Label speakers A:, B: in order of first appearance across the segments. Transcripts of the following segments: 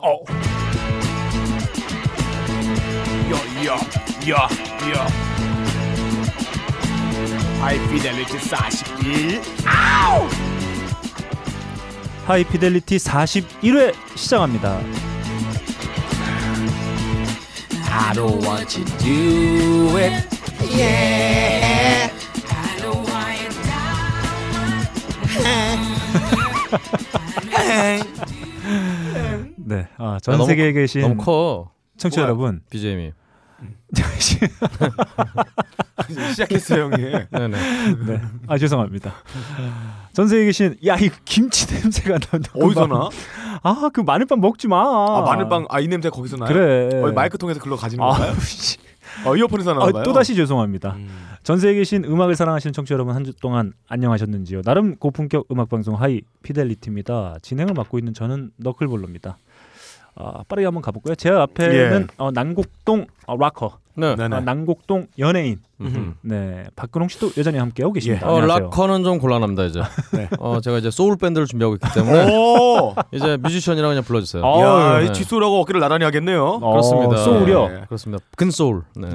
A: 어. 야야야야 하이피델리티 41 아우
B: 하이피델리티 41회 시작합니다.
A: I don't want to do it yeah
B: 네, 아,
C: 야,
B: 전
C: 너무
B: 세계에
C: 커-
B: 계신
C: 너무 커
B: 청취자
D: 뭐야?
B: 여러분,
C: BGM이.
D: 시작했어요 형님.
C: 네네.
B: 네, 아 죄송합니다. 전 세계에 계신 야 이 김치 냄새가 난다.
D: 어디서 나?
B: 아그 마늘빵 먹지 마.
D: 아 마늘빵 아 이 냄새 거기서 나요?
B: 그래.
D: 어, 마이크 통해서 글로 가지는 건가요?
B: 아, 씨.
D: 어, 이어폰에서
B: 아,
D: 나나봐요. 음.
B: 또다시 죄송합니다. 전 세계에 계신 음악을 사랑하시는 청취자 여러분 한 주 동안 안녕하셨는지요? 나름 고품격 음악 방송 하이 피델리티입니다. 진행을 맡고 있는 저는 너클볼로입니다. 아, 빠르게 한번 가볼까요? 제 앞에는 어, 난곡동 어, 락커,
C: 네.
D: 예. 네네.
B: 어, 난곡동 연예인,
C: 음.
B: 네 박근홍 씨도 여전히 함께하고 계십니다.
C: 어,
B: 안녕하세요.
C: 락커는 좀 곤란합니다 이제.
D: 네.
C: 어, 제가 이제 소울 밴드를 준비하고 있기
B: 네.
C: 때문에
D: 오.
C: 이제 뮤지션이랑 그냥 불러주세요.
B: 어,
D: 야,
C: 네.
D: 이 뒷소라고 어깨를 나란히 하겠네요.
B: 어,
C: 그렇습니다. 예,
B: 소울이요.
D: 네.
C: 그렇습니다. 근 소울. 네.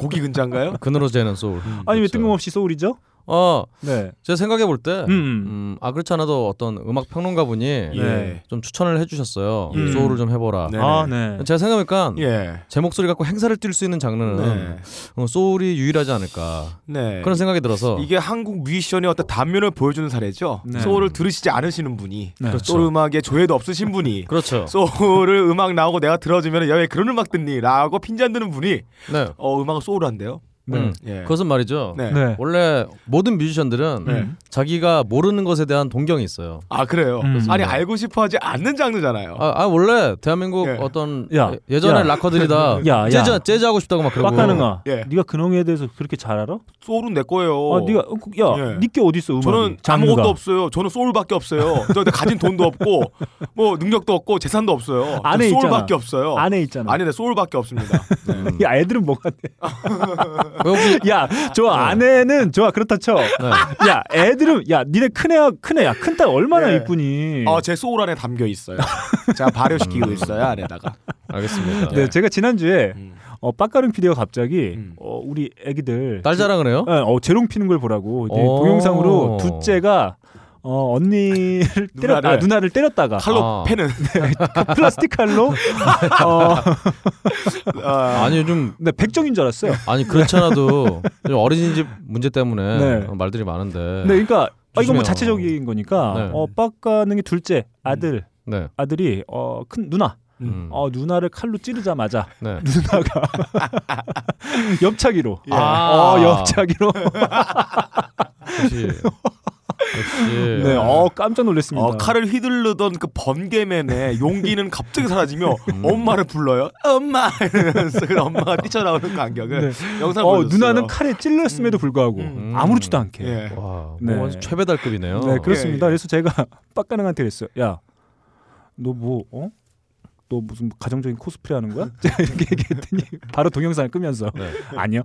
D: 고기 근자인가요?
C: 근으로 재는 소울.
B: 음. 아니 왜
C: 그렇죠.
B: 뜬금없이 소울이죠?
C: 어,
B: 네.
C: 제가 생각해 볼 때,
B: 음.
C: 음, 아 그렇지 않아도 어떤 음악 평론가 분이
D: 예.
C: 좀 추천을 해주셨어요.
B: 음.
C: 소울을 좀 해보라.
D: 네.
B: 네. 아 네. 음.
C: 제가 생각해보니까
D: 예.
C: 제 목소리 갖고 행사를 뛸 수 있는 장르는
D: 네.
C: 어, 소울이 유일하지 않을까
D: 네.
B: 그렇죠.
C: 그런 생각이 들어서
D: 이게 한국 뮤지션의 어떤 단면을 보여주는 사례죠.
B: 네.
D: 소울을 들으시지 않으시는 분이,
B: 네.
C: 그렇죠.
D: 소울 음악에 조예도 없으신 분이,
C: 그렇죠.
D: 소울을 음악 나오고 내가 들어주면 야왜 그런 음악 듣니?라고 핀잔 드는 분이
C: 네.
D: 어 음악은 소울한데요.
B: 네.
C: 음,
D: 예.
C: 그것은 말이죠.
D: 네.
B: 네.
C: 원래 모든 뮤지션들은
D: 네.
C: 자기가 모르는 것에 대한 동경이 있어요.
D: 아 그래요.
B: 음.
D: 아니 알고 싶어하지 않는 장르잖아요.
C: 아, 아, 원래 대한민국
D: 예.
C: 어떤
B: 야,
C: 예- 예전에
B: 야.
C: 락커들이 다
B: 야, 야.
C: 재즈 재즈 하고 싶다고 막 그러고
B: 빡가능아,
D: 예.
B: 네가 근홍에 대해서 그렇게 잘 알아?
D: 소울은 내 거예요.
B: 아, 네가 어, 그- 야,
D: 예.
B: 니께 어디 있어 음악?
D: 저는 아무것도 없어요. 저는 소울밖에 없어요. 저 근데 가진 돈도 없고 뭐 능력도 없고 재산도 없어요. 저
B: 안에 있잖아.
D: 소울밖에 없어요.
B: 안에 있잖아.
D: 아니 네 소울밖에 없습니다.
C: 음.
B: 야 애들은 뭐가 돼?
C: 왜 혹시
B: 야 저 아내는 좋아 그렇다 쳐. 야 애들은 야 니네 큰애야 큰애야 큰 딸 얼마나
D: 예.
B: 이쁘니?
D: 아 제 소울 안에 담겨 있어요. 제가 발효시키고
B: 음.
D: 있어요 안에다가.
B: 아.
C: 알겠습니다.
B: 네, 제가 지난 주에
D: 음.
B: 어, 빡가는 피디가 갑자기
D: 음.
B: 어, 우리 애기들
C: 딸 자랑을 해요?
B: 예, 어, 재롱 피는 걸 보라고 이제
C: 오.
B: 동영상으로 둘째가 어, 언니를 때렸
D: 누나를.
B: 아, 누나를 때렸다가
D: 칼로
C: 아.
D: 패는.
B: 플라스틱 칼로 어,
D: 아,
C: 아니 요즘
B: 네, 백정인 줄 알았어요.
C: 아니 그렇지 않아도 요즘 어린이집 문제 때문에
B: 네.
C: 어, 말들이 많은데.
B: 네, 그러니까 아, 이건
C: 죄송해요.
B: 뭐 자체적인 거니까
C: 네.
B: 어, 빡가능의 둘째 아들
C: 네.
B: 아들이 어, 큰 누나
C: 음.
B: 어, 누나를 칼로 찌르자마자
C: 네.
B: 누나가 옆차기로
C: 예.
B: 어, 옆차기로
C: 역시. 역시.
B: 네, 어, 깜짝 놀랐습니다.
D: 어, 칼을 휘둘르던 그 번개맨의 용기는 갑자기 사라지며
B: 음.
D: 엄마를 불러요. 엄마 이러면서 그 엄마가 뛰쳐나오는 간격을 영상
B: 어,
D: 보여줬어요. 예.
B: 누나는 칼에 찔렸음에도 불구하고
D: 음.
B: 아무렇지도 않게.
D: 예.
C: 와,
B: 네.
C: 뭐 완전 최배달급이네요.
B: 네, 그렇습니다.
D: 예, 예.
B: 그래서 제가 빡가능한테 그랬어요. 야, 너 뭐, 어? 너 무슨 가정적인 코스프레 하는 거야? 제가 이렇게 얘기했더니 바로 동영상을 끄면서
C: 네.
B: 아니요.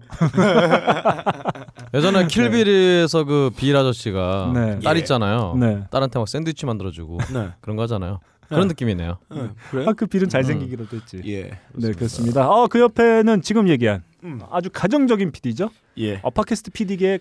C: 예전에 킬빌에서 그 비일 아저씨가
B: 네.
C: 딸
D: 예.
C: 있잖아요.
B: 네.
C: 딸한테 막 샌드위치 만들어주고
D: 네.
C: 그런 거 하잖아요. 그런 느낌이네요.
D: 네. 그래요?
B: 아, 그 빌은 잘생기기라도 했지.
D: 예.
B: 네, 그렇습니다. 어, 그 옆에는 지금 얘기한
D: 음.
B: 아주 가정적인 PD죠.
D: 예.
B: 어, 팟캐스트 PD계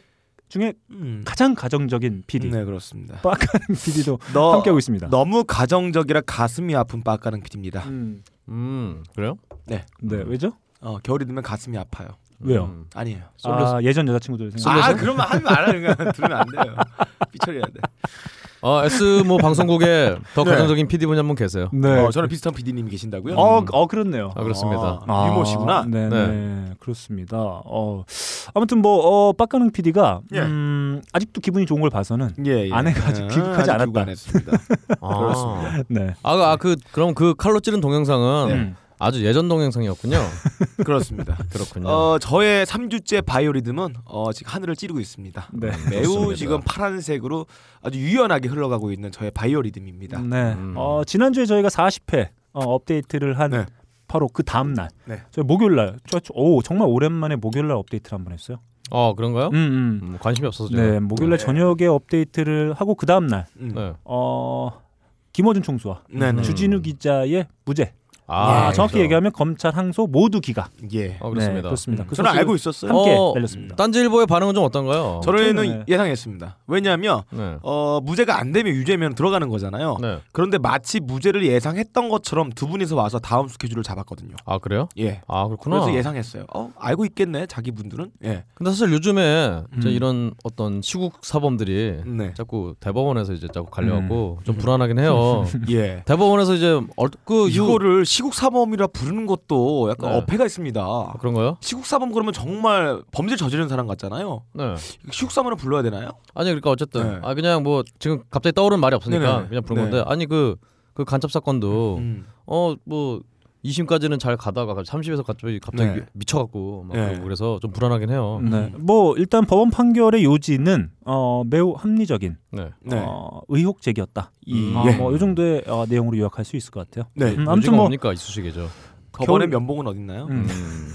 B: 중에
D: 음.
B: 가장 가정적인 PD.
D: 네 그렇습니다.
B: 빡가는 PD도
D: 너
B: 함께하고 있습니다.
D: 너무 가정적이라 가슴이 아픈 빠까는 PD입니다.
B: 음.
C: 음, 그래요?
B: 네, 왜죠?
D: 어, 겨울이 되면 가슴이 아파요.
B: 왜요?
C: 음.
D: 아니에요.
B: 아, 예전 여자친구들 생각.
D: 아 그런 말 하지 말아요. 그냥 들으면 안 돼요. 삐처리해야 돼.
C: 아, S 뭐 방송국에 더 가정적인 PD 분이 한 분 계세요.
B: 네.
D: 어, 저는 비슷한 PD님이 계신다고요?
B: 어, 어 그렇네요.
C: 아, 그렇습니다.
D: 아, 유모씨구나.
B: 네, 네, 그렇습니다. 어, 아무튼 뭐 어, 빡가능 PD가
D: 예.
B: 음, 아직도 기분이 좋은 걸 봐서는
D: 예, 예.
B: 아내가 아직
D: 아,
B: 귀국하지 않았다.
D: 귀국 안 했습니다.
C: 아.
D: 그렇습니다.
B: 네.
C: 아, 그- 아, 그 그럼 그 칼로 찌른 동영상은
B: 음.
C: 아주 예전 동영상이었군요.
D: 그렇습니다.
B: 음.
C: 그렇군요.
D: 어, 저의 3주째 바이오리듬은 어, 지금 하늘을 찌르고 있습니다.
B: 네.
D: 매우
C: 좋습니다.
D: 지금 파란색으로 아주 유연하게 흘러가고 있는 저의 바이오리듬입니다.
B: 네.
C: 음.
B: 어, 지난주에 저희가 40회 어, 업데이트를 한
D: 네.
B: 바로 그 다음 날.
D: 네.
B: 저희 목요일 날. 저, 저, 오, 정말 오랜만에 목요일 날 업데이트를 한 번 했어요.
C: 어, 그런가요?
B: 음, 음.
C: 음,
D: 네.
C: 관심이 없어서 제가.
B: 네, 목요일 날 저녁에 업데이트를 하고 그 다음 날
D: 음.
C: 네.
B: 어, 김어준 총수와
D: 네네. 음.
B: 주진우 기자의 무죄.
C: 아,
B: 아, 정확히
C: 그렇죠.
B: 얘기하면 검찰 항소 모두 기각.
D: 예.
C: 어,
B: 네,
C: 그렇습니다.
B: 그렇습니다. 그
D: 저는
B: 소식을
D: 알고 있었어요.
B: 함께
C: 어,
B: 알렸습니다.
C: 딴지일보의 반응은 좀 어떤가요?
B: 엄청나네.
D: 저는 예상했습니다. 왜냐하면
C: 네.
D: 어, 무죄가 안 되면 유죄면 들어가는 거잖아요.
C: 네.
D: 그런데 마치 무죄를 예상했던 것처럼 두 분이서 와서 다음 스케줄을 잡았거든요.
C: 아 그래요?
D: 예.
C: 아 그렇구나.
D: 그래서 예상했어요. 어, 알고 있겠네. 자기 분들은. 예.
C: 근데 사실 요즘에 이제
B: 음.
C: 이런 어떤 시국 사범들이
D: 네.
C: 자꾸 대법원에서 이제 자꾸 갈려갖고 좀 불안하긴 해요.
D: 예.
C: 대법원에서 이제 얼, 그 이후-
D: 이거를 시국 사범이라 부르는 것도 약간
C: 네.
D: 어폐가 있습니다.
C: 아, 그런가요?
D: 시국 사범 그러면 정말 범죄 저지른 사람 같잖아요.
C: 네.
D: 시국 사범을 불러야 되나요?
C: 아니 그러니까 어쨌든
D: 네.
C: 아 그냥 뭐 지금 갑자기 떠오르는 말이 없으니까
D: 네네네.
C: 그냥 부른
D: 네.
C: 건데 아니 그 그 간첩 사건도
D: 음.
C: 어 뭐 2심까지는 잘 가다가 30에서 갑자기 갑자기
D: 네.
C: 미쳐갖고 막
D: 네.
C: 그러고 그래서 좀 불안하긴 해요.
B: 네. 뭐 일단 법원 판결의 요지는 어, 매우 합리적인
C: 네. 음.
D: 네.
B: 어, 의혹 제기였다.
D: 이,
B: 아,
D: 예.
B: 뭐이 정도의 어, 내용으로 요약할 수 있을 것 같아요.
D: 네.
B: 음,
C: 아무튼
B: 아무튼 뭐
C: 뭐니까 이쑤시개죠.
D: 법원의
B: 겨울-
D: 면봉은 어딨나요?
B: 음,
C: 음.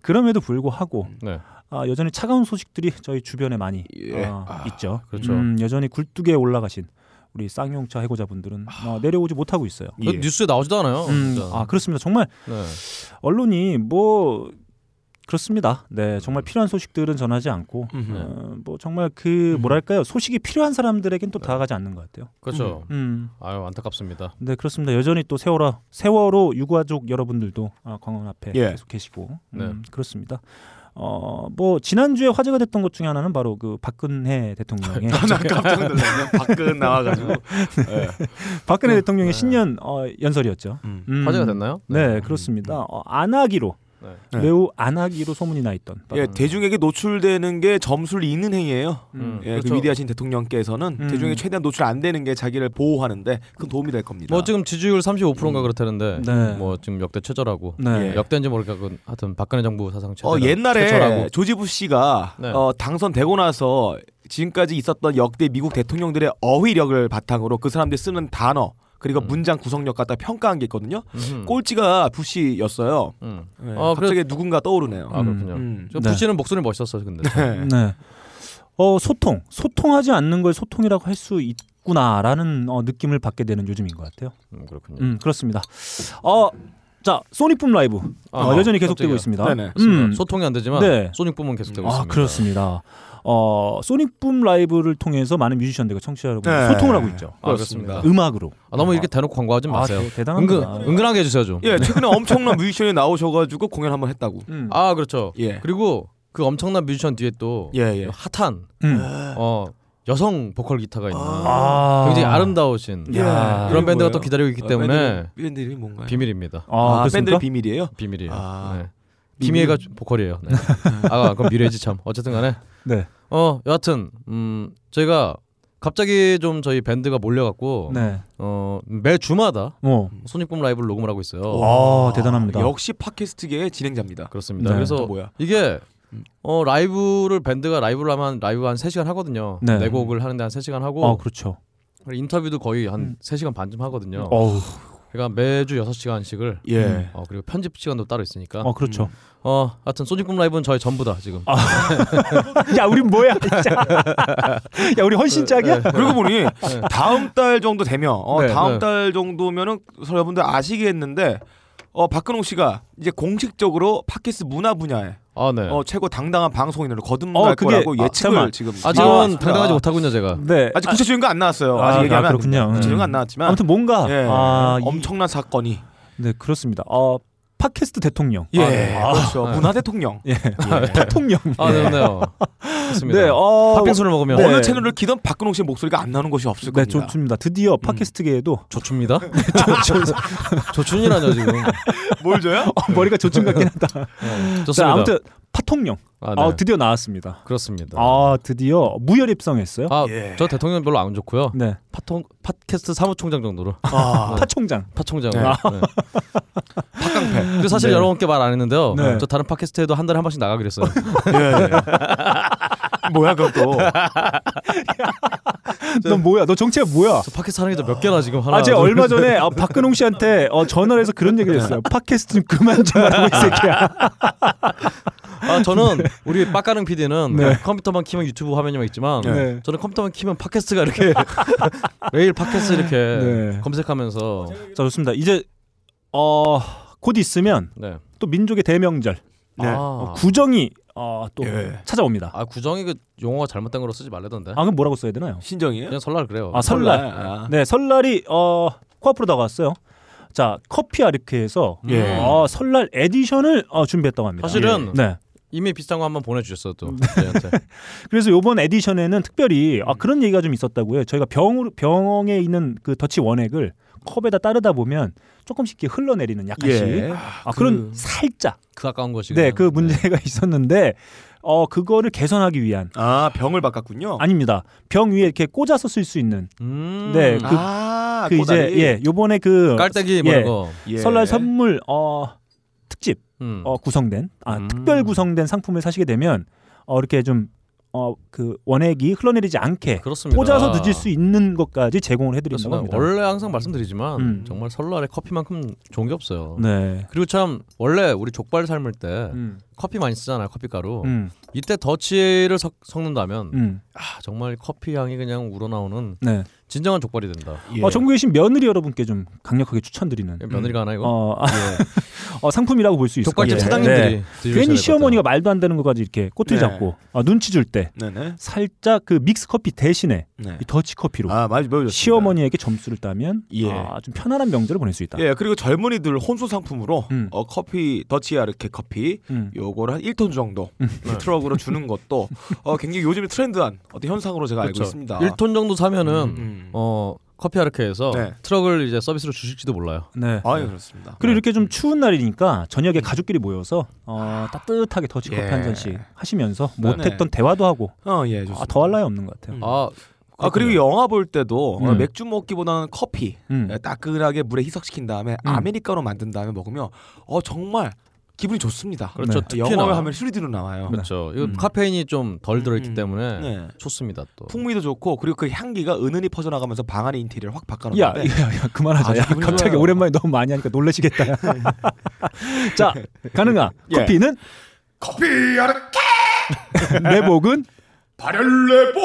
B: 그럼에도 불구하고
C: 네.
B: 아, 여전히 차가운 소식들이 저희 주변에 많이
D: 예.
B: 어,
D: 아,
B: 있죠.
C: 그렇죠.
B: 음, 여전히 굴뚝에 올라가신 우리 쌍용차 해고자분들은 어, 내려오지 못하고 있어요.
C: 그 뉴스에 나오지도 않아요.
B: 음,
C: 아. 진짜.
B: 아 그렇습니다. 정말
C: 네.
B: 언론이 뭐 그렇습니다. 네,
C: 음.
B: 정말 필요한 소식들은 전하지 않고
D: 음흠.
C: 네.
B: 어, 뭐 정말 그
C: 음.
B: 뭐랄까요 소식이 필요한 사람들에겐 또
C: 네.
B: 다가가지 않는 것 같아요.
C: 그렇죠.
B: 음,
C: 아유 안타깝습니다.
B: 네 그렇습니다. 여전히 또 세월호 세월호 유가족 여러분들도 아, 광화문 앞에
D: 예.
B: 계속 계시고 음,
C: 네.
B: 그렇습니다. 어뭐 지난주에 화제가 됐던 것 중에 하나는 바로 그 박근혜 대통령의
D: 나 깜짝 놀랐네. 밖은 나와가지고. 예.
B: 박근혜 대통령의 신년 어, 연설이었죠.
D: 음.
B: 음,
C: 네. 화제가 됐나요? 음.
B: 네, 그렇습니다. 어, 안 하기로
C: 네.
D: 네.
B: 매우 안 하기로 소문이 나 있던.
D: 예, 대중에게 노출되는 게 점수를 잇는 행위예요.
C: 음.
D: 예, 그
C: 그렇죠.
D: 위대하신 대통령께서는
B: 음.
D: 대중에게 최대한 노출 안 되는 게 자기를 보호하는데 큰 도움이 될 겁니다.
C: 뭐 지금 지지율 35%인가 그렇다는데
B: 네.
C: 뭐 지금 역대 최저라고.
B: 네.
D: 예.
C: 역대인지 모르겠고 하여튼 박근혜 정부 사상 최저.
D: 어, 옛날에
C: 최저라고.
D: 조지부 씨가
C: 네.
D: 어, 당선되고 나서 지금까지 있었던 역대 미국 대통령들의 어휘력을 바탕으로 그 사람들이 쓰는 단어 그리고 문장 구성력 갖다 평가한 게 있거든요.
C: 음. 음흠.
D: 꼴찌가 부시였어요.
C: 음.
D: 예,
C: 아, 그래-
D: 갑자기 누군가 떠오르네요.
C: 아 그렇군요.
D: 음.
C: 저
B: 네.
C: 부시는 목소리 멋있었어요, 근데.
D: 네.
B: 네. 어 소통 소통하지 않는 걸 소통이라고 할 수 있구나라는 어, 느낌을 받게 되는 요즘인 것 같아요.
C: 음, 그렇군요.
B: 음 그렇습니다. 어자 소니품 라이브
C: 아,
B: 어, 여전히 계속되고
C: 깜짝이야.
B: 있습니다.
D: 네네.
C: 그렇습니다.
B: 음.
C: 소통이 안 되지만
B: 네.
C: 소닉붐은 계속되고
B: 아
C: 있습니다.
B: 그렇습니다. 어 소닉붐 라이브를 통해서 많은 뮤지션들과 청취자 여러분
D: 네.
B: 소통을 하고 있죠.
C: 아, 그렇습니다.
B: 음악으로.
C: 아, 너무 이렇게 대놓고 광고하지
B: 아,
C: 마세요.
B: 대- 대단합니다.
C: 은근 은근하게 해주세요 좀.
D: 예, 최근에 엄청난 뮤지션이 나오셔가지고 공연 한번 했다고.
B: 음.
C: 아 그렇죠.
D: 예.
C: 그리고 그 엄청난 뮤지션 뒤에 또
D: 예, 예.
C: 핫한
B: 음.
C: 어, 여성 보컬 기타가 있는
B: 아.
C: 굉장히 아름다우신
B: 예. 야.
C: 그런 밴드가
D: 뭐예요?
C: 또 기다리고 있기 때문에
D: 어, 밴드, 밴드 이름이 뭔가요?
C: 비밀입니다.
B: 아,
D: 아, 밴드
B: 그렇습니까?
D: 비밀이에요?
C: 비밀이에요.
D: 아.
C: 네. 김희애가 보컬이에요. 네. 아 그럼 미래지 참. 어쨌든간에
B: 네.
C: 어 여하튼 음 저희가 갑자기 좀 저희 밴드가 몰려갖고
B: 네.
C: 어 매 주마다
B: 어.
C: 손익붐 라이브를 녹음을 하고 있어요. 뭐,
B: 와, 대단합니다.
D: 역시 팟캐스트계의 진행자입니다.
C: 그렇습니다.
B: 네. 음.
D: 또
C: 그래서
D: 뭐야?
C: 이게 어 라이브를 밴드가 라이브를 하면 라이브 한 3시간 하거든요.
B: 네.
C: 네. 곡을 하는데 한 3시간 하고
B: 아 그렇죠.
C: 그리고 인터뷰도 거의 한
B: 음.
C: 3시간 반쯤 하거든요.
B: 어우.
C: 그러니까 매주 6시간씩을
D: 예.
B: 음.
C: 어 그리고 편집 시간도 따로 있으니까
B: 어 그렇죠.
C: 어 하여튼 소닉붐 라이브는 저의 전부다 지금. 아,
B: 야 우리 뭐야 진짜. 야 우리 헌신짝이야?
D: 그러고 보니
B: 네.
D: 다음 달 정도 되면 어,
C: 네,
D: 다음
C: 네.
D: 달 정도면은 서- 여러분들 아시겠는데 어, 박근홍 씨가 이제 공식적으로 팟캐스트 문화 분야에
C: 네.
D: 어, 최고 당당한 방송인으로 거듭날
B: 어, 그게-
D: 거라고
B: 아,
D: 예측을
B: 잠깐만.
D: 지금
C: 아
D: 나왔습니다.
C: 지금은 당당하지 못하고 있냐 제가.
B: 네.
D: 아직 구체적인 거 안 나왔어요.
B: 아,
D: 아직 얘기하면
B: 아, 그렇군요.
D: 안 됩니다. 구체적인
B: 음.
D: 거 안 나왔지만
B: 아무튼 뭔가
D: 예,
B: 아, 이-
D: 엄청난 사건이
B: 네 그렇습니다. 어 팟캐스트 대통령.
D: 예
B: 아,
D: 그렇죠
C: 아.
D: 문화 대통령
B: 예.
D: 예.
B: 대통령.
C: 아 네네요. 좋습니다.
B: 네. 어.
C: 팥빙수를 먹으면
B: 네.
D: 어느 채널을 키던 박근홍 씨의 목소리가 안 나오는 것이 없을
B: 네
D: 겁니다.
B: 좋습니다. 드디어 팟캐스트계에도
C: 네, 조춥니다. 조춘이라뇨 지금.
D: 뭘 줘요?
B: 어, 머리가 조춤 같긴 하다.
C: 네,
B: 자,
C: 좋습니다.
B: 아무튼 파통령.
C: 아, 네.
B: 아 드디어 나왔습니다.
C: 그렇습니다.
B: 아 드디어 무혈 입성했어요.
C: 아,
D: 예.
C: 저 대통령 별로 안 좋고요.
B: 네.
C: 파통 팟캐스트 사무총장 정도로
D: 아,
B: 파총장.
C: 파총장.
D: 네.
C: 네.
D: 팟깡패.
C: 근데 사실
B: 네.
C: 여러분께 말 안 했는데요.
B: 네.
C: 저 다른 팟캐스트에도 한 달에 한 번씩 나가기로 했어요.
D: 예, 뭐야 그것도
B: 너 뭐야? 너 정체가 뭐야?
C: 저 팟캐스트 하는 게 몇 개나 지금 하나.
B: 아 제가
C: 둘,
B: 얼마 전에 아, 박근홍 씨한테 어, 전화를 해서 그런 얘기를 했어요. 팟캐스트 좀 그만 좀 하라고 이 새끼야.
C: 아, 저는 우리 빡가능 PD는
B: 네.
C: 컴퓨터만 키면 유튜브 화면이만 있지만
D: 네.
C: 저는 컴퓨터만 키면 팟캐스트가 이렇게 매일 팟캐스트 이렇게
B: 네.
C: 검색하면서
B: 자 좋습니다. 이제 어, 곧 있으면
C: 네.
B: 또 민족의 대명절
D: 네.
C: 아,
B: 어, 구정이 어, 또
D: 예.
B: 찾아옵니다.
C: 아 네. 구정이 그 용어가 잘못된 걸로 쓰지 말라던데.
B: 아 그럼 뭐라고 써야 되나요?
D: 신정이에요?
C: 그냥 설날 그래요.
B: 아 설날. 네 설날이 어, 코앞으로 다가왔어요. 자 커피 아르케에서
D: 예.
B: 어, 설날 에디션을 어, 준비했다고 합니다.
C: 사실은
B: 네.
C: 이미 비슷한 거 한번 보내주셨어
B: 음.
C: 또 저희한테.
B: 그래서 요번 에디션에는 특별히 아 그런 얘기가 좀 있었다고요. 저희가 병으로 병에 있는 그 더치 원액을 컵에다 따르다 보면 조금씩 이렇게 흘러내리는 약간씩
D: 예.
B: 아 그런 살짝
C: 그 아까운 것이.
B: 네 그 문제가 있었는데 어 그거를 개선하기 위한
D: 아 병을 바꿨군요.
B: 아닙니다. 병 위에 이렇게 꽂아서 쓸 수 있는
C: 음.
B: 네, 그-
D: 아,
B: 그 이제
D: 꼬다리.
B: 예 요번에 그
C: 깔때기 뭐
B: 예.
C: 이런 거.
D: 예.
B: 설날 선물 어 특집
C: 음.
B: 어, 구성된 아
C: 음.
B: 특별 구성된 상품을 사시게 되면 어 이렇게 좀 어 그 원액이 흘러내리지 않게
C: 그렇습니다.
B: 꽂아서 늦을 수 있는 것까지 제공을 해드린다고 합니다.
C: 그렇습니다. 원래 항상 말씀드리지만
B: 음.
C: 정말 설날에 커피만큼 좋은 게 없어요.
B: 네.
C: 그리고 참 원래 우리 족발 삶을 때
B: 음.
C: 커피 많이 쓰잖아요 컵비가루
B: 음.
C: 이때 더치를 섞, 섞는다면
B: 음.
C: 아, 정말 커피 향이 그냥 우러나오는
B: 네.
C: 진정한 족발이 된다
D: 예.
B: 어, 전국에 계신 며느리 여러분께 좀 강력하게 추천드리는
C: 며느리가 하나 이거
B: 음. 어, 아, 어, 상품이라고 볼 수 있을 것 같아요.
C: 족발집 예. 사장님들이
B: 네.
C: 드셔야
B: 괜히
C: 될
B: 시어머니가 말도 안 되는 것까지 이렇게 꼬투리
D: 네.
B: 잡고 어, 눈치 줄 때
D: 네네.
B: 살짝 그 믹스 커피 대신에
D: 네.
B: 이 더치 커피로
D: 아 많이 배우셨습니다.
B: 시어머니에게 점수를 따면
D: 예.
B: 아, 좀 편안한 명절을 보낼 수 있다.
D: 예 그리고 젊은이들 혼수 상품으로
B: 음.
D: 어, 커피 더치아르케 커피
B: 음.
D: 요거를 한 1톤 정도
B: 음.
D: 이 트럭으로 주는 것도 어, 굉장히 요즘에 트렌드한 어떤 현상으로 제가
B: 그렇죠.
D: 알고 있습니다.
C: 1톤 정도 사면은
D: 음.
C: 어 커피 아르케에서
D: 네.
C: 트럭을 이제 서비스로 주실지도 몰라요
B: 네.
D: 아 예, 그렇습니다.
B: 그리고 이렇게 좀 추운 날이니까 저녁에 가족끼리 모여서 어, 따뜻하게 더치 커피
D: 음. 아. 예.
B: 한 잔씩 하시면서
D: 네.
B: 못했던 대화도 하고
D: 어, 예, 좋습니다.
B: 아, 더할 나위 없는 것 같아요.
D: 음.
C: 아,
D: 아 그리고 영화 볼 때도 어,
B: 음.
D: 맥주 먹기보다는 커피
B: 음.
D: 예, 따끈하게 물에 희석시킨 다음에 아메리카노 만든 다음에 먹으면 어 정말 기분이 좋습니다.
C: 그렇죠
B: 네.
C: 특히나
D: 영화를 하면 수리디로 나와요.
C: 그렇죠 이거
D: 음.
C: 카페인이 좀 덜 들어있기
D: 음.
C: 때문에
D: 네.
C: 좋습니다 또
D: 풍미도 좋고 그리고 그 향기가 은은히 퍼져나가면서 방 안의 인테리어를 확 바꿔놓는데
B: 아, 야, 야, 야, 그만하자.
D: 네. 아주
B: 야,
D: 기분
B: 갑자기
D: 좋아요. 네.
B: 오랜만에 너무 많이 하니까 놀라시겠다. 야. 자, 가능아.
D: 예.
B: 커피는
A: 커피 아르케
B: 내복은
A: 발열레보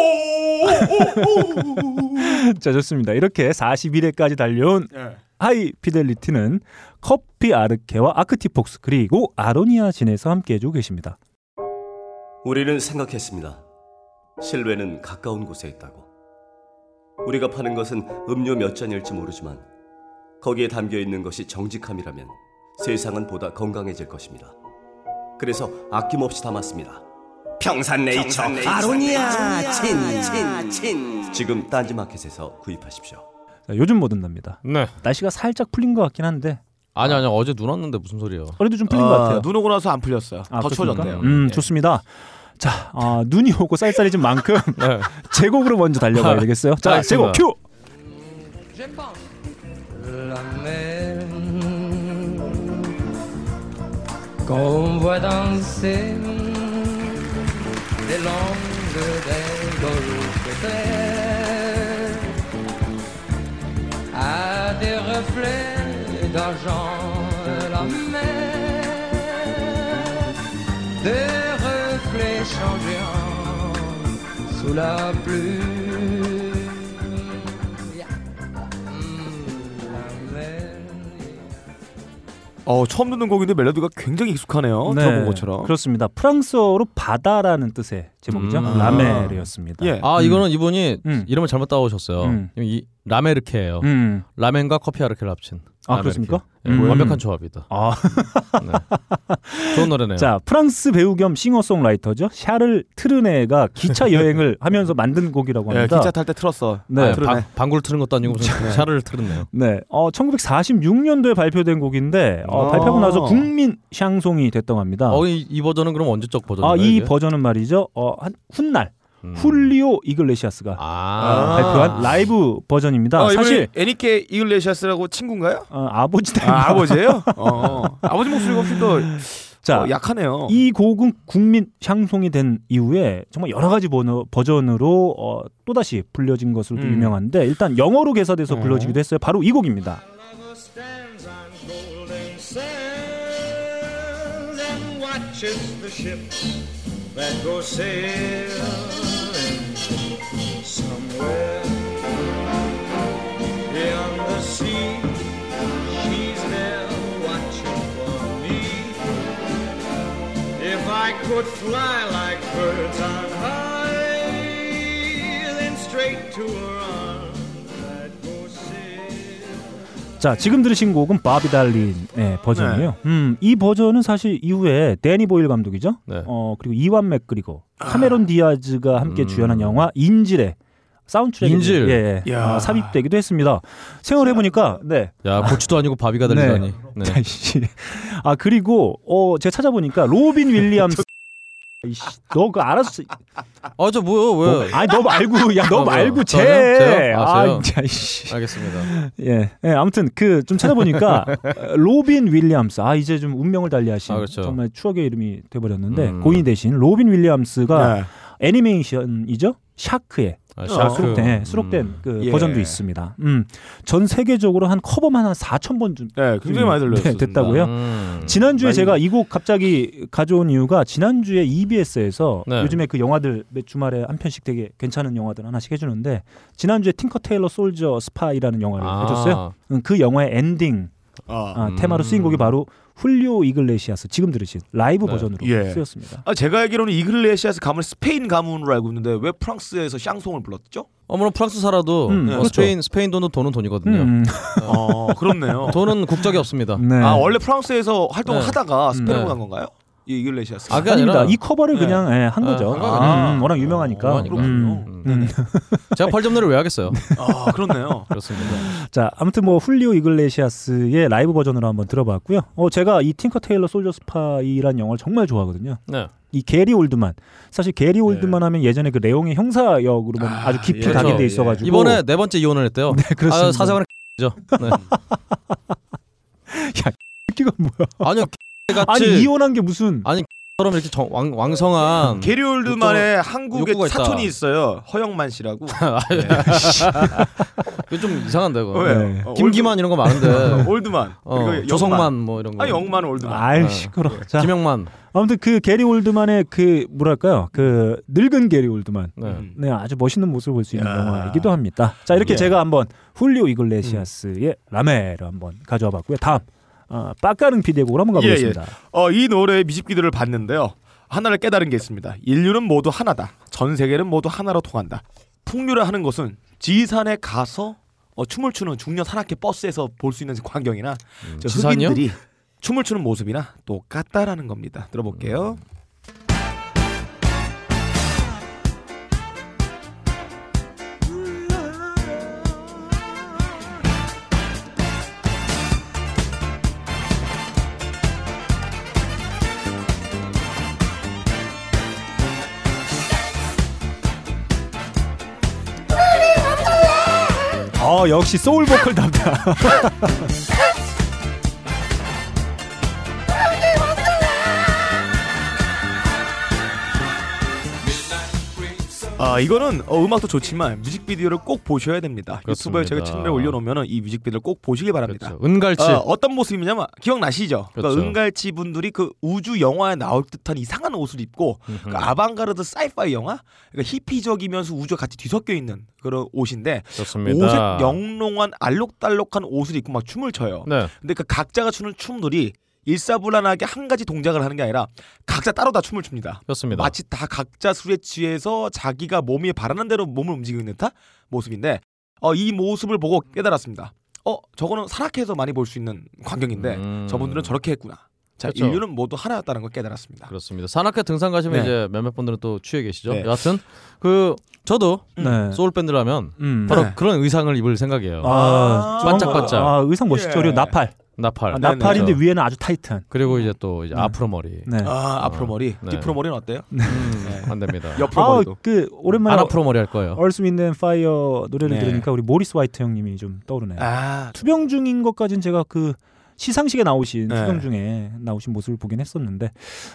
B: 자 좋습니다. 이렇게 41회까지 달려온
D: 예.
B: 하이 피델리티는 커피 아르케와 아크티폭스 그리고 아로니아 진에서 함께해주고 계십니다.
E: 우리는 생각했습니다. 실외는 가까운 곳에 있다고. 우리가 파는 것은 음료 몇 잔일지 모르지만 거기에 담겨 있는 것이 정직함이라면 세상은 보다 건강해질 것입니다. 그래서 아낌없이 담았습니다. 평산네이처, 아로니아 진진진 지금 딴지마켓에서 구입하십시오.
B: 자, 요즘 뭐든 납니다.
C: 네
B: 날씨가 살짝 풀린 것 같긴 한데
C: 아니 아니 어제 눈 왔는데 무슨 소리예요
B: 그래도 좀 풀린 것 같아요.
D: 어, 눈 오고 나서 안 풀렸어요.
B: 아,
D: 더
B: 그렇습니까?
D: 추워졌네요.
B: 음
D: 예.
B: 좋습니다. 자 아, 눈이 오고 쌀쌀해진 만큼
C: 네.
B: 제곡으로 먼저 달려가야 되겠어요. 자 제곡 큐.
C: 알겠습니다.
F: la mer qu'on voit danser des langues des golfettes à des reflets d'argent la mer des reflets changeants sous la pluie
D: 어 처음 듣는 곡인데 멜로디가 굉장히 익숙하네요.
B: 네,
D: 들어본 것처럼.
B: 그렇습니다. 프랑스어로 바다라는 뜻의 제목이죠.
C: 음.
B: 라멜이었습니다.
D: 예.
C: 아 이거는 이분이
B: 네. 음.
C: 이름을 잘못 따오셨어요.
B: 음.
C: 이 라메르케예요.
B: 음.
C: 라멘과 커피 아르케를 합친.
B: 아,
C: 라메르케.
B: 그렇습니까?
C: 예,
B: 음.
C: 완벽한 조합이다. 네.
B: 아,
C: 좋은 노래네요.
B: 자, 프랑스 배우 겸 싱어송라이터죠. 샤를 트르네가 기차 여행을 하면서 만든 곡이라고
D: 예,
B: 합니다.
D: 기차 예. 탈 때 틀었어.
B: 네.
C: 아,
D: 틀으네.
C: 방- 방구를 트는 것도 아니고 무슨 샤를 트는네요.
B: 네, 어, 1946년도에 발표된 곡인데 어,
D: 아.
B: 발표하고 나서 국민 샹송이 됐다고 합니다.
C: 어, 이, 이 버전은 그럼 언제적 버전인가요?
B: 아, 이
C: 이게?
B: 버전은 말이죠. 어, 한 훗날
C: 음.
B: 훌리오 이글레시아스가
C: 아,
B: 어, 발표한 라이브 버전입니다.
D: 어,
B: 아, 사실
D: 사실 에니케 이글레시아스라고 친구인가요?
B: 어, 아버지 닮은
D: 아, 아버지예요? 어. 아버지 목소리가 훨씬 더
B: 자,
D: 어, 약하네요.
B: 이 곡은 국민 향송이 된 이후에 정말 여러 가지 번호, 버전으로 어, 또다시 불려진 것으로 도
D: 음.
B: 유명한데 일단 영어로 개사돼서 불려지기도 했어요. 바로 이 곡입니다.
G: Lover stands on golden sands and watches catches the ship that goes sailing somewhere beyond the sea. She's there watching for me. If I could fly like birds on high, then straight to her arms I'd go sailing.
B: 자 지금 들으신 곡은 바비 달린의 버전이에요. 음, 이 버전은 사실 이후에 데니 보일 감독이죠.
C: 네.
B: 어 그리고 이완 맥그리고 카메론 디아즈가 함께
C: 음.
B: 주연한 영화 인질의 사운드트랙에
C: 인질.
B: 예, 예.
D: 야.
B: 아, 삽입되기도 했습니다. 생각해 보니까 네.
C: 야 고추도 아니고 바비가
B: 네.
C: 들리다니. 네.
B: 아이씨. 아 그리고 어 제가 찾아보니까 로빈 윌리엄스 이씨, 너 그거 알았어.
C: 아저 뭐요? 왜?
B: 아니 너 말고 야
C: 네. 아,
B: 너
C: 뭐야.
B: 말고 쟤.
C: 저요? 저요? 아, 저요?
B: 진짜, 이씨.
C: 알겠습니다.
B: 예. 예, 아무튼 그 좀 찾아보니까 어, 로빈 윌리엄스 아 이제 좀 운명을 달리하신
C: 아, 그렇죠.
B: 정말 추억의 이름이 돼버렸는데
C: 음.
B: 고인이 되신 로빈 윌리엄스가
D: 네.
B: 애니메이션이죠 샤크에
C: 아,
B: 아,
C: 샤크.
B: 수록된 예,
C: 음.
B: 수록된 그
D: 예.
B: 버전도 있습니다. 음, 전 세계적으로 한 커버만 한 4천 번 좀.
D: 네, 굉장히 많이 들려요.
B: 네, 됐다고요?
C: 음.
B: 지난주에
D: 많이-
B: 제가 이 곡 갑자기 가져온 이유가 지난주에 EBS에서
C: 네.
B: 요즘에 그 영화들 몇 주말에 한 편씩 되게 괜찮은 영화들 하나씩 해주는데 지난주에 팅커 테일러 솔저 스파이라는 영화를
C: 아.
B: 해줬어요. 음, 그 영화의 엔딩
D: 아,
B: 아, 테마로 쓰인 곡이 바로 훌리오 이글레시아스 지금 들으신 라이브
C: 네.
B: 버전으로
D: 예.
B: 쓰였습니다.
D: 아, 제가 알기로는 이글레시아스 가문 스페인 가문으로 알고 있는데 왜 프랑스에서 샹송을 불렀죠?
C: 어머나 프랑스 살아도
B: 음,
C: 어,
B: 그렇죠.
C: 스페인 스페인 돈은 돈은 돈이거든요.
B: 음,
D: 어, 그렇네요.
C: 돈은 국적이 없습니다.
B: 네.
D: 아, 원래 프랑스에서 활동을
C: 네.
D: 하다가 스페인으로
C: 네.
D: 간 건가요? 이 이글레시아스.
C: 아, 그게
B: 아닙니다.
C: 아니라-
B: 이 커버를
D: 네.
B: 그냥 예, 한
C: 네,
B: 거죠.
C: 한 거죠.
B: 아, 음, 워낙
D: 어,
B: 유명하니까.
C: 워낙이니까.
B: 음.
C: 음.
B: 음.
C: 제가 팔점내를 왜 하겠어요?
D: 아, 그렇네요.
C: 그렇습니다.
B: 자, 아무튼 뭐 훌리오 이글레시아스의 라이브 버전으로 한번 들어봤고요. 어, 제가 이 팅커 테일러 솔저 스파이라는 영화를 정말 좋아하거든요.
C: 네.
B: 이 게리 올드만 사실 게리 올드만 하면 예전에 그 레옹의 형사 역으로만 아, 주 깊이
D: 예.
B: 각인돼
C: 그렇죠.
B: 있어가지고
C: 이번에 네 번째 이혼을 했대요. 네,
B: 그렇습니다.
C: 아, 사생활은 죠 네.
B: 끼가 뭐야?
C: 아니요. 같이
B: 아니 이혼한 게 무슨
C: 처럼 이렇게 정, 왕, 왕성한
D: 게리올드만의
C: 욕구가
D: 한국에
C: 있다.
D: 사촌이 있어요. 허영만 씨라고.
C: 이거 좀 이상한데 이거.
D: 왜?
B: 네.
D: 어,
C: 김기만 이런 거 많은데.
D: 올드만.
C: 어,
D: 그리고 영만.
C: 조성만 뭐 이런 거.
D: 아, 영만 올드만.
B: 아유
C: 네.
B: 시끄러. 자
C: 김영만.
B: 아무튼 그 게리 올드만의 그 뭐랄까요 그 늙은 게리 올드만
C: 네.
D: 음.
B: 네 아주 멋있는 모습을 볼 수 있는
D: 야.
B: 영화이기도 합니다. 자 이렇게
D: 예.
B: 제가 한번 훌리오 이글레시아스의 라메를 한번 가져와봤고요. 다음 아, 빡가는 피디의 곡으로 한번 가보겠습니다.
D: 어, 이 노래의 뮤직비디오를 봤는데요. 하나를 깨달은 게 있습니다. 인류는 모두 하나다. 전 세계는 모두 하나로 통한다. 풍류라 하는 것은 지산에 가서 어, 춤을 추는 중년 산악회 버스에서 볼 수 있는 광경이나 저
C: 음, 지산이요?
D: 흑인들이 춤을 추는 모습이나 똑같다라는 겁니다. 들어볼게요.
B: 어 역시 소울 보컬 답다.
D: 아 이거는 어, 음악도 좋지만 뮤직비디오를 꼭 보셔야 됩니다.
C: 그렇습니다.
D: 유튜브에 제가 채널에 올려놓으면 이 뮤직비디오를 꼭 보시기 바랍니다.
C: 그렇죠. 은갈치.
D: 어, 어떤 모습이냐면 기억나시죠? 그
C: 그렇죠.
D: 은갈치 분들이 그 우주 영화에 나올 듯한 이상한 옷을 입고 그 아방가르드 사이파이 영화, 그러니까 히피적이면서 우주가 같이 뒤섞여 있는 그런 옷인데
C: 좋습니다.
D: 어, 오색 영롱한 알록달록한 옷을 입고 막 춤을 춰요.
C: 네.
D: 근데 그 각자가 추는 춤들이 일사불란하게 한 가지 동작을 하는 게 아니라 각자 따로 다 춤을 춥니다.
C: 그렇습니다.
D: 마치 다 각자 술에 취해서 자기가 몸이 바라는 대로 몸을 움직이는 듯한 모습인데 어, 이 모습을 보고 깨달았습니다. 어 저거는 산악회에서 많이 볼 수 있는 광경인데
C: 음.
D: 저분들은 저렇게 했구나. 자
C: 그렇죠.
D: 인류는 모두 하나였다는 걸 깨달았습니다.
C: 그렇습니다. 산악회 등산 가시면
D: 네.
C: 이제 몇몇 분들은 또 취해 계시죠.
D: 네.
C: 여하튼 그 저도
B: 네.
C: 소울 밴드라면
B: 음.
C: 바로
D: 네.
C: 그런 의상을 입을 생각이에요.
B: 아, 좀-
C: 반짝반짝.
B: 아, 의상 멋있죠. 그리고
D: 예.
B: 나팔.
C: 나팔.
D: 네,
B: 아, 나팔인데
C: 그렇죠.
B: 위에는 아주 타이트한.
C: 그리고 이제 또 이제 앞으로 머리.
B: 네.
D: 아 앞으로 머리,
C: 네.
D: 뒤프로 머리는 어때요?
C: 음, 안 됩니다.
D: 옆으로
B: 아,
D: 머리도.
B: 그
C: 안
B: 오랜만에
C: 앞으로 머리 할 거예요.
B: 얼스 윈드 앤 파이어 노래를
D: 네.
B: 들으니까 우리 모리스 화이트 형님이 좀 떠오르네요.
D: 아
B: 투병 중인 것까진 제가 그 시상식에 나오신
D: 네.
B: 투병 중에 나오신 모습을 보긴 했었는데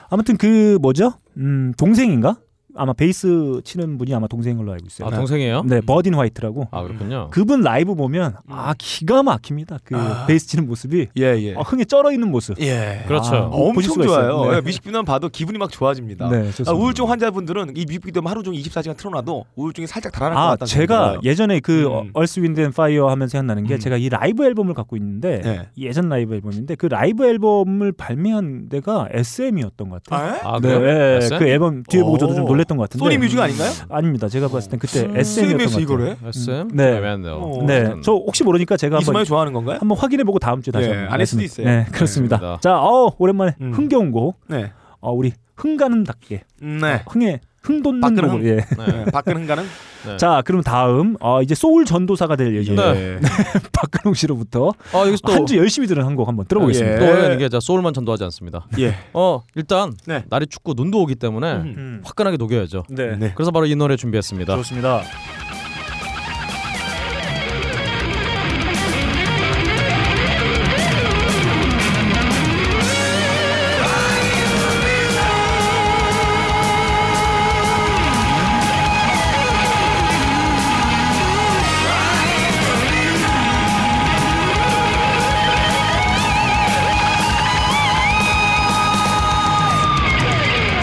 B: 아무튼 그 뭐죠? 음, 동생인가? 아마 베이스 치는 분이 아마 동생인 걸로 알고 있어요.
C: 아 동생이에요?
D: 음.
B: 네, 버딘 화이트라고.
C: 아 그렇군요.
B: 그분 라이브 보면 아 기가 막힙니다. 그 베이스 치는 모습이
D: 아. 예예.
B: 아, 흥에 쩔어 있는 모습.
D: 예.
C: 그, 렇죠
B: 아, 보실
D: 엄청
B: 수가
D: 좋아요.
B: 있어요. 네.
D: 예, 뮤직비디오만 봐도 기분이 막 좋아집니다.
B: 네, 좋습니다.
D: 아, 우울증 환자분들은 이 뮤직비디오 하루 종일 24시간 틀어놔도 우울증이 살짝 달아날 것
B: 아,
D: 같다는
B: 제가
D: 생각이
B: 예전에 그
D: 음.
B: 얼스 윈드 앤 파이어 하면서 생각나는 게
D: 음.
B: 제가 이 라이브 앨범을 갖고 있는데
D: 네.
B: 예전 라이브 앨범인데 그 라이브 앨범을 발매한 데가 SM이었던 것 같아요.
D: 들어요. 예?
C: 아
B: 네,
C: 그래요?
B: 예,
C: SM?
B: 그 앨범 뒤에 보고 저도 좀
D: 오.
B: 놀랬던 것 같은데.
D: 소니 뮤직 아닌가요?
B: 아닙니다. 제가 봤을 땐 그때 SM이었던 것
D: SM에서
B: 같아요.
D: 이걸 해?
C: SM?
B: 네.
C: 음. 애매한데요.
D: 어.
B: 네, 저 혹시 모르니까 제가 한번
D: 이스마일 좋아하는 건가요?
B: 한번 확인해보고 다음 주에 다시
D: 예,
B: 한번
D: 안 했을
B: 말씀을-
D: 수도 있어요.
B: 네, 그렇습니다.
C: 그렇습니다.
B: 자, 어 오랜만에
D: 음.
B: 흥겨운 곡,
D: 네.
B: 어, 우리 흥가는 닭게,
D: 음, 네.
B: 흥에 흥돋는
D: 박근홍.
B: 곡. 예.
D: 네. 박근흥가는
C: 네.
B: 자, 그럼 다음 어, 이제 소울 전도사가
D: 네.
B: 될 예정이에요. 박근홍 씨로부터
C: 아 여기서 네. 또
B: 한 주 열심히 들은 한 곡 한번 들어보겠습니다.
D: 예.
C: 또 어려운 게 자, 소울만 전도하지 않습니다.
D: 예.
C: 어 일단
D: 네.
C: 날이 춥고 눈도 오기 때문에
D: 음.
B: 음.
C: 화끈하게 녹여야죠.
B: 네.
D: 네.
C: 그래서 바로 이 노래 준비했습니다.
B: 좋습니다.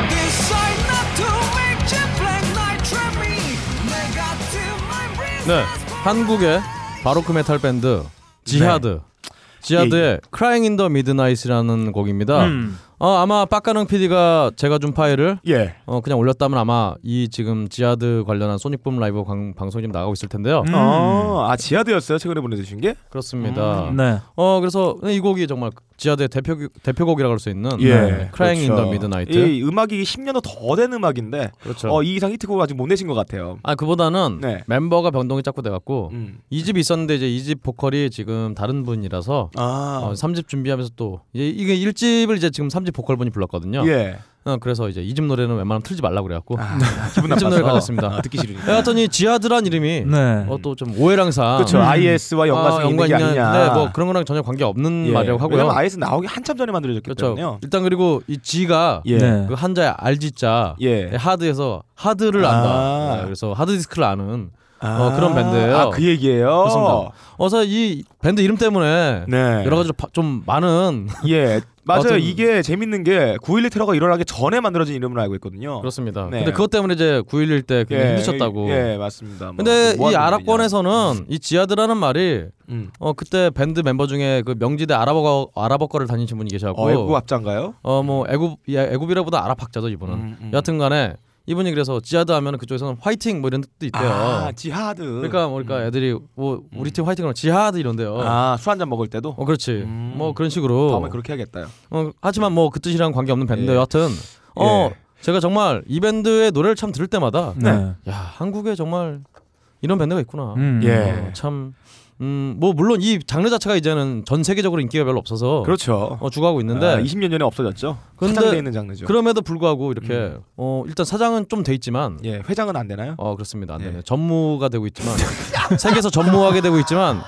H: Decide not to make you black night trap me. Negative memories.
C: 네, 한국의 바로크 메탈 밴드 지하드.
B: 네.
C: 지하드의 Crying in the Midnight이라는 곡입니다.
B: 예, 음.
C: 어, 아마 빡가능 PD가 제가 준 파일을
D: 예.
C: 어, 그냥 올렸다면 아마 이 지금 지하드 관련한 소닉붐 라이브 광- 방송이 지금 나가고 있을 텐데요.
B: 음.
D: 아, 아 지하드였어요. 최근에 보내주신 게?
C: 그렇습니다.
B: 네.
C: 어, 그래서 이 곡이 정말 지하드의 대표 대표곡이라고 할 수 있는
D: 예,
C: 네, Crying in the
D: 그렇죠.
C: Midnight.
D: 이 음악이 10년도 더 된 음악인데
C: 그렇죠.
D: 어, 이 이상 히트곡을 아직 못 내신 것 같아요.
C: 아 그보다는
D: 네.
C: 멤버가 변동이 자꾸 돼갖고
D: 음.
C: 이 집 있었는데 이제 이 집 보컬이 지금 다른 분이라서
D: 아.
C: 어, 3집 준비하면서 또 이제 이게 1집을 이제 지금 3집 보컬분이 불렀거든요.
D: 예.
C: 어, 그래서 이제 2집 노래는 웬만하면 틀지 말라 고 그래갖고
D: 아,
C: 1집
D: 기분 나빠서
C: 노래 가졌습니다.
D: 듣기 싫으니까.
C: 여하튼 이 지하드란 이름이
B: 네.
C: 어, 또 좀 오해를 항상
D: 그렇죠. IS와 연관성이
C: 아,
D: 있는 게 아니냐.
C: 있는데 뭐 그런 거랑 전혀 관계 없는
D: 예.
C: 말이라고 하고요.
D: 왜냐면 IS 나오기 한참 전에 만들어졌기
C: 그렇죠.
D: 때문에요.
C: 일단 그리고 이 G가
D: 예.
B: 네.
C: 그 한자의 RG자
D: 예.
C: 네, 하드에서 하드를 안다.
D: 아.
C: 네, 그래서 하드디스크를 아는
D: 아,
C: 어, 그런 밴드예요.
D: 아, 그 얘기예요.
C: 그렇습니다. 어서 이 밴드 이름 때문에
D: 네.
C: 여러 가지로 바- 좀 많은
D: 예. 맞아요.
C: 어떤-
D: 이게 재밌는 게 9.11 테러가 일어나기 전에 만들어진 이름으로 알고 있거든요.
C: 그렇습니다.
D: 네.
C: 근데 그것 때문에 이제 9.11 때 굉장히 그 힘드셨다고.
D: 예, 맞습니다. 뭐,
C: 근데
D: 뭐
C: 이
D: 하는
C: 아랍권에서는 이 지하드라는 말이
D: 분이냐. 음.
C: 어 그때 밴드 멤버 중에 그 명지대 아랍어 아랍어과를 다니신 분이
D: 어, 애국
C: 계셔갖고
D: 앞장가요?
C: 어뭐 애굽 예, 애굽이라보다 아랍 학자죠 이분은.
D: 음, 음.
C: 여하튼간에 이분이 그래서 지하드 하면은 그쪽에서는 화이팅 뭐 이런 뜻도 있대요.
D: 아, 지하드. 음.
C: 그러니까 어. 뭐 그러니까 애들이 뭐 우리 팀 화이팅하면 지하드 이런데요.
D: 아, 술 한 잔 먹을 때도
C: 어 그렇지.
D: 음.
C: 뭐 그런 식으로.
D: 다음에 그렇게 해야겠다요.
C: 어, 하지만 뭐 그 뜻이랑 관계 없는 밴드
D: 예.
C: 여하튼 어
D: 예.
C: 제가 정말 이 밴드의 노래를 참 들을 때마다
B: 네.
C: 야 한국에 정말 이런 밴드가 있구나
B: 음.
D: 예.
C: 어, 참 음, 뭐 물론 이 장르 자체가 이제는 전 세계적으로 인기가 별로 없어서
D: 그렇죠.
C: 어, 죽어가고 있는데
D: 아, 20년 전에 없어졌죠.
C: 근데-
D: 사장돼 있는 장르죠.
C: 그럼에도 불구하고 이렇게
D: 음.
C: 어, 일단 사장은 좀 돼 있지만
D: 예, 회장은 안 되나요?
C: 어 그렇습니다 안
D: 네.
C: 되네 전무가 되고 있지만 세계에서 전무하게 되고 있지만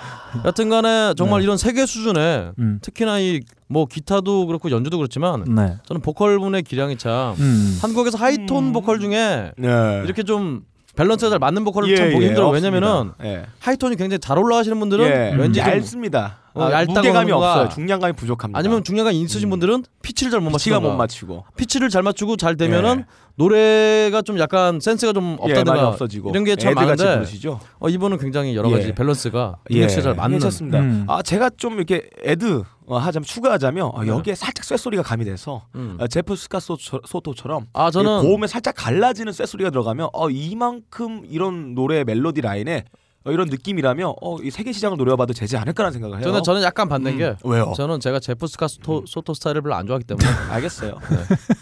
C: 여튼간에
D: 네.
C: 정말 이런 세계 수준의
B: 음.
C: 특히나 이 뭐 기타도 그렇고 연주도 그렇지만
D: 음.
B: 네.
C: 저는 보컬분의 기량이 참
B: 음.
C: 한국에서 하이톤 보컬 중에
D: 네.
C: 어. 이렇게 좀 밸런스가 잘 맞는 보컬을 참 보기 힘들어.
D: 예, 없습니다.
C: 왜냐면은
D: 예.
C: 하이톤이 굉장히 잘 올라가시는 분들은
D: 예.
C: 왠지 좀
D: 얇습니다.
C: 어,
D: 아,
C: 얇다고 하는
D: 무게감이
C: 건가?
D: 없어요. 중량감이 부족합니다.
C: 아니면 중량감 있으신
D: 음.
C: 분들은 피치를 잘 못
D: 피치가
C: 맞추고
D: 못 맞추고
C: 피치를 잘 맞추고 잘 되면은 노래가 좀 약간 센스가 좀
D: 예, 많이
C: 없다든가
D: 없어지고
C: 이런 게 참
D: 애들같이
C: 많은데
D: 부르시죠.
C: 어, 이분은 굉장히 여러 가지
D: 예.
C: 밸런스가 믹스가 잘 맞는
D: 괜찮습니다.
B: 음.
D: 아 제가 좀 이렇게 애드 어, 하자면 추가하자면 아, 여기에 살짝 쇳소리가 가미돼서
C: 네. 음.
D: 아, 제프 스카소토처럼
C: 아 저는
D: 고음에 살짝 갈라지는 쇳소리가 들어가면 어, 이만큼 이런 노래의 멜로디 라인에 어, 이런 느낌이라면 어, 이 세계 시장을 노려봐도 되지 않을까라는 생각을 해요.
C: 저는 저는 약간 반대인 게
D: 음. 왜요? 음.
C: 저는 제가 제프스카 소토, 소토 스타일을 별로 안 좋아하기 때문에 네.
D: 알겠어요.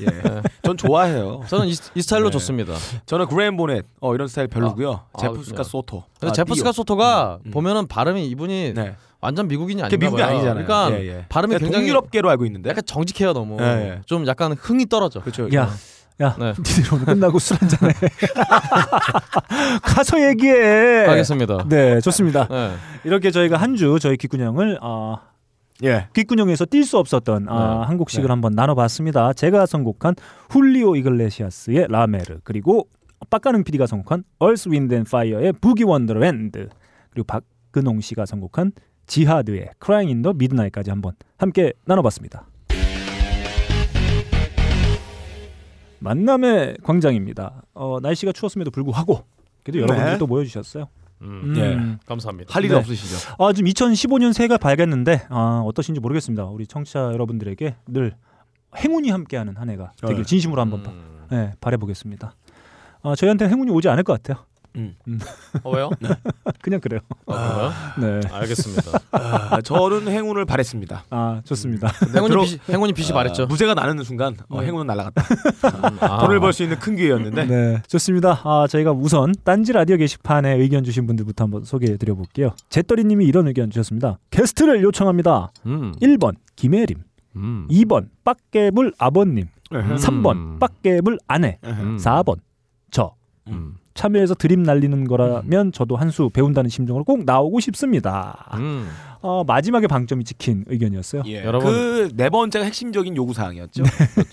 D: 예. 전 좋아해요.
C: 저는 이, 이 스타일로
D: 네.
C: 좋습니다.
D: 저는 그레임 보넷 어, 이런 스타일 별로고요.
C: 아,
D: 제프 스카
C: 그렇군요.
D: 소토.
C: 근데
D: 아,
C: 제프스카
D: 디오.
C: 소토가
D: 음.
C: 보면은 발음이 이분이
D: 네.
C: 완전 미국인이 아닌가
D: 그 미국이
C: 봐요.
D: 아니잖아요.
C: 그러니까
D: 예, 예.
C: 발음이
D: 그러니까
C: 굉장히
D: 동유럽계로 알고 있는데.
C: 약간 정직해요 너무.
D: 예, 예.
C: 좀 약간 흥이 떨어져.
D: 그렇죠.
B: 야, 야,
C: 네.
B: 니들 오늘 끝나고 술 한잔해. 가서 얘기해.
C: 네.
D: 네.
C: 알겠습니다.
B: 네, 좋습니다.
C: 네.
B: 이렇게 저희가 한 주 저희 기꾼형을 어,
D: 예. 네.
B: 귓구녕에서 뛸 수 없었던 아, 한국식을 한번 나눠봤습니다. 제가 선곡한 훌리오 이글레시아스의 라메르 그리고 빡가능 PD가 선곡한 얼스 윈드 앤 파이어의 부기 원더랜드 그리고 박근홍 씨가 선곡한 지하드의 크라잉 인더 미드나잇까지 한번 함께 나눠봤습니다. 만남의 광장입니다. 어, 날씨가 추웠음에도 불구하고 그래도 여러분들이
D: 네. 예.
B: 또 모여주셨어요.
C: 음.
B: 음.
C: 감사합니다.
D: 할 일이
B: 네.
D: 없으시죠?
B: 아, 지금 2015년 새해가 밝았는데 아, 어떠신지 모르겠습니다. 우리 청취자 여러분들에게 늘 행운이 함께하는 한 해가 되길
D: 네.
B: 진심으로 한번 바- 네, 바라보겠습니다. 아, 저희한테 행운이 오지 않을 것 같아요.
C: 어, 왜요?
D: 네.
B: 그냥 그래요.
C: 아, 그런가요?
B: 네.
C: 알겠습니다.
D: 아, 저는 행운을 바랬습니다.
B: 아, 좋습니다.
C: 행운이
D: 들어- 아.
C: 빛이, 행운이 빛이 말했죠.
D: 무쇠가 나는 순간 어, 행운은 그렇죠. 날아갔다.
C: 아.
D: 돈을 벌 수 있는 큰 기회였는데
B: 네, 좋습니다. 아, 저희가 우선 딴지 라디오 게시판에 의견 주신 분들부터 한번 소개해 드려 볼게요. 제떨이 님이 이런 의견 주셨습니다. 게스트를 요청합니다.
C: 음.
B: 1번 김혜림,
D: 네.
C: 음.
B: 2번 빡개불 아버님,
D: 음.
B: 3번 빡개불 아내,
C: 음.
B: 4번 저
C: 음.
B: 참여해서 드립 날리는 거라면 저도 한 수 배운다는 심정으로 꼭 나오고 싶습니다.
C: 음.
B: 어, 마지막에 방점이 찍힌 의견이었어요.
D: 예.
C: 여러분.
D: 그 네 번째가 핵심적인 요구 사항이었죠.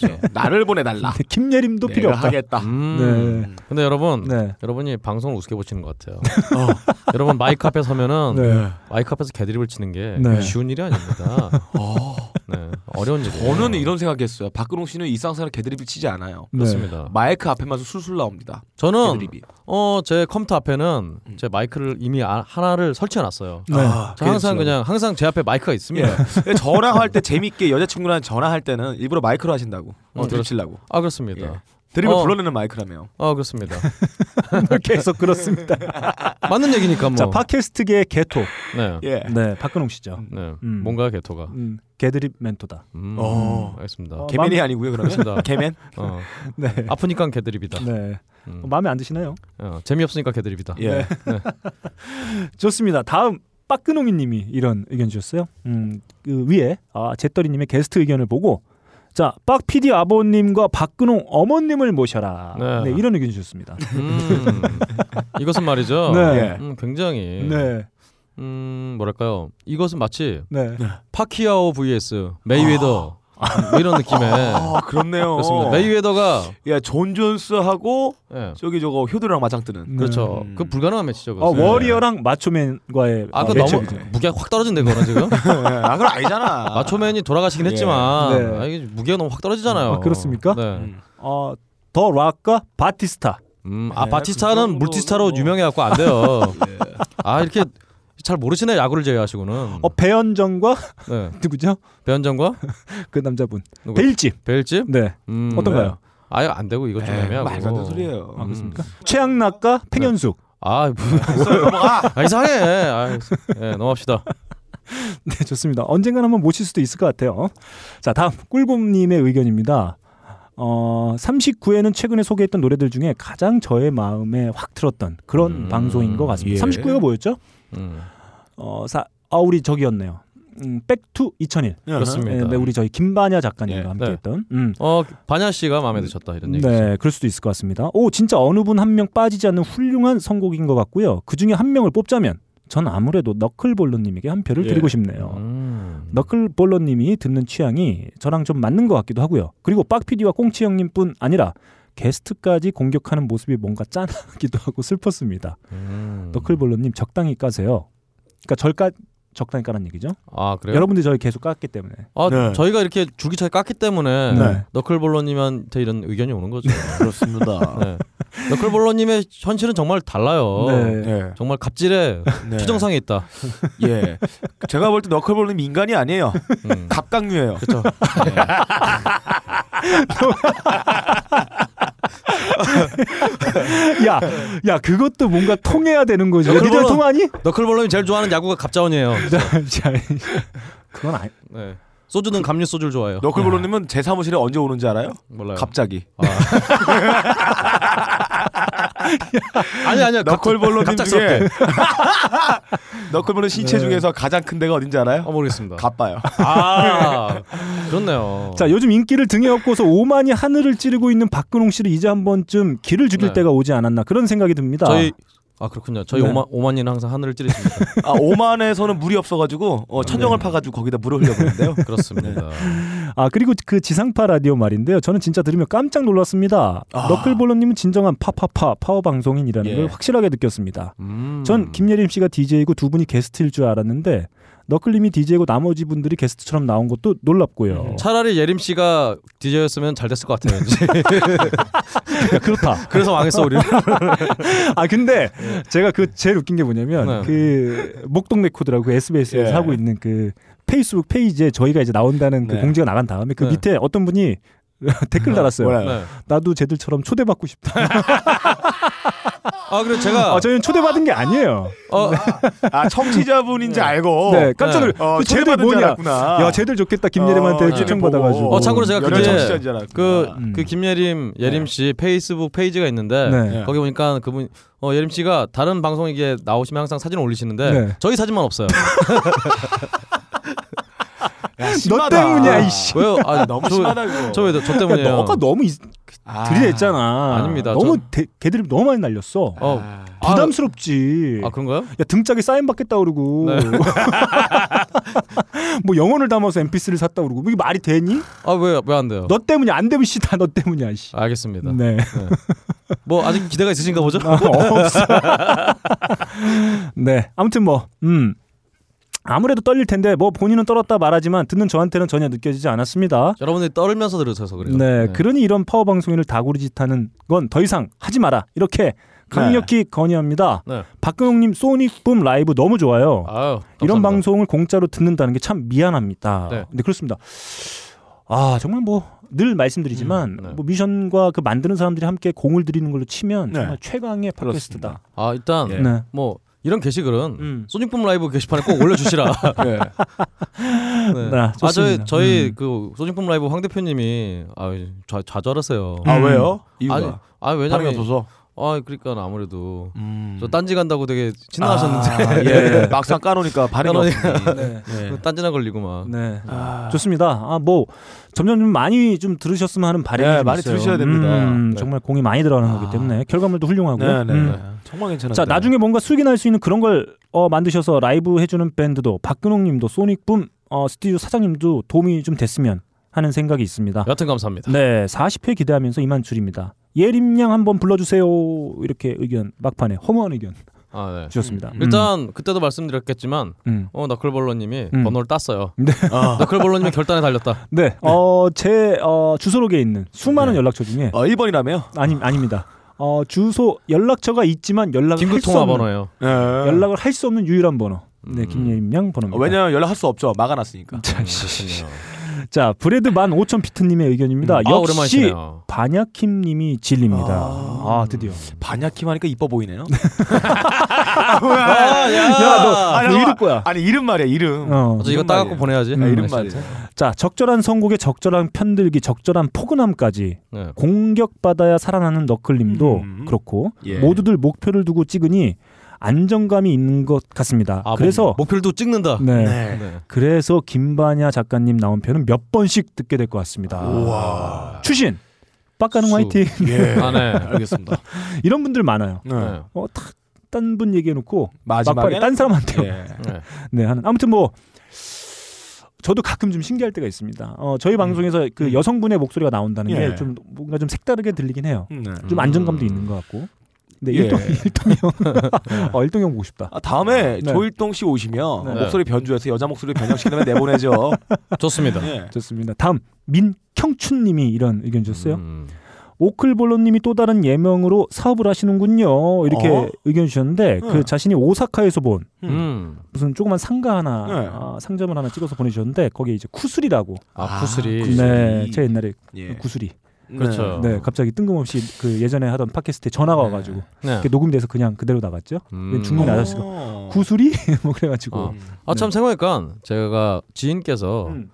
D: 예. 나를 보내달라.
B: 그 김예림도 네.
D: 내가
B: 필요 없다.
D: 하겠다.
C: 네,
D: 네.
C: 음. 근데 여러분,
B: 네.
C: 여러분이 방송을 우습게 보시는 것 같아요. 여러분 마이크 앞에 서면은
B: 어. 네.
C: 마이크 앞에서 개드립을 치는 게
B: 네.
C: 쉬운 일이 아닙니다.
D: 어.
C: 네. 어려운 일이에요.
D: 저는 이런 생각했어요. 박근홍 씨는 일상생활 개드립을 치지 않아요.
B: 네.
C: 그렇습니다.
D: 마이크 앞에만 술술 나옵니다.
C: 저는
D: 개드립이. 음.
C: 어 제 컴퓨터 앞에는 제 마이크를 이미 아- 하나를 설치해놨어요.
B: 네.
D: 아,
C: 저 항상
D: 개드립
C: 그냥 항상 제 앞에 마이크가 있습니다.
D: 치려고. 예. 전화할 때 재밌게 여자친구랑 전화할 때는 일부러 마이크로 하신다고. 어,
C: 음,
D: 드립 치려고.
C: 아 그렇습니다.
D: 예. 드립을
C: 어.
D: 불러내는 마이크라며.
C: 아 그렇습니다.
B: 네, 계속 그렇습니다.
C: 뭐. 맞는 얘기니까 뭐.
B: 자, 팟캐스트계의 개토.
C: 네.
D: 예.
B: 네, 박근홍 씨죠.
C: 네.
B: 음.
C: 뭔가 개토가.
B: 음, 개드립 멘토다.
C: 음.
D: 어.
C: 알겠습니다.
B: 어,
D: 개맨이 아니고요,
C: 그렇습니다.
D: 그러면. 개맨.
C: 어.
B: 네.
C: 아프니까 개드립이다.
B: 네.
C: 음.
B: 어, 마음에 안 드시나요?
C: 어, 재미없으니까 개드립이다.
B: 네.
D: 예.
B: 좋습니다. 다음 빠끄농이 님이 이런 의견 주셨어요. 음, 그 위에 아, 제떨이 님의 게스트 의견을 보고 자, 빡 PD 아버님과 박근홍 어머님을 모셔라.
C: 네.
B: 네, 이런 의견 주셨습니다.
C: 음, 이것은 말이죠.
B: 네.
C: 음, 굉장히
B: 네.
C: 음, 뭐랄까요. 이것은 마치
B: 네.
C: 파키아오 vs 메이웨더 뭐 이런 느낌의
D: 아, 그렇네요.
C: 그렇습니다. 메이웨더가
D: 야, 존 존스하고
B: 음.
C: 예,
D: 저기 저거 효도랑 맞짱 뜨는.
C: 그렇죠.
D: 음.
C: 그 불가능한 매치죠.
B: 어, 워리어랑 마초맨과의
C: 아그
B: 어,
C: 너무
B: 매치업이죠.
C: 무게가 확 떨어진데 그거는 지금
D: 아, 그건 아니잖아.
C: 마초맨이 돌아가시긴
D: 예.
C: 했지만
B: 네.
C: 아, 이게 무게가 너무 확 떨어지잖아요.
B: 아, 그렇습니까?
C: 네.
D: 음.
B: 어, 더 락과 바티스타.
C: 음, 아
D: 네, 그
C: 바티스타는
D: 정도로
C: 물티스타로
D: 뭐.
C: 유명해갖고 안 돼요.
B: 예.
C: 아 이렇게 잘 모르시네 야구를 제외하시고는.
B: 어, 배현정과
C: 네.
B: 누구죠?
C: 배현정과
B: 그 남자분.
C: 누구?
B: 베일집.
C: 벨집.
B: 네.
C: 음,
B: 어떤가요?
C: 네. 아예 안 되고 이것 좀
D: 에이,
C: 애매하고.
D: 네, 말도 안 되는 소리예요.
C: 아, 그렇습니까?
B: 최양락과
C: 네.
B: 팽현숙.
C: 아, 뭐,
D: 넘어가.
C: 아 이상해. 아, 예, 넘어갑시다.
B: 네, 좋습니다. 언젠간 한번 모실 수도 있을 것 같아요. 자, 다음 꿀곰님의 의견입니다. 어, 39회는 최근에 소개했던 노래들 중에 가장 저의 마음에 확 들었던 그런
C: 음,
B: 방송인 것 같습니다. 39회가 뭐였죠?
C: 음,
B: 어, 사, 아, 우리 저기였네요. 음, 백투 2001.
C: 예, 그렇습니다.
B: 네, 네, 우리 저희 김반야 작가님과
D: 예,
B: 함께
C: 네.
B: 했던. 음.
C: 어 반야 씨가 마음에 드셨다 이런 얘기죠.
B: 네, 그럴 수도 있을 것 같습니다. 오, 진짜 어느 분 한 명 빠지지 않는 훌륭한 선곡인 것 같고요. 그 중에 한 명을 뽑자면 전 아무래도 너클볼로님에게 한 표를
D: 예.
B: 드리고 싶네요.
C: 음.
B: 너클볼러님이 듣는 취향이 저랑 좀 맞는 것 같기도 하고요. 그리고 빡피디와 꽁치 형님뿐 아니라 게스트까지 공격하는 모습이 뭔가 짠하기도 하고 슬펐습니다.
C: 음.
B: 너클볼러님 적당히 까세요. 그러니까 절까 적당히 까란 얘기죠.
C: 아 그래요?
B: 여러분들이 저희 계속 깠기 때문에.
C: 아
D: 네.
C: 저희가 이렇게 줄기차게 깠기 때문에
B: 네.
C: 너클볼러님한테 이런 의견이 오는 거죠.
D: 네, 그렇습니다.
C: 네. 너클볼러님의 현실은 정말 달라요.
B: 네.
D: 예.
C: 정말 갑질에
D: 네.
C: 최정상에 있다.
D: 예. 제가 볼 때 너클볼은 인간이 아니에요.
C: 음.
D: 갑각류예요.
C: 그렇죠.
B: 야, 야 그것도 뭔가 통해야 되는 거지.
C: 너클볼러-
B: 니들 통하니?
C: 너클볼러님 제일 좋아하는 야구가 갑자원이에요.
B: 자, 그건 아니.
C: 네. 소주는 감류 소주를 좋아해요.
D: 너클볼로님은 제 사무실에 언제 오는지 알아요?
C: 몰라요.
D: 갑자기.
C: 아. 아니 아니야.
D: 너클볼로님
C: 갑작스럽게.
D: 중에 너클볼은 신체 중에서 가장 큰 데가 어딘지
C: 네. 어
D: 알아요?
C: 모르겠습니다.
D: 가빠요.
C: 아 그렇네요.
B: 자 요즘 인기를 등에 업고서 오만이 하늘을 찌르고 있는 박근홍 씨를 이제 한 번쯤 기를 죽일
C: 네.
B: 때가 오지 않았나 그런 생각이 듭니다.
C: 저희 아 그렇군요. 저희
B: 네.
C: 오마 오마니는 항상 하늘을 찌르십니다.
D: 아 오만에서는 물이 없어가지고 어, 천정을
C: 네.
D: 파가지고 거기다 물을 흘려보는데요.
C: 그렇습니다.
B: 아 그리고 그 지상파 라디오 말인데요. 저는 진짜 들으며 깜짝 놀랐습니다.
D: 아.
B: 너클볼로님은 진정한 파파파 파워 방송인이라는
D: 예.
B: 걸 확실하게 느꼈습니다.
C: 음.
B: 전 김예림 씨가 DJ고 두 분이 게스트일 줄 알았는데 너클님이 DJ고 나머지 분들이 게스트처럼 나온 것도 놀랍고요.
C: 차라리 예림 씨가 DJ였으면 잘 됐을 것 같아요. 왠지.
B: 야, 그렇다.
C: 그래서 망했어 우리는.
B: 아 근데 제가 그 제일 웃긴 게 뭐냐면
C: 네.
B: 그 목동네 코드라고 SBS에서
D: 예.
B: 하고 있는 그 페이스북 페이지에 저희가 이제 나온다는 그
D: 네.
B: 공지가 나간 다음에 그
C: 네.
B: 밑에 어떤 분이 댓글 달았어요.
D: 뭐라요?
C: 네.
B: 나도 쟤들처럼 초대받고 싶다.
C: 아 그리고 제가
B: 아, 저희는 초대받은 게 아니에요.
C: 어,
D: 아 청취자분인지 알고.
B: 네, 깜짝 놀.
D: 어,
B: 그 쟤들
D: 초대받은 줄
B: 뭐냐?
D: 알았구나.
B: 야, 쟤들 좋겠다. 김예림한테
D: 어,
B: 초청
D: 네.
B: 받아가지고.
C: 어, 참고로 제가
D: 열혈
C: 그제
D: 청취자인 줄 알았구나.
C: 그,
B: 음.
C: 그 김예림 예림 씨 페이스북 페이지가 있는데
B: 네.
C: 거기 보니까 그분 어 예림 씨가 다른 방송 이게 나오시면 항상 사진 올리시는데
B: 네.
C: 저희 사진만 없어요.
B: 너
D: 심하다.
B: 때문이야 이씨.
C: 왜요? 아
D: 너무
C: 저-
D: 심하다 그거.
C: 저왜저
B: 야,
C: 때문이에요.
B: 너가 너무 이-
D: 아.
B: 들이댔잖아.
C: 아닙니다.
B: 너무
C: 전-
B: 대- 걔들이 너무 많이 날렸어.
C: 어. 아,
B: 부담스럽지.
C: 아 그런가요? 네.
B: 야 등짝에 사인 받겠다 그러고 뭐 영혼을 담아서 MP3를 샀다 그러고 뭐 이게 말이 되니?
C: 아 왜 왜 안 돼요?
B: 너 때문이야 안 되면 씨다 너 때문이야
C: 아,
B: 씨.
C: 알겠습니다.
B: 네.
C: 뭐 아직 기대가 있으신가 보죠?
B: 아, 없어. 네. 아무튼 뭐, 음. 아무래도 떨릴 텐데 뭐 본인은 떨었다 말하지만 듣는 저한테는 전혀 느껴지지 않았습니다.
C: 여러분들이 떨면서 들으셔서 그래요.
B: 네, 그러니 이런 파워 방송인을 다구리짓하는 건 더 이상 하지 마라 이렇게 강력히 건의합니다.
C: 네.
B: 박근홍님 소닉붐 라이브 너무 좋아요.
C: 아유,
B: 이런
C: 감사합니다.
B: 방송을 공짜로 듣는다는 게 참 미안합니다.
C: 네.
B: 근데 그렇습니다. 아 정말 뭐 늘 말씀드리지만
C: 음, 네.
B: 뭐 미션과 그 만드는 사람들이 함께 공을 들이는 걸로 치면
D: 네.
B: 정말 최강의 팟캐스트다.
C: 아 일단
D: 예.
B: 네.
C: 뭐 이런 게시글은
B: 음.
C: 소닉붐 라이브 게시판에 꼭 올려주시라.
D: 네.
C: 네.
B: 네,
C: 아 저희
B: 좋습니다.
C: 저희 그 소닉붐 라이브 황 대표님이 아 좌, 좌절하세요. 음.
D: 아 왜요? 이유가
C: 아니, 아
D: 반응이
C: 왜냐면
D: 없어서.
C: 아 그러니까 아무래도
D: 음.
C: 저 딴지 간다고 되게 신나하셨는데 네.
D: 아, 예. 막상 까놓으니까 반응이
C: 까놓으니까.
D: 없으니.
B: 네.
D: 예.
C: 딴지나 걸리고 막.
B: 네.
D: 아,
B: 좋습니다. 아, 뭐 점점 좀 많이 좀 들으셨으면 하는 바람이
D: 네,
B: 좀
D: 많이
B: 있어요.
D: 들으셔야 됩니다.
B: 음,
D: 네.
B: 정말 공이 많이 들어가는 거기 때문에 결과물도 훌륭하고요.
D: 네, 네,
B: 음.
D: 네. 정말 괜찮았다.
B: 자, 나중에 뭔가 수익이 날 수 있는 그런 걸 어, 만드셔서 라이브 해주는 밴드도 박근홍 님도 소닉붐 어, 스튜디오 사장님도 도움이 좀 됐으면 하는 생각이 있습니다.
C: 여튼 감사합니다.
B: 네, 40회 기대하면서 이만 줄입니다. 예림양 한번 불러주세요. 이렇게 의견 막판에 허무한 의견
C: 아 네.
B: 주셨습니다. 음,
C: 일단 그때도 말씀드렸겠지만
B: 음.
C: 어 너클볼러님이
B: 음.
C: 번호를 땄어요.
B: 네.
C: 너클볼러님이 결단에 달렸다.
B: 네, 어, 제 어, 주소록에 있는 수많은
C: 네.
B: 연락처 중에
D: 어 1번이라며?
B: 아니 아닙니다. 어 주소 연락처가 있지만 연락을
C: 긴급
B: 할수
C: 통화
B: 없는
C: 번호예요. 음.
D: 예.
B: 연락을 할 수 없는 유일한 번호. 네, 김예림 양 번호입니다.
D: 어, 왜냐면 연락할 수 없죠. 막아놨으니까.
B: 자, 브레드 만 5천 피트 님의 의견입니다.
C: 아
B: 역시
C: 오랜만이시네요.
B: 반야킴 님이 진리입니다.
D: 아.
B: 아, 드디어.
D: 반야킴 하니까 이뻐 보이네요.
C: 아, 야,
D: 아,
B: 너뭐 이럴 거야.
D: 아니 이름 말이야 이름.
B: 어.
C: 아, 저 이거
D: 이름
C: 따갖고
D: 말이에요.
C: 보내야지.
D: 야, 이름
C: 아, 진짜.
D: 말이야.
B: 자, 적절한 선곡에 적절한 편들기, 적절한 포근함까지
C: 네.
B: 공격받아야 살아나는 너클님도
D: 음.
B: 그렇고
D: 예.
B: 모두들 목표를 두고 찍으니 안정감이 있는 것 같습니다.
C: 아,
B: 그래서
C: 목- 목표도 찍는다.
B: 네.
D: 네.
C: 네.
B: 그래서 김반야 작가님 나온 편은 몇 번씩 듣게 될 것 같습니다.
D: 우와.
B: 추신, 빡가는
C: 수.
B: 화이팅
D: 예.
C: 아, 네.
D: 알겠습니다.
B: 이런 분들 많아요.
D: 네.
C: 네.
B: 어, 딴분 얘기해놓고
D: 마지막에
B: 막판에 딴 사람한테요.
D: 예.
C: 네.
B: 네, 하는 아무튼 뭐 저도 가끔 좀 신기할 때가 있습니다. 어, 저희 방송에서 그 여성분의 목소리가 나온다는
D: 음. 예.
B: 게 좀 뭔가 좀 색다르게 들리긴 해요.
D: 음, 네.
B: 좀
C: 음.
B: 안정감도 있는 것 같고. 네,
D: 예.
B: 일동 일동이 형, 어, 일동이 형 보고 싶다.
D: 아, 다음에
B: 네.
D: 조일동 씨 오시면
B: 네.
D: 목소리 변주해서 여자 목소리 변형시키면 내보내죠.
C: 좋습니다.
D: 예.
B: 좋습니다. 다음 민경춘님이 이런 의견 주셨어요.
C: 음.
B: 오클볼로님이 또 다른 예명으로 사업을 하시는군요. 이렇게
D: 어?
B: 의견 주셨는데
D: 네.
B: 그 자신이 오사카에서 본
C: 음.
B: 무슨 조그만 상가 하나
D: 네.
B: 아, 상점을 하나 찍어서 보내주셨는데 거기에 이제 쿠스리라고.
C: 아, 구슬이.
D: 구슬.
B: 네,
D: 구스리.
B: 제 옛날에 그
D: 예.
B: 구스리.
C: 그렇죠.
B: 네, 갑자기 뜬금없이 그 예전에 하던 팟캐스트에 전화가 와가지고
C: 네.
B: 그게 녹음돼서 그냥 그대로 나갔죠.
C: 음.
B: 중년 아저씨가
D: 어.
B: 구슬이 뭐 그래가지고.
C: 어.
B: 네.
C: 아참 생각해보니까 제가 지인께서
B: 음.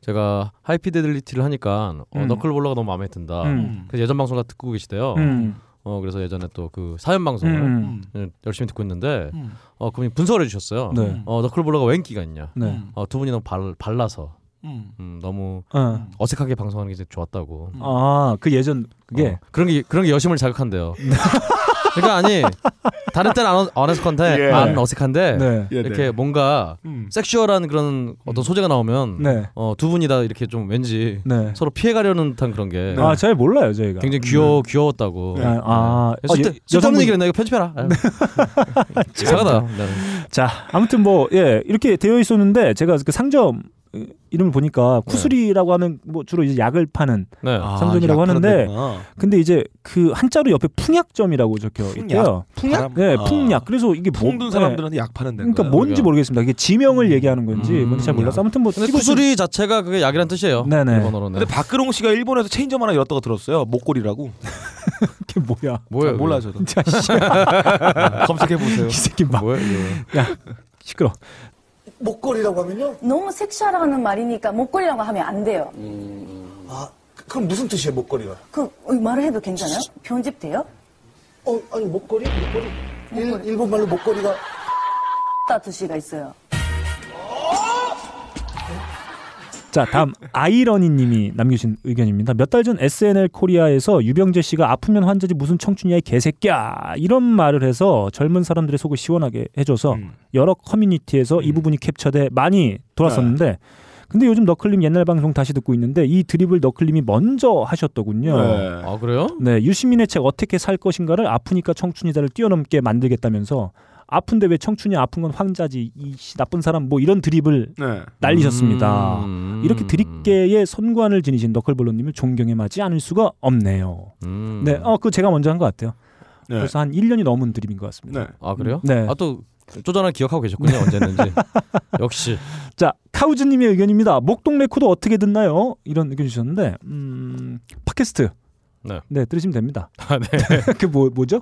C: 제가 하이피데들리티를 하니까 어,
B: 음.
C: 너클볼러가 너무 마음에 든다.
B: 음.
C: 그래서 예전 방송 다 듣고 계시대요.
B: 음.
C: 어 그래서 예전에 또 그 사연 방송을
B: 음.
C: 열심히 듣고 있는데
D: 음.
C: 어 그분이 분석을 해주셨어요.
B: 네.
C: 어 너클볼러가 웬 끼가 있냐.
B: 네.
C: 어 두 분이 너무 발, 발라서
D: 음.
C: 음, 너무
B: 어.
C: 어색하게 방송하는 게 좋았다고.
B: 아, 그 예전 그게
C: 어, 그런 게 그런 게 여심을 자극한대요. 그러니까 아니 다른 때는 안, 어- 안 어색한데
D: 예.
C: 안 어색한데
B: 네. 음.
D: 예, 네.
C: 이렇게 뭔가
D: 음.
C: 섹슈얼한 그런 어떤 소재가 나오면
B: 네.
C: 어, 두 분이 다 이렇게 좀 왠지
B: 네.
C: 서로 피해가려는 듯한 그런 게
B: 아, 잘 몰라요,
D: 그러니까.
B: 저희가.
C: 네. 굉장히
D: 음.
C: 귀여워 귀여웠다고.
D: 네.
C: 네.
B: 아, 아,
C: 그래서
B: 어, 여-
C: 쓸데- 쓸데없는
B: 여성분- 네.
C: 얘기를 했나 이거 편집해라. 아유. 이상하다. 네. 나는.
B: 자, 아무튼 뭐 예, 이렇게 되어 있었는데 제가 그 상점 어, 이름을 보니까 쿠스리라고 하는 뭐 주로 이제 약을 파는
C: 네.
D: 아,
B: 상점이라고
D: 약하는
B: 하는데
D: 데구나.
B: 근데 이제 그 한자로 옆에 풍약점이라고 적혀 있고요.
D: 풍약?
B: 예,
D: 아.
B: 풍약. 그래서 이게 뭐-
D: 풍든
B: 예,
D: 사람들한테 약 파는 데.
B: 그러니까 뭔지
C: 그러니까.
B: 모르겠습니다. 이게 지명을 얘기하는 건지 뭔지 잘 몰라서 아무튼 뭐
C: 근데
B: 찍을 수-
C: 구슬이 자체가 그게 약이란 뜻이에요.
B: 네네.
C: 일본어로는.
D: 근데 박근홍 씨가 일본에서 체인점 하나 열었다고 들었어요. 목걸이라고.
B: 이게 뭐야?
C: 뭐예요?
D: 잘 몰라 저도. 네. 검색해 보세요.
B: 이 새끼 막
C: 뭐예요?
D: 네.
C: 이거?
B: 시끄러.
I: 목걸이라고 하면요?
J: 너무 섹시하라는 말이니까 목걸이라고 하면 안 돼요.
I: 아, 그- 그럼 무슨 뜻이에요, 목걸이가?
J: 그 말을 해도 괜찮아요? 편집돼요?
I: 어, 아니, 목걸이? 목걸이? 일, 일본말로 목걸이가.
J: 따 뜻이가 있어요.
B: 자, 다음 아이러니 님이 남겨주신 의견입니다. 몇 달 전 SNL 코리아에서 유병재 씨가 아프면 환자지 무슨 청춘이야 이 개새끼야 이런 말을 해서 젊은 사람들의 속을 시원하게 해줘서 여러 커뮤니티에서 이 부분이 캡처돼 많이 돌았었는데 근데 요즘 너클림 옛날 방송 다시 듣고 있는데 이 드립을 너클림이 먼저 하셨더군요. 네.
D: 네.
C: 아 그래요?
B: 유시민의 책 어떻게 살 것인가를 아프니까 청춘이다를 뛰어넘게 만들겠다면서 아픈데 왜 청춘이 아픈 건 황자지 이 씨, 나쁜 사람 뭐 이런 드립을
D: 네.
B: 날리셨습니다.
C: 음.
B: 이렇게 드립계의 선관을 지니신 너클볼로님을 존경에 마지 않을 수가 없네요.
C: 음.
B: 네, 어, 그 제가 먼저 한 것 같아요.
D: 네.
B: 벌써 한 1년이 넘은 드립인 것 같습니다.
D: 네.
C: 아 그래요?
B: 네.
C: 아또 쪼잔한 기억하고 계셨군요 언제 했는지. 역시.
B: 자, 카우즈님의 의견입니다. 목동 레코드 어떻게 듣나요? 이런 의견 주셨는데, 음, 팟캐스트.
C: 네.
B: 들으시면 됩니다.
C: 아, 네.
B: 그 뭐, 뭐죠?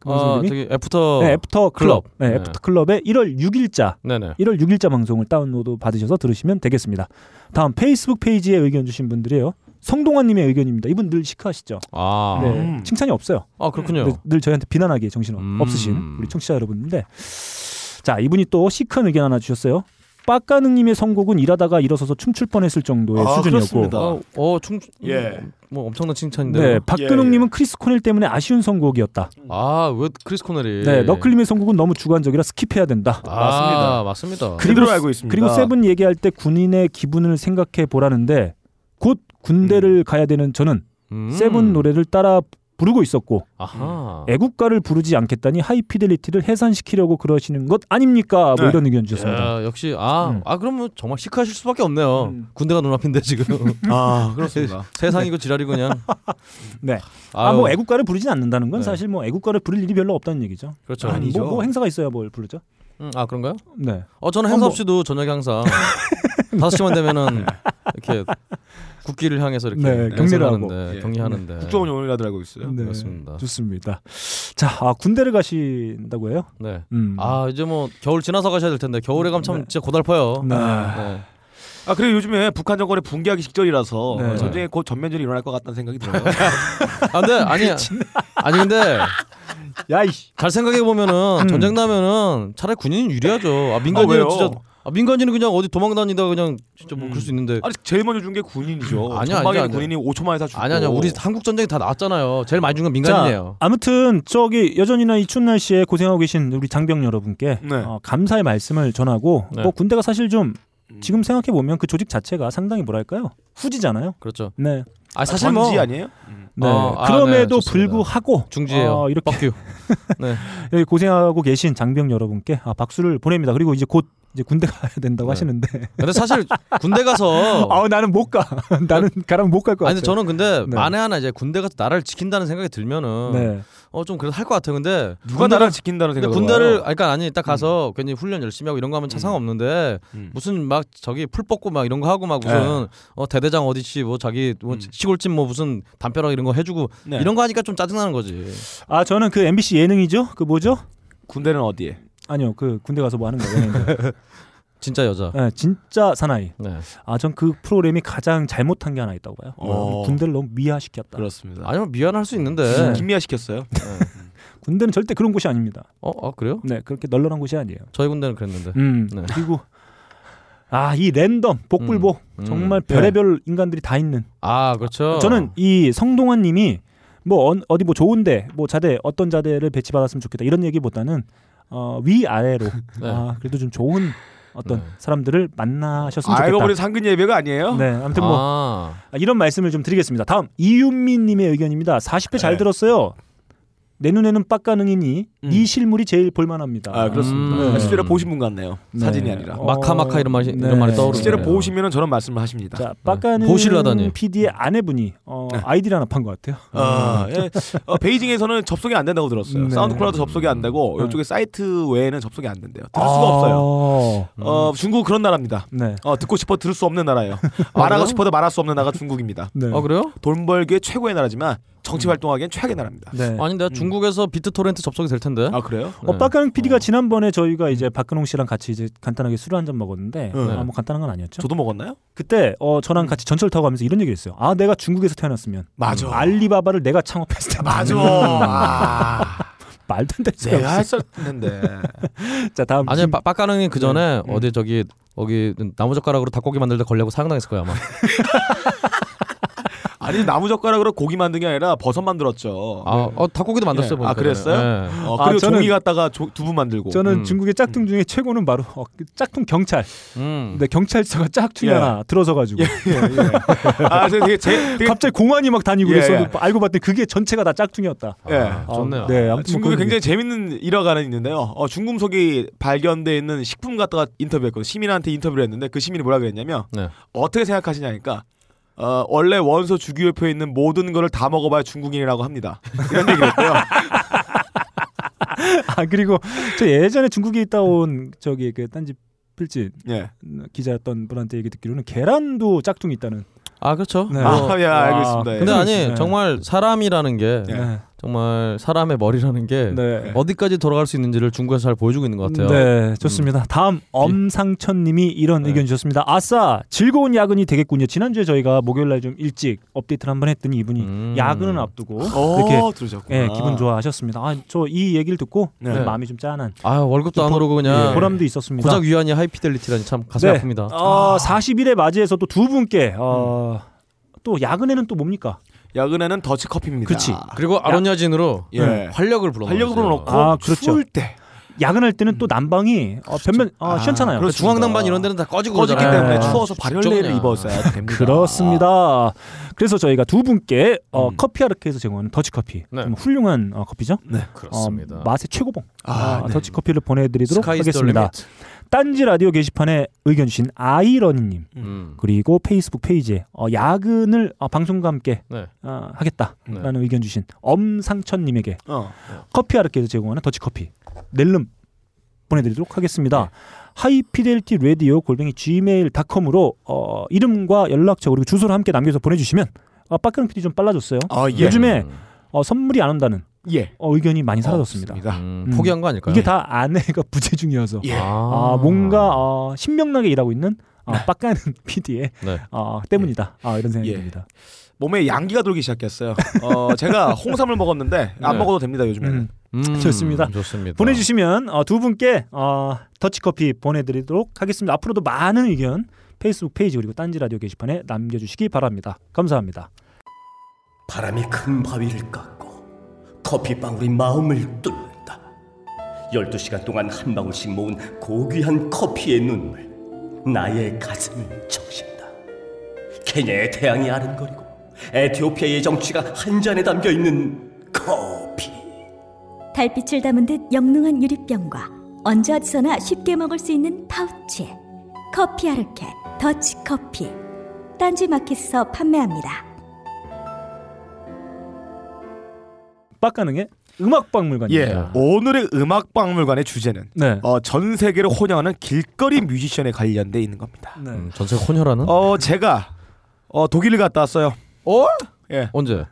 B: 그
C: 아
B: 방송 이름이?
C: 저기 애프터.
B: 네, 애프터 클럽.
C: 클럽.
B: 네,
C: 네.
B: 애프터 클럽의 1월 6일자.
C: 네네.
B: 1월 6일자 방송을 다운로드 받으셔서 들으시면 되겠습니다. 다음 페이스북 페이지에 의견 주신 분들이에요. 성동환님의 의견입니다. 이분 늘 시크하시죠?
C: 아.
B: 네,
D: 음.
B: 칭찬이 없어요.
C: 아 그렇군요.
B: 늘, 늘 저희한테 비난하기에 정신
C: 음.
B: 없으신 우리 청취자 여러분인데 자 이분이 또 시크한 의견 하나 주셨어요. 빡가능님의 선곡은 일하다가 일어서서 춤출 뻔했을 정도의
D: 아,
B: 수준이었고
D: 그렇습니다.
C: 아, 어 충.
D: 예.
C: 뭐 엄청난 칭찬인데.
B: 네
C: 네.
B: 박근홍님은 크리스 코넬 때문에 아쉬운 선곡이었다.
C: 아왜 크리스 코넬이.
B: 네 너클림의 선곡은 너무 주관적이라 스킵해야 된다.
C: 아, 맞습니다. 맞습니다.
D: 그대로 알고 있습니다.
B: 그리고 세븐 얘기할 때 군인의 기분을 생각해 보라는데 곧 군대를 가야 되는 저는
C: 음.
B: 세븐 노래를 음. 따라 부르고 있었고
C: 아하. 예,
B: 애국가를 부르지 않겠다니 하이피델리티를 해산시키려고 그러시는 것 아닙니까? 뭐
D: 네.
B: 이런 의견 주셨습니다.
C: 야, 역시 아아
B: 음.
C: 그러면 정말 시크하실 수밖에 없네요.
B: 음.
C: 군대가 눈앞인데 지금.
D: 아 그렇습니다.
C: 세상이고 지랄이고 그냥.
B: 네.
C: 아유,
B: 아뭐 애국가를 부르진 않는다는 건
C: 네.
B: 사실 뭐 애국가를 부를 일이 별로 없다는 얘기죠.
C: 그렇죠.
D: 아니. 아니죠.
B: 뭐, 뭐 행사가 있어야 뭘 부르죠?
C: 음, 아 그런가요?
B: 네.
C: 어 저는 행사 없이도 저녁에 항상 다섯 시만 되면은 이렇게 국기를 향해서 이렇게
B: 네, 경례를
C: 경례를
B: 하고.
C: 하는데
D: 예.
C: 경례하는데
D: 국정원 요원이라도 알고 있어요.
B: 네.
C: 그렇습니다.
B: 좋습니다. 자, 아, 군대를 가신다고 해요?
C: 네.
B: 음.
C: 아 이제 뭐 겨울 지나서 가셔야 될 텐데 겨울에 가면 참
B: 네.
C: 진짜 고달퍼요.
B: 네.
C: 네.
D: 아 그리고 요즘에 북한 정권이 붕괴하기 직전이라서
B: 네.
D: 전쟁에 곧 전면전이 일어날 것 같다는 생각이 들어요.
C: 아 근데 아니 아니 근데
B: 야, 이씨.
C: 잘 생각해 보면은
B: 음.
C: 전쟁 나면은 차라리 군인이 유리하죠. 아 민간인은
D: 왜요?
C: 진짜 아, 민간인은 그냥 어디 도망다니다 그냥 진짜 뭐 그럴 수 있는데
D: 아니 제일 먼저 준 게 군인이죠.
C: 아니야,
D: 전방에
C: 아니야,
D: 있는 군인이 5초 만에 다 죽고.
C: 아니 아니야 우리 한국 전쟁이 다 나왔잖아요. 제일 많이 준 건
B: 자,
C: 민간인이에요.
B: 아무튼 저기 여전히나 이 추운 날씨에 고생하고 계신 우리 장병 여러분께
D: 네.
B: 어, 감사의 말씀을 전하고
C: 네. 음.
B: 뭐 군대가 사실 좀 지금 생각해 보면 그 조직 자체가 상당히 뭐랄까요? 후지잖아요.
C: 그렇죠.
B: 네.
C: 아 사실
D: 사실
C: 뭐
D: 전지 아니에요?
B: 네.
C: 어, 아,
B: 그럼에도
C: 네, 좋습니다.
B: 불구하고
C: 중지예요.
B: 어, 이렇게
C: 뻑큐. 네.
B: 여기 고생하고 계신 장병 여러분께 아, 박수를 보냅니다. 그리고 이제 곧 이제 군대 가야 된다고
C: 네.
B: 하시는데
C: 근데 사실 군대 가서
B: 아 나는 못 가. 나는 가라면 못 갈 것 같아요.
C: 아니 근데 저는 근데
B: 네.
C: 만에 하나 이제 군대 가서 나라를 지킨다는 생각이 들면은
B: 네.
C: 어 좀 그래도 할 것 같아요. 근데
D: 누가
C: 군대
D: 나라를
C: 가-
D: 지킨다는
C: 근데
D: 생각을
C: 군대를 아니, 그러니까 아니 딱 가서 괜히 훈련 열심히 하고 이런 거 하면 차상 없는데
D: 음. 네.
C: 무슨 막 저기 풀 뽑고 막 이런 거 하고 막 무슨 어 대대장 어디치 뭐 자기 뭐
D: 음.
C: 시골집 뭐 무슨 담벼락 이런 거 해주고
D: 네.
C: 이런 거 하니까 좀 짜증나는 거지.
B: 아 저는 그 MBC 예능이죠. 그 뭐죠?
D: 군대는
C: 네.
D: 어디에?
B: 아니요. 그 군대 가서 뭐 하는 거예요. 예능인데.
C: 진짜 여자.
B: 네, 진짜 사나이.
C: 네.
B: 아 전 그 프로그램이 가장 잘못한 게 하나 있다고 봐요.
D: 어.
B: 군대를 너무 미화시켰다.
D: 그렇습니다.
C: 아니면 미안할 수 있는데.
D: 김미아 시켰어요.
B: 군대는 절대 그런 곳이 아닙니다.
C: 어, 아 그래요?
B: 네, 그렇게 널널한 곳이 아니에요.
C: 저희 군대는 그랬는데.
B: 음.
C: 네.
B: 그리고 아 이 랜덤 복불복
C: 음.
B: 정말
D: 네.
B: 별의별 인간들이 다 있는
C: 아 그렇죠.
B: 저는 이 성동환 님이 뭐 언- 어디 뭐 좋은데 뭐 자대 어떤 자대를 배치받았으면 좋겠다 이런 얘기보다는 어, 위 아래로 아, 그래도 좀 좋은 어떤 사람들을 만나셨으면 좋겠다.
D: 아, 알고 보니 상근 예배가 아니에요?
B: 네, 아무튼 뭐
C: 아.
B: 아, 이런 말씀을 좀 드리겠습니다. 다음 이윤민님의 의견입니다. 40회 잘 들었어요. 내 눈에는 빡가능이니 이 실물이 제일 볼만합니다.
D: 아 그렇습니다.
C: 음.
D: 실제로 보신 분 같네요.
B: 네.
D: 사진이 아니라.
B: 어,
C: 마카 마카 이런 말이
B: 네.
C: 이런 말이 떠오르네요.
D: 실제로 보시면은 저런 말씀을 하십니다.
B: 자, 빡가능
C: 보시를 하다니.
B: PD의 아내분이 어, 아이디를 하나 판 것 같아요.
D: 아, 예. 어, 베이징에서는 접속이 안 된다고 들었어요.
B: 네.
D: 사운드 클라우드 접속이 안
C: 네.
D: 되고 이쪽에 사이트 외에는 접속이 안 된대요. 들을
C: 아.
D: 수가 없어요.
C: 음.
D: 어, 중국 그런 나라입니다.
B: 네.
D: 어, 듣고 싶어 들을 수 없는 나라예요. 말하고 싶어도 말할 수 없는 나라가 중국입니다.
B: 네. 음.
C: 아 그래요?
D: 돈 벌기에 최고의 나라지만 정치 활동하기엔 최악의 나라입니다.
B: 네.
C: 아니
D: 음.
C: 내가 중국에서 비트 토렌트 접속이 될 텐데.
D: 아 그래요?
B: 어, 빡가능 PD가 지난번에 저희가 이제 박근홍 씨랑 같이 이제 간단하게 술을 한 잔 먹었는데 아, 뭐 간단한 건 아니었죠.
D: 저도 먹었나요?
B: 그때 어, 저랑 같이 전철 타고 가면서 이런 얘기를 했어요. 아 내가 중국에서 태어났으면
D: 맞아.
B: 알리바바를 내가 창업했을 텐데
D: 맞아. 아,
B: 말도 안 되는
D: 내가 음. 했을 텐데.
B: 자 다음
C: 아니
B: 김-
C: 빡가능이그
D: 네.
C: 전에
D: 음.
C: 어디 저기 거기 나무젓가락으로 닭고기 만들 때 걸려고 사형당했을 거야 아마.
D: 아니 나무젓가락으로 고기 만든 게 아니라 버섯 만들었죠.
C: 아, 어, 닭고기도 만들었어요.
D: 예.
C: 보니까.
D: 아, 그랬어요?
C: 예.
D: 어,
B: 아,
D: 그리고
B: 저는-
D: 종이 갖다가 조- 두부 만들고.
B: 저는
C: 음.
B: 중국의 짝퉁 중에 최고는 바로 어, 그 짝퉁 경찰.
C: 음.
B: 근데 경찰서가 짝퉁이
D: 예.
B: 하나 들어서 가지고
D: 예, 예. 아, 저 되게 제 되게
B: 갑자기 공안이 막 다니고
D: 예,
B: 그랬었는데 알고 봤더니 그게 전체가 다 짝퉁이었다.
D: 예.
C: 아, 좋네요.
B: 아, 네, 아무튼
D: 중국에
B: 뭐 그런
D: 굉장히 재밌는 일화가 있는데요. 어, 중금속이 발견돼 있는 식품 갖다가 인터뷰했거든요. 시민한테 인터뷰를 했는데 그 시민이 뭐라 그랬냐면
C: 네.
D: 어떻게 생각하시냐니까 어, 원래 원소 주기율표에 있는 모든 거를 다 먹어봐야 중국인이라고 합니다. 이런 얘기를 했고요.
B: 아 그리고 저 예전에 중국에 있다 온 저기 그 딴지 필진
D: 예.
B: 기자였던 분한테 얘기 듣기로는 계란도 짝퉁이 있다는.
C: 아 그렇죠.
B: 네.
C: 뭐,
D: 아, 예,
B: 와.
D: 알고 있습니다. 예.
C: 근데 아니
B: 네.
C: 정말 사람이라는 게
B: 네.
C: 정말 사람의 머리라는 게
B: 네.
C: 어디까지 돌아갈 수 있는지를 중국에서 잘 보여주고 있는 것 같아요.
B: 네, 좋습니다. 다음 엄상천님이 이런
D: 네.
B: 의견 주셨습니다. 아싸, 즐거운 야근이 되겠군요. 지난주에 저희가 목요일 날 좀 일찍 업데이트를 한번 했더니 이분이
C: 음.
B: 야근은 앞두고
D: 어,
B: 이렇게
D: 들으셨구나.
B: 예, 기분 좋아하셨습니다. 아, 저 이 얘기를 듣고
D: 네.
B: 좀 마음이 좀 짠한
C: 아 월급도 안 오르고 그냥
B: 예, 보람도 있었습니다.
C: 고작 위안이 하이피델리티라니 참 가슴
B: 네.
C: 아픕니다.
B: 어, 40일에 맞이해서 또 두 분께 어, 또 야근에는 또 뭡니까?
D: 야근에는 더치 커피입니다.
B: 그치. 네.
C: 그리고 아로니아진으로 네.
D: 예.
C: 활력을 불러.
D: 활력으로 넣고
B: 아, 그렇죠.
D: 추울 때
B: 야근할 때는 또 난방이 어, 변면 어,
D: 아,
B: 시원찮아요.
C: 그렇죠.
D: 그렇습니다.
C: 그러니까 중앙난방 이런 데는 다 꺼지고
D: 꺼지기
C: 그러잖아요.
D: 때문에
B: 아,
D: 추워서 발열레를
C: 죽겠냐.
D: 입었어야 됩니다.
B: 그렇습니다. 그래서 저희가 두 분께 어, 커피 아르케에서 제공하는 더치커피
C: 네.
B: 정말 훌륭한 어, 커피죠.
D: 네.
B: 어, 맛의 최고봉
D: 아,
B: 어,
D: 네.
B: 더치커피를 보내드리도록
C: 스카이 스
B: 하겠습니다.
C: 톨리밋.
B: 딴지 라디오 게시판에 의견 주신 아이러니님
C: 음.
B: 그리고 페이스북 페이지에 어, 야근을 어, 방송과 함께
C: 네.
B: 어, 하겠다라는 의견 주신 엄상천님에게
D: 네. 어.
B: 커피 아르케에서 제공하는 더치커피 넬름 보내드리도록 하겠습니다.
D: 네.
B: 하이피델티 레디오 골뱅이 gmail.com으로 어, 이름과 연락처 그리고 주소를 함께 남겨서 보내주시면 아, 빠끄는 PD 좀 빨라졌어요.
D: 아, 예.
B: 요즘에 어, 선물이 안 온다는
D: 예.
B: 어, 의견이 많이 사라졌습니다.
D: 없습니다. 네.
C: 음,
B: 음.
C: 포기한 거 아닐까요?
B: 이게 다 아내가 부재중이어서
D: 예.
B: 아, 뭔가 어, 신명나게 일하고 있는 어,
D: 네.
B: 빡가는 PD의
C: 네.
B: 어, 때문이다. 아, 이런 생각이
D: 예.
B: 듭니다.
D: 몸에 양기가 돌기 시작했어요. 어, 제가 홍삼을 먹었는데 안
C: 네.
D: 먹어도 됩니다 요즘에는.
B: 음.
D: 아,
C: 음,
B: 좋습니다.
C: 좋습니다.
B: 보내주시면 어, 두 분께 어, 더치커피 보내드리도록 하겠습니다. 앞으로도 많은 의견 페이스북 페이지 그리고 딴지 라디오 게시판에 남겨주시기 바랍니다. 감사합니다.
E: 바람이 큰 바위를 깎고 커피방울이 마음을 뚫는다. 12시간 동안 한 방울씩 모은 고귀한 커피의 눈물 나의 가슴을 적신다. 케냐의 태양이 아른거리고 에티오피아의 정취가 한 잔에 담겨 있는 커피.
K: 달빛을 담은 듯 영롱한 유리병과 언제 어디서나 쉽게 먹을 수 있는 파우치에 커피 아르케 더치커피 딴지 마켓에서 판매합니다.
B: 빡가능의 음악박물관입니다.
D: 예. 오늘의 음악 박물관의 주제는
B: 네.
D: 어, 전 세계를 혼영하는 길거리 뮤지션에 관련돼 있는 겁니다.
B: 네.
C: 음, 전체 혼혈하는?
D: 어, 제가 어, 독일을 갔다 왔어요.
C: 어?
D: 예.
C: 언제?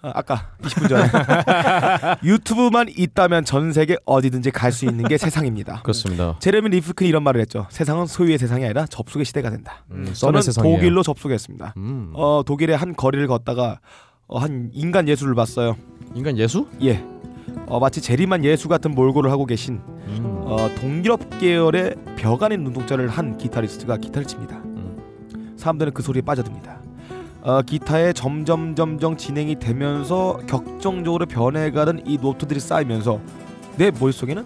D: 아, 아까 20분 전에 유튜브만 있다면 전 세계 어디든지 갈 수 있는 게 세상입니다.
C: 그렇습니다.
D: 제레미 리프킨이 이런 말을 했죠. 세상은 소유의 세상이 아니라 접속의 시대가 된다.
C: 음,
D: 저는
C: 썸의 세상이에요.
D: 독일로 접속했습니다.
C: 음.
D: 어, 독일의 한 거리를 걷다가 어, 한 인간 예술을 봤어요.
C: 인간 예수?
D: 예. 어, 마치 제리만 예수 같은 몰골을 하고 계신
C: 음.
D: 어, 동유럽 계열의 벽 안에 눈동자를 한 기타리스트가 기타를 칩니다. 사람들은 그 소리에 빠져듭니다. 어, 기타에 점점 점점 진행이 되면서 격정적으로 변해가는 이 노트들이 쌓이면서 내 머릿속에는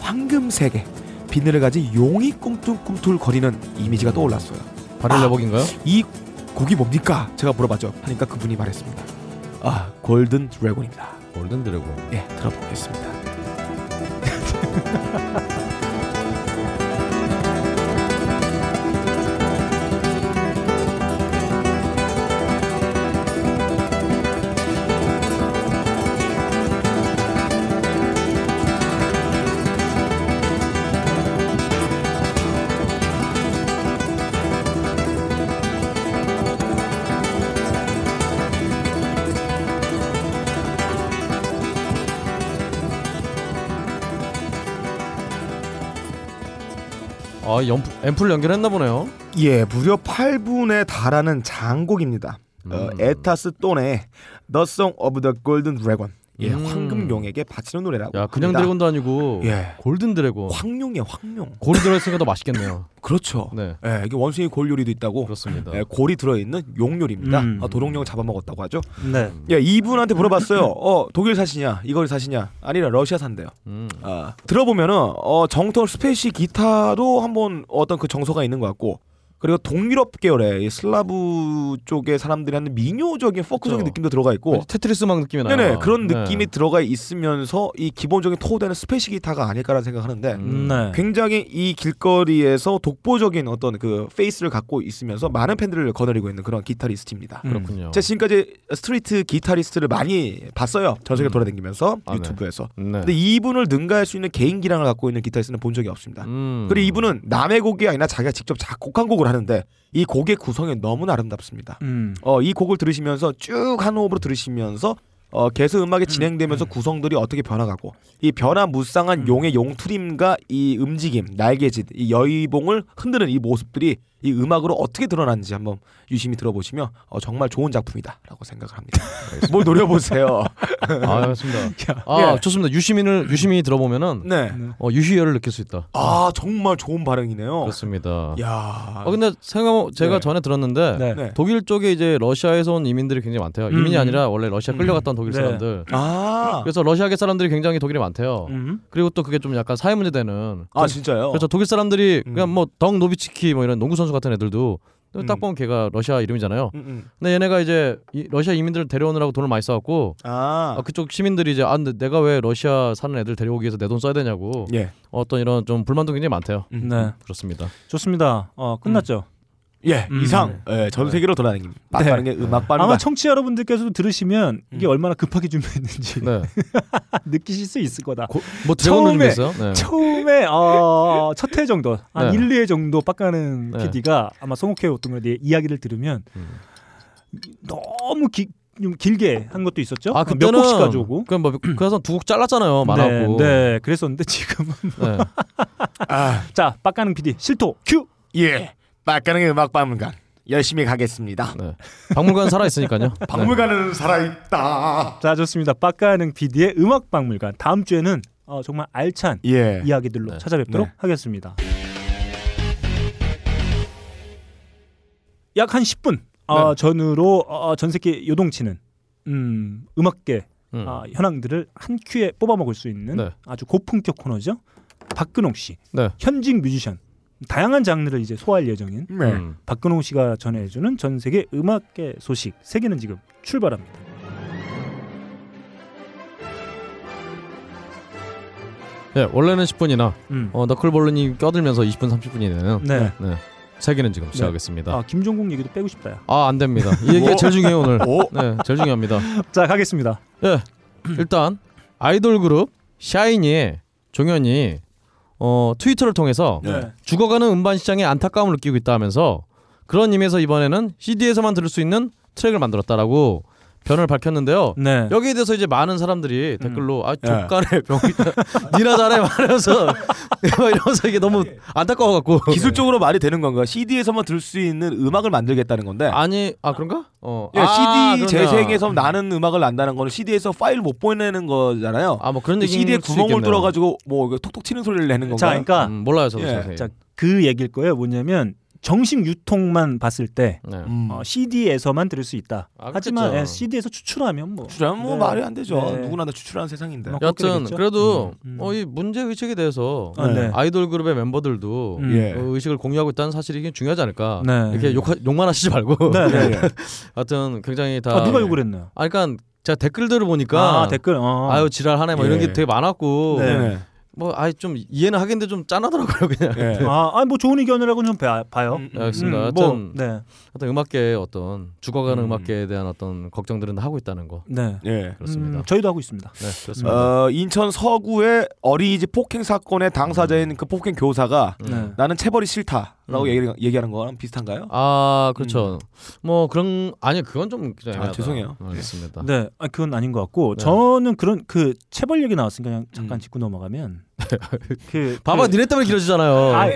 D: 황금색의 비늘을 가진 용이 꿈틀꿈틀 거리는 이미지가 떠올랐어요. 아.
C: 바렐레복인가요?
D: 이 곡이 뭡니까? 제가 물어봤죠. 하니까 그분이 말했습니다. 아, 골든 드래곤입니다.
C: 골든 드래곤.
D: 예, 들어보겠습니다.
C: 아, 연프, 앰플 연결했나 보네요.
D: 예, 무려 8분에 달하는 장곡입니다. 어,
C: 음.
D: 에타스 또네 The Song of the Golden Dragon. 예,
C: 음.
D: 황금용에게 바치는 노래라고.
C: 야, 그냥
D: 합니다.
C: 드래곤도 아니고
D: 예.
C: 골든 드래곤.
D: 황룡이야, 황룡.
C: 골이 들어있으니까 더 맛있겠네요.
D: 그렇죠.
C: 네.
D: 예, 이게 원숭이 골 요리도 있다고.
C: 그렇습니다.
D: 예, 골이 들어있는 용요리입니다.
B: 음.
D: 아, 도롱뇽 잡아먹었다고 하죠.
B: 네.
D: 예, 이분한테 물어봤어요. 어, 독일 사시냐? 이걸 사시냐? 아니라 러시아 산대요.
C: 음.
D: 아, 들어보면은 어, 정통 스페시 기타도 한번 어떤 그 정서가 있는 것 같고 그리고 동유럽 계열의 이 슬라브 쪽의 사람들이 하는 민요적인 포크적인
C: 그렇죠.
D: 느낌도 들어가 있고
C: 왠지 테트리스 막 느낌이 나요.
D: 네네 그런
C: 네.
D: 느낌이 들어가 있으면서 이 기본적인 토대는 스페시 기타가 아닐까라는 생각하는데
C: 음.
B: 네.
D: 굉장히 이 길거리에서 독보적인 어떤 그 페이스를 갖고 있으면서 많은 팬들을 거느리고 있는 그런 기타리스트입니다.
B: 음.
C: 그렇군요.
D: 제가 지금까지 스트리트 기타리스트를 많이 봤어요. 전 세계 돌아다니면서
C: 아, 네.
D: 유튜브에서.
C: 네.
D: 근데 이분을 능가할 수 있는 개인 기량을 갖고 있는 기타리스트는 본 적이 없습니다.
C: 음.
D: 그리고 이분은 남의 곡이 아니라 자기가 직접 작곡한 곡을 하는데 이 곡의 구성이 너무나 아름답습니다.
B: 음.
D: 어, 이 곡을 들으시면서 쭉 한 호흡으로 들으시면서 어, 개수 음악이 진행되면서 구성들이 어떻게 변화가고 이 변화
C: 음.
D: 무쌍한 용의 용투림과 이 움직임, 날개짓, 이 여의봉을 흔드는 이 모습들이 이 음악으로 어떻게 드러나는지 한번 유심히 들어보시면 어, 정말 좋은 작품이다라고 생각을 합니다. 뭘 노려보세요.
C: 아, 맞습니다. 아,
D: 예.
C: 좋습니다. 유시민을 유시민이 들어보면은
D: 네.
C: 어, 유희열을 느낄 수 있다.
D: 아 정말 좋은 발음이네요. 예.
C: 그렇습니다.
D: 야.
C: 어 근데 생각 제가
D: 네.
C: 전에 들었는데
B: 네.
D: 네.
C: 독일 쪽에 이제 러시아에서 온 이민들이 굉장히 많대요.
B: 음.
C: 이민이 아니라 원래 러시아 끌려갔던 독일
B: 네.
C: 사람들.
D: 아.
C: 그래서 러시아계 사람들이 굉장히 독일에 많대요.
B: 음.
C: 그리고 또 그게 좀 약간 사회 문제 되는.
D: 아 진짜요?
C: 그래서 독일 사람들이
D: 음.
C: 그냥 뭐 덩 노비치키 뭐 이런 농구 선수 같은 애들도 딱
D: 음.
C: 보면 걔가 러시아 이름이잖아요.
D: 음, 음.
C: 근데 얘네가 이제 이 러시아 이민들을 데려오느라고 돈을 많이 써갖고
D: 아.
C: 아, 그쪽 시민들이 이제 아 근데 내가 왜 러시아 사는 애들 데려오기 위해서 내 돈 써야 되냐고
D: 예.
C: 어떤 이런 좀 불만도 굉장히 많대요.
D: 음.
B: 네.
C: 그렇습니다.
B: 좋습니다. 어, 끝났죠.
D: 예.
B: 음.
D: 이상 예,
C: 네.
D: 전 세계로 돌아다니는 빠르는 게 음악 빠르다.
B: 아마 청취 자 여러분들께서도 들으시면 이게
D: 음.
B: 얼마나 급하게 준비했는지
C: 네.
B: 느끼실 수 있을 거다.
C: 고, 뭐 드래곤
B: 처음에-
C: 준비했어요? 네.
B: 처음에 어, 첫 회 정도 한
C: 네.
B: 1, 2회 정도 빡가는
C: 네.
B: PD가 아마 송옥회 어떤 거에 대해 이야기를 들으면
C: 음.
B: 너무 기, 좀 길게 한 것도 있었죠.
C: 아
B: 몇
C: 그때는
B: 곡씩 가져오고.
C: 그냥 뭐 그래서 두 곡 잘랐잖아요.
B: 네,
C: 말하고.
B: 네, 그랬었는데 지금은
C: 네.
D: 아,
B: 자 빡가는 PD 실토 큐.
D: 예. 빠르는 게 음악 박물관 열심히 가겠습니다.
C: 네. 박물관 살아 있으니까요.
A: 박물관은 살아있다.
B: 자 좋습니다. 빡가는 PD의 음악 박물관 다음 주에는 어, 정말 알찬
D: 예.
B: 이야기들로
C: 네.
B: 찾아뵙도록
D: 네.
B: 하겠습니다. 약 한 10분
C: 네.
B: 어, 전으로 어, 전 세계 요동치는 음, 음악계
C: 음.
B: 아, 현황들을 한 큐에 뽑아 먹을 수 있는
C: 네.
B: 아주 고품격 코너죠. 박근홍 씨,
C: 네.
B: 현직 뮤지션, 다양한 장르를 이제 소화할 예정인
D: 네.
C: 음.
B: 박근홍 씨가 전해주는 전 세계 음악계 소식 세계는 지금 출발합니다.
C: 예, 원래는 10분이나
B: 음.
C: 어, 너클볼러님 껴들면서 20분 30분이 되는
B: 네.
C: 네. 세계는 지금 시작하겠습니다.
B: 아 뭐? 김종국 얘기도 빼고 싶다요.
C: 아, 안 됩니다. 이 얘기가
D: 오.
C: 제일 중요해요, 오늘.
D: 오.
C: 네, 제일 중요합니다.
B: 자 가겠습니다.
C: 예. 일단 아이돌 그룹 샤이니의 종현이 어, 트위터를 통해서
B: 네.
C: 죽어가는 음반 시장에 안타까움을 느끼고 있다 하면서 그런 의미에서 이번에는 CD에서만 들을 수 있는 트랙을 만들었다라고 변을 밝혔는데요.
B: 네.
C: 여기에 대해서 이제 많은 사람들이 댓글로 아
D: 예.
C: 족간의 병이다 니나 잘해 말면서 이러면서 이게 너무 안타까워 갖고
D: 기술적으로 말이 되는 건가? CD에서만 들 수 있는 음악을 만들겠다는 건데.
C: 아니 아 그런가 어
D: 예,
C: 아, 그러냐.
D: CD 재생해서 나는 음악을 난다는 거는 CD에서 파일 못 보내는 거잖아요.
C: 아, 뭐 그런 얘기
D: CD에 구멍을 뚫어가지고 뭐 이거 톡톡 치는 소리를 내는 건가?
B: 자 그러니까
C: 음, 몰라요 저도
D: 예.
C: 자세히
B: 자, 그 얘기일 거예요. 뭐냐면 정식 유통만 봤을 때
C: 네.
D: 음.
B: 어, CD에서만 들을 수 있다.
C: 아,
B: 하지만
C: 그렇죠.
B: 예, CD에서 추출하면 뭐
D: 추출하면 뭐
B: 네.
D: 말이 안 되죠.
B: 네.
D: 누구나 다 추출하는 세상인데.
B: 뭐
C: 여튼
B: 그렇겠죠? 음,
C: 그래도 어, 이 문제 의식에 대해서
B: 아, 네.
C: 아이돌 그룹의 멤버들도
B: 음. 예.
C: 어, 의식을 공유하고 있다는 사실이 이게 중요하지 않을까.
B: 네.
C: 이렇게 욕 욕만 하시지 말고.
B: 네, 네, 네.
C: 하여튼 굉장히 다
B: 아, 누가 욕을 했나요?
C: 아, 그러니까 제가 댓글들을 보니까
B: 아, 댓글, 어.
C: 그러니까 아유 지랄하네 뭐 이런
B: 예.
C: 게 되게 많았고.
B: 네.
C: 뭐 아이 좀 이해는 하겠는데 좀 짠하더라고요 그냥.
D: 예.
B: 아, 아니 뭐 좋은 의견이라고 좀 봐, 봐요.
C: 네, 알겠습니다.
B: 음,
C: 하여튼,
B: 뭐, 네.
C: 하여튼 음악계의 어떤 죽어가는 음. 악계에 대한 어떤 걱정들은 하고 있다는 거.
B: 네.
D: 예.
C: 그렇습니다.
B: 음, 저희도 하고 있습니다.
C: 네, 그렇습니다.
D: 어, 인천 서구의 어린이집 폭행 사건의 당사자인 그 폭행 교사가
B: 네.
D: 나는 체벌이 싫다라고
C: 음.
D: 얘기, 얘기하는 거랑 비슷한가요?
C: 아
B: 음.
C: 그렇죠. 뭐 그런 아니 그건 좀 그냥
D: 아,
C: 애매하다.
D: 죄송해요.
C: 알겠습니다.
B: 네, 아, 그건 아닌 것 같고
C: 네.
B: 저는 그런 그 체벌 얘기 나왔으니까
D: 음.
B: 그냥 잠깐 짚고 넘어가면 그
C: 봐봐
B: 그,
C: 니네 때문에 길어지잖아요.
B: 아,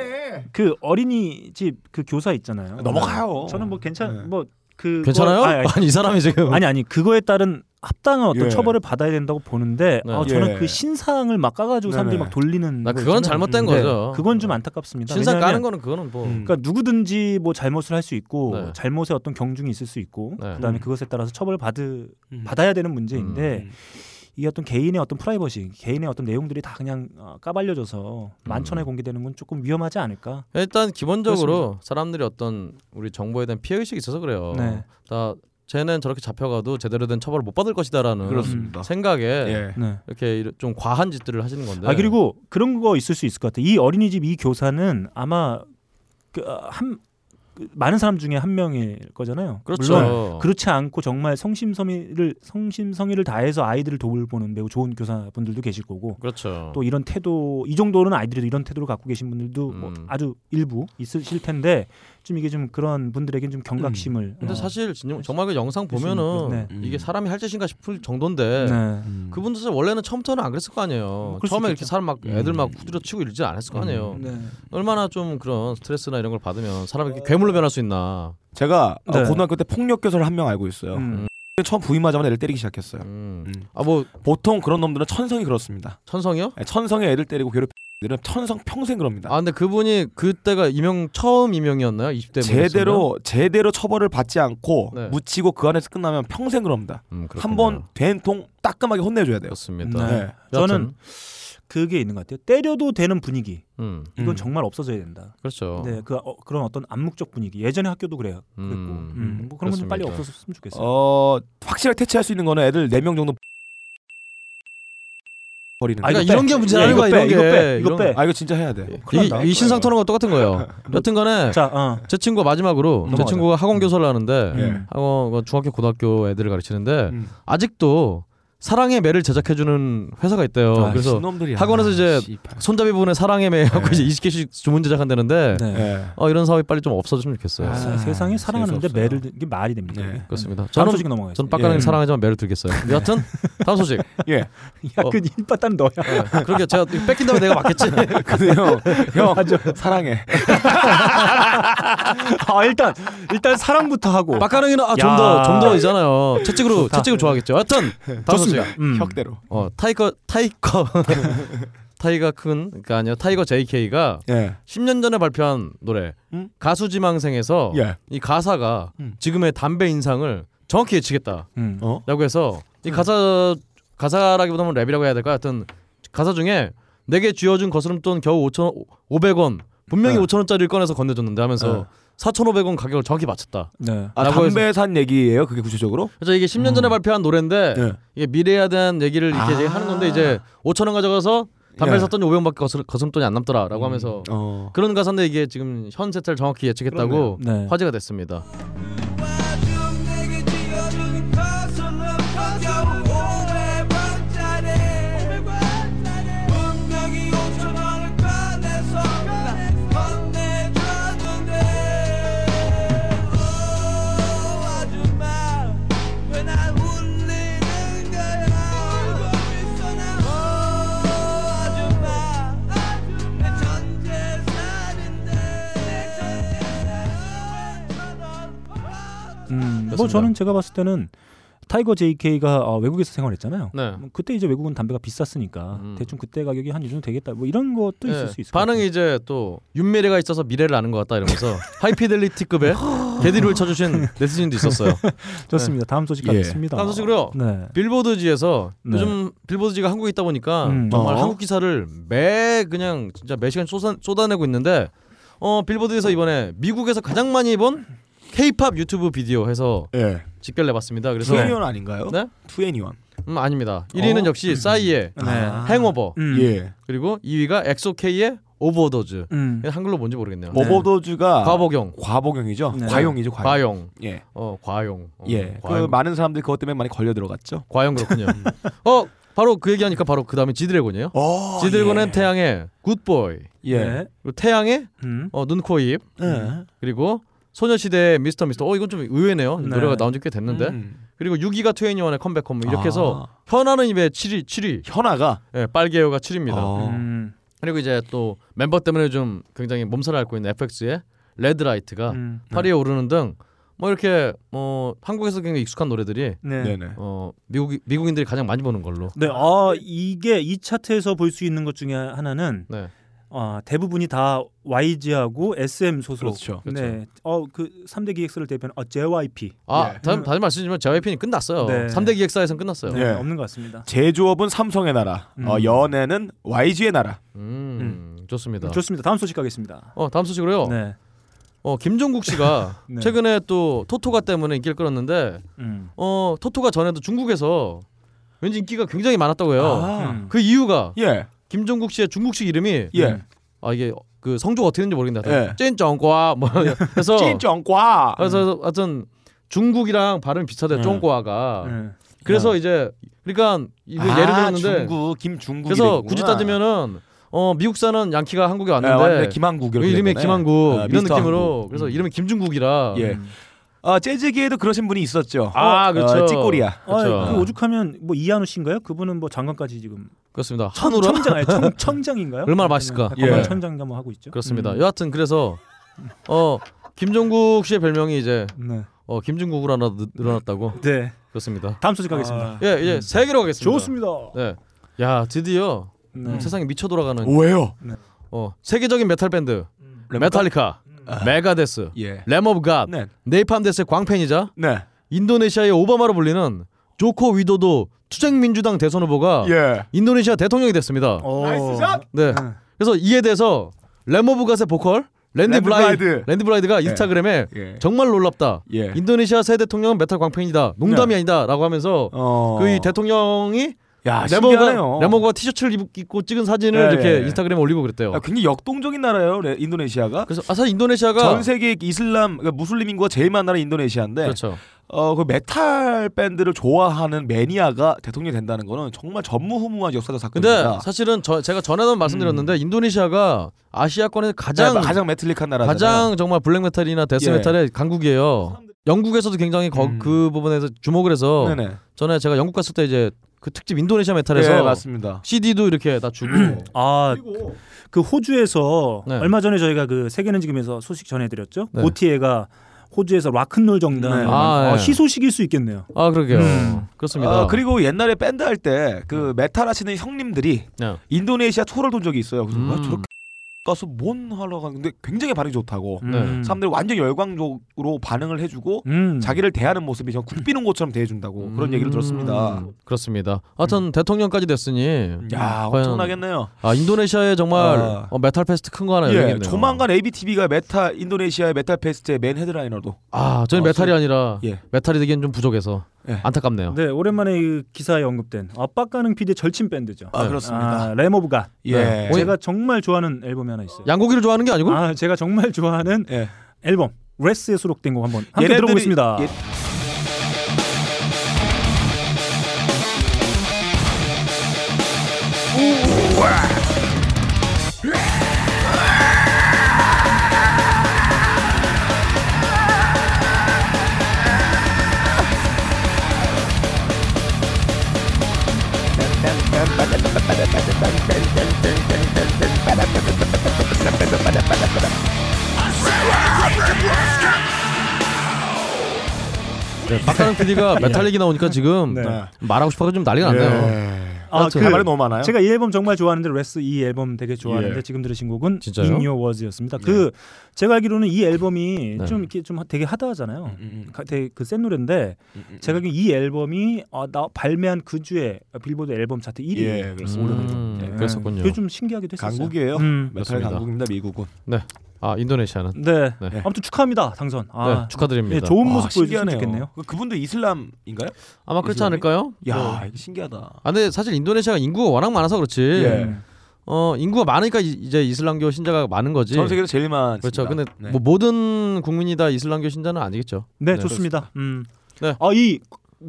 B: 그 어린이집 그 교사 있잖아요.
C: 네.
D: 넘어가요. 네.
B: 저는 뭐 괜찮 뭐 그
C: 괜찮아요?
B: 뭐-
C: 아니, 이 사람이 지금
B: 아니 아니 그거에 따른 합당한 어떤
C: 예.
B: 처벌을 받아야 된다고 보는데
C: 네.
B: 아, 저는
C: 예.
B: 그 신상을 막 까가지고 사람들이
C: 네네.
B: 막 돌리는
C: 나
B: 거
C: 그건
B: 있잖아요.
C: 잘못된
B: 음,
C: 거죠. 네.
B: 그건 좀 안타깝습니다.
C: 신상
B: 왜냐하면
C: 까는 거는 그거는
D: 음.
C: 뭐
B: 그러니까 누구든지 뭐 잘못을 할 수 있고
C: 네.
B: 잘못에 어떤 경중이 있을 수 있고
C: 네.
B: 그다음에
C: 음.
B: 그것에 따라서 처벌 받으 받아야 되는 문제인데 이게 어떤 개인의 어떤 프라이버시, 개인의 어떤 내용들이 다 그냥 어, 까발려져서
C: 음.
B: 만천에 공개되는 건 조금 위험하지 않을까?
C: 일단 기본적으로 사람들이 어떤 우리 정보에 대한 피해 의식이 있어서 그래요.
B: 네.
C: 다 쟤는 저렇게 잡혀가도 제대로 된 처벌을 못 받을 것이다라는
B: 그렇습니다.
C: 생각에
D: 예.
B: 네.
C: 이렇게 이런 좀 과한 짓들을 하시는 건데.
B: 아 그리고 그런 거 있을 수 있을 것 같아. 이 어린이집 이 교사는 아마 그한 많은 사람 중에 한 명일 거잖아요.
C: 그렇죠.
B: 물론 그렇지 않고 정말 성심성의를 성심성의를 다해서 아이들을 도울 보는 매우 좋은 교사분들도 계실 거고.
C: 그렇죠.
B: 또 이런 태도 이 정도는 아이들이 이런 태도를 갖고 계신 분들도 뭐
C: 음.
B: 아주 일부 있으실 텐데 좀 이게 좀 그런 분들에겐 좀 경각심을
C: 음. 근데
B: 어,
C: 사실 진- 정말 그 영상
B: 할수 있는
C: 보면은
B: 네.
C: 이게 사람이 할 짓인가 싶을 정도인데
B: 네.
C: 그분들 사실 원래는 처음부터는 안 그랬을 거 아니에요.
B: 그럴 수
C: 처음에 이렇게
B: 있겠죠.
C: 사람 막 애들 막 후드려 치고 이러지 않았을 거 아니에요.
B: 음, 네.
C: 얼마나 좀 그런 스트레스나 이런 걸 받으면 사람이
D: 어.
C: 이렇게 괴물로 변할 수 있나.
D: 제가 어,
C: 네.
D: 고등학교 때 폭력 교사를 한 명 알고 있어요.
C: 음.
D: 처음 부임하자마자 애를 때리기 시작했어요.
C: 아뭐
D: 보통 그런 놈들은 천성이 그렇습니다. 예,
C: 천성이요?
D: 천성에 애를 때리고 괴롭히들은 천성 평생 그럽니다.
C: 아 근데 그분이 그때가 이명 처음 이명이었나요? 20대
D: 제대로 제대로 처벌을 받지 않고
C: 뭐 네.
D: 묻히고 그 안에서 끝나면 평생 그럽니다.
C: 음, 그렇군요.
D: 한 번 된통 따끔하게 혼내줘야 돼요.
C: 그렇습니다.
B: 네. 저는 그게 있는 것 같아요. 때려도 되는 분위기.
C: 음.
B: 이건
C: 음.
B: 정말 없어져야 된다.
C: 그렇죠.
B: 네, 그 어, 그런 어떤 암묵적 분위기. 예전에 학교도 그래요. 그랬고, 음, 뭐 그런 건 좀 빨리 없어졌으면 좋겠어요.
D: 어, 확실하게 퇴치할 수 있는 거는 애들 4명 정도 버리는.
B: 아, 이거
D: 그러니까
B: 빼. 예, 이거 빼, 이거 빼, 이거 빼.
D: 아 이거 진짜 해야 돼.
C: 이, 이 신상 토론과 똑같은
D: 네.
C: 거예요. 여튼간에
B: 어.
C: 제 친구가 마지막으로 제
D: 넘어가자.
C: 친구가 학원 교사를 하는데
D: 예.
C: 학원 뭐 중학교 고등학교 애들을 가르치는데
D: 음.
C: 아직도 사랑의 매를 제작해주는 회사가 있대요.
D: 아,
C: 그래서
D: 신놈들이야. 아,
C: 학원에서 이제
D: 씨발.
C: 손잡이 부분에 사랑의 매 하고
D: 네.
C: 이제 20개씩 주문 제작한다는데
B: 네. 네.
D: 예.
C: 어, 이런 사업이 빨리 좀 없어졌으면 좋겠어요.
B: 아, 세- 세상에 사랑하는데 매를 들- 이게 말이 됩니까? 네.
C: 그렇습니다.
B: 다음
C: 저는
B: 소식 예. 넘어가요.
C: 저는 빡가는 사랑하지만 매를 들겠어요. 여하튼 다음 소식.
D: 예.
B: 야, 그 일바딴 너야.
C: 그러게 제가 이거 뺏긴 다음에 내가 맞겠지.
D: 근데 형, 형 사랑해.
B: 아, 일단 일단 사랑부터 하고.
C: 빡가능이는 아,
B: 야.
C: 좀더 좀더이잖아요. 채찍으로 채찍을 좋아하겠죠. 여하튼 다음 소식.
D: 좋습니다. 혁대로.
C: 어 타이거 타이거 타이거 큰 그러니까 아니요 타이거 JK가
D: 예.
C: 10년 전에 발표한 노래
D: 음?
C: 가수 지망생에서
D: 예.
C: 이 가사가 지금의 담배 인상을 정확히 예측했다라고
B: 음.
C: 해서 이
D: 음.
C: 가사 가사라기보다는 뭐 랩이라고 해야 될까 하여튼 가사 중에 내게 쥐어준 거스름돈 겨우 5천 500원 분명히
D: 네.
C: 5천 원짜리를 꺼내서 건네줬는데 하면서
D: 네.
C: 4,500원 가격을 정확히 맞췄다.
B: 네.
D: 아,
C: 라고 해서-
D: 담배 산 얘기예요? 그게 구체적으로?
C: 그래서 이게 10년 전에 발표한 노래인데
D: 음. 네.
C: 이게 미래에 대한 얘기를 이렇게
D: 아.
C: 이제 하는 건데 이제 5천 원 가져가서 담배
D: 예.
C: 를 샀더니 500원밖에 거스름, 거스름돈이 안 남더라라고 하면서
D: 어.
C: 그런 가사인데 이게 지금 현세태를 정확히 예측했다고
B: 그렇네요. 네.
C: 화제가 됐습니다.
B: 음, 뭐 저는 제가 봤을 때는 타이거 JK가 어, 외국에서 생활했잖아요.
C: 네.
B: 뭐 그때 이제 외국은 담배가 비쌌으니까 대충 그때 가격이 한 이 정도 되겠다. 뭐 이런 것도 있을
C: 예,
B: 수 있을 것
C: 반응이 이제 또 윤미래가 있어서 미래를 아는 것 같다 이러면서 하이피델리티급의 개디를 쳐주신 네티즌도 있었어요.
B: 좋습니다. 다음 소식 가겠습니다.
C: 다음 소식으로
B: 네.
C: 빌보드지에서
B: 네.
C: 요즘 빌보드지가 한국에 있다 보니까
B: 음.
C: 정말
B: 어.
C: 한국 기사를 매 그냥 진짜 매 시간 쏟아, 쏟아내고 있는데 어 빌보드에서 이번에 미국에서 가장 많이 본 K-팝 유튜브 비디오 해서
D: 예.
C: 직결내봤습니다. 그래서
D: 투애니원 아닌가요?
C: 네?
D: 투애니원.
C: 음, 아닙니다. 1위는
D: 어?
C: 역시 싸이의
B: 음.
D: 네.
C: 행오버.
D: 음. 예.
C: 그리고 2위가 엑소케이의 오버더즈.
B: 음.
C: 한글로 뭔지 모르겠네요.
D: 오버도즈가
C: 과복용.
D: 과복용이죠.
C: 네.
D: 과용이죠. 과용.
C: 과용.
D: 예.
C: 어, 과용. 어,
D: 예. 그 음.
C: 과용.
D: 많은 사람들이 그것 때문에 많이 걸려 들어갔죠.
C: 과연 그렇군요. 어 바로 그 얘기하니까 바로 그 다음에 지드래곤이에요.
D: 어.
C: 지드래곤은 태양의 굿보이.
D: 예.
B: 네.
C: 그리고 태양의
B: 음.
C: 어, 눈, 코, 입.
B: 네.
C: 그리고 소녀시대의 미스터 미스터. 어 이건 좀 의외네요.
B: 네.
C: 노래가 나온 지 꽤 됐는데.
D: 음.
C: 그리고 6위가 트웬티원의 컴백홈 이렇게 해서 현아는 입에 7위, 7위.
D: 현아가
C: 예, 빨개요가 7위입니다.
D: 어.
B: 음.
C: 그리고 이제 또 멤버 때문에 좀 굉장히 몸살을 앓고 있는 FX의 레드라이트가
B: 음.
C: 8위에
D: 네.
C: 오르는 등 뭐 이렇게 뭐 한국에서 굉장히 익숙한 노래들이
B: 네. 네네.
C: 어 미국 미국인들이 가장 많이 보는 걸로
B: 네, 아 이게 이 차트에서 볼 수 있는 것 중에 하나는
C: 네.
B: 어, 대부분이 다 YG하고 SM 소속.
D: 그렇죠.
B: 네, 어그 3대 기획사를 대표하는 어, JYP.
C: 아
B: 예.
C: 다, 다시 말씀드리면 JYP는 끝났어요.
B: 네.
C: 3대 기획사에서는 끝났어요.
B: 네, 없는 것 같습니다.
D: 제조업은 삼성의 나라. 어, 연애는 YG의 나라.
C: 음, 좋습니다.
B: 좋습니다. 다음 소식 가겠습니다.
C: 어 다음 소식으로요.
B: 네.
C: 어 김종국 씨가
B: 네.
C: 최근에 또 토토가 때문에 인기를 끌었는데
B: 음.
C: 어 토토가 전에도 중국에서 왠지 인기가 굉장히 많았다고 해요.
D: 아. 음.
C: 그 이유가
D: 예.
C: 김종국 씨의 중국식 이름이
D: 예.
C: 아 이게 그 성조가 어떻게 되는지 모르겠는데
D: 예.
C: 찐정과 뭐 해서
D: 찐정과
C: 그래서 하여튼 중국이랑 발음이 비슷하대
D: 예.
C: 쫑과가
D: 예.
C: 그래서 이제 그러니까 이거
D: 아,
C: 예를 들었는데
D: 중국 김중국
C: 그래서 굳이 따지면은 어 미국사는 양키가 한국에 왔는데
D: 네, 왔는데 김한국 이렇게
C: 이름이
D: 된 거네.
C: 김한국
D: 아,
C: 이런
D: 미스터
C: 느낌으로
D: 한국.
C: 그래서
D: 음.
C: 이름이 김중국이라
D: 예. 아 재즈계에도 그러신 분이 있었죠.
C: 아,
D: 어,
C: 그렇죠.
D: 어, 찌꼬리야.
B: 아, 그 오죽하면 뭐 이한우 씨인가요? 그분은 뭐 장관까지 지금
C: 그렇습니다.
B: 청-
C: 한우라
B: 청장 아니 청, 청장인가요?
C: 얼마나 맛있을까?
B: 네, 건강 청장인가 뭐 하고 있죠.
C: 그렇습니다.
B: 음.
C: 여하튼 그래서 어 김종국 씨의 별명이 이제
B: 네.
C: 어 김중국으로 하나 늘- 늘어났다고.
B: 네.
C: 그렇습니다.
B: 다음 소식 가겠습니다.
C: 예, 이제 세계로 가겠습니다.
B: 좋습니다.
C: 네. 야, 드디어 음,
B: 네.
C: 세상이 미쳐 돌아가는
D: 왜요?
B: 네.
C: 어, 세계적인 메탈 밴드 메탈리카, 메가데스,
D: 예.
C: 램 오브 갓,
D: 네.
C: 네이팜데스의 광팬이자
D: 네.
C: 인도네시아의 오바마로 불리는 조코 위도도 투쟁 민주당 대선 후보가
D: 예.
C: 인도네시아 대통령이 됐습니다.
D: 나이스 샷!
C: 네. 그래서 이에 대해서 램 오브 갓의 보컬 랜디
D: 랜디
C: 블라이드
D: 블라이드.
C: 랜디 블라이드가 인스타그램에
D: 예.
C: 정말 놀랍다.
D: 예.
C: 인도네시아 새 대통령은 메탈 광팬이다. 농담이
D: 네.
C: 아니다라고 하면서
D: 어.
C: 그 이 대통령이
D: 야, 신기하네요.
C: 레모가 레모가 티셔츠를 입- 입고 찍은 사진을
D: 예,
C: 이렇게
D: 예.
C: 인스타그램에 올리고 그랬대요.
D: 아, 굉장히 역동적인 나라예요. 레- 인도네시아가.
C: 그래서 아, 사실 인도네시아가
D: 전 세계 이슬람 그러니까 무슬림 인구가 제일 많은 나라 인도네시아인데
C: 그렇죠.
D: 어, 그 메탈 밴드를 좋아하는 매니아가 대통령이 된다는 거는 정말 전무후무한 역사적
C: 근데
D: 사건입니다. 음.
C: 사실은 저, 제가 전에도 말씀드렸는데 인도네시아가 아시아권에서 가장
D: 네, 가장 메탈릭한 나라잖아요. 예.
C: 가장 정말 블랙메탈이나 데스메탈의 강국이에요. 영국에서도 굉장히 거- 그 부분에서 주목을 해서
D: 음. 네네.
C: 전에 제가 영국 갔을 때 이제 그 특집 인도네시아 메탈에서
D: 네, 맞습니다. 음.
C: CD도 이렇게 다 주고
B: 아, 그 호주에서 얼마 전에 저희가 그 세계는 지금에서 소식 전해드렸죠.
C: 네.
B: 고티에가 호주에서 락큰롤 정당
D: 네.
B: 아,
D: 아, 네.
B: 희소식일 수 있겠네요.
C: 아 그러게요.
B: 음.
C: 그렇습니다.
D: 아, 그리고 옛날에 밴드 할 때 그 메탈 하시는 형님들이
C: 네. 음.
D: 인도네시아 투어를 돈 적이 있어요. 그래서 와, 저렇게 가서 뭔 하러 가는데 굉장히 반응이 좋다고
C: 네.
D: 사람들이 완전 열광적으로 반응을 해주고
B: 음.
D: 자기를 대하는 모습이 전 굽히는 것처럼 대해준다고 그런
C: 음.
D: 얘기를 들었습니다.
C: 그렇습니다. 하여튼 대통령까지 됐으니
D: 음. 야
C: 과연-
D: 엄청나겠네요.
C: 아 인도네시아에 정말
D: 아.
C: 어, 메탈 페스트 큰 거 하나
D: 예,
C: 열리겠네요.
D: 조만간 ABTV가 메타 인도네시아의 메탈 페스트의 맨 헤드라이너로
C: 아 저는
D: 어,
C: 메탈이 아니라
D: 예.
C: 메탈이 되기엔 좀 부족해서
D: 예.
C: 안타깝네요.
B: 네, 오랜만에 그 기사에 언급된 압박가능 피디의 절친 밴드죠.
D: 아, 그렇습니다.
B: 아, 레모브가.
D: 예.
B: 네.
C: 어?
B: 제가 정말 좋아하는 앨범이 하나 있어요.
C: 양고기를 좋아하는 게 아니고?
B: 아, 제가 정말 좋아하는
D: 예.
B: 앨범 레스에 수록된 곡 한번 함께
D: 얘네들이-
B: 들어보겠습니다.
D: 예.
C: 네. 막가는
D: 예.
C: PD가 메탈 얘기 나오니까 지금
B: 네.
C: 말하고 싶어서 좀 난리가 났네요. 아무튼
B: 그
C: 말이
B: 제가 이 앨범 정말 좋아하는데 레스 이 앨범 되게 좋아하는데
C: 예.
B: 지금 들으신 곡은
C: 진짜요? 예.
B: In Your Words였습니다. 그 제가 알기로는 이 앨범이
C: 네. 음,
B: 좀 이렇게 좀 되게 하드하잖아요. 가- 되게 그센 노래인데 제가 알기로 이 앨범이 어, 나 발매한 그 주에 빌보드 앨범 차트 1위 네.
D: 예, 그렇습니다.
C: 음, 그랬었군요.
B: 그게 좀 신기하기도 했었어요.
D: 강국이에요.
B: 음.
D: 메탈
C: 그렇습니다.
D: 강국입니다. 미국은.
C: 네. 아 인도네시아는.
B: 네. 아무튼 축하합니다 당선. 아,
C: 네, 축하드립니다.
B: 예, 좋은
D: 아,
B: 모습 보여주셨으면
D: 신기하네요.
B: 좋겠네요.
D: 그- 그분도 이슬람인가요?
C: 아마 그렇지
D: 이슬람이?
C: 않을까요?
D: 야,
C: 네.
D: 이거 신기하다.
C: 아 근데 사실 인도네시아가 인구가 워낙 많아서 그렇지.
D: 예.
C: 어 인구가 많으니까 이- 이제 이슬람교 신자가 많은 거지.
D: 전 세계에서 제일 많습니다.
C: 그렇죠. 근데
D: 네.
C: 뭐 모든 국민이 다 이슬람교 신자는 아니겠죠.
B: 네, 좋습니다. 음.
C: 네.
B: 아이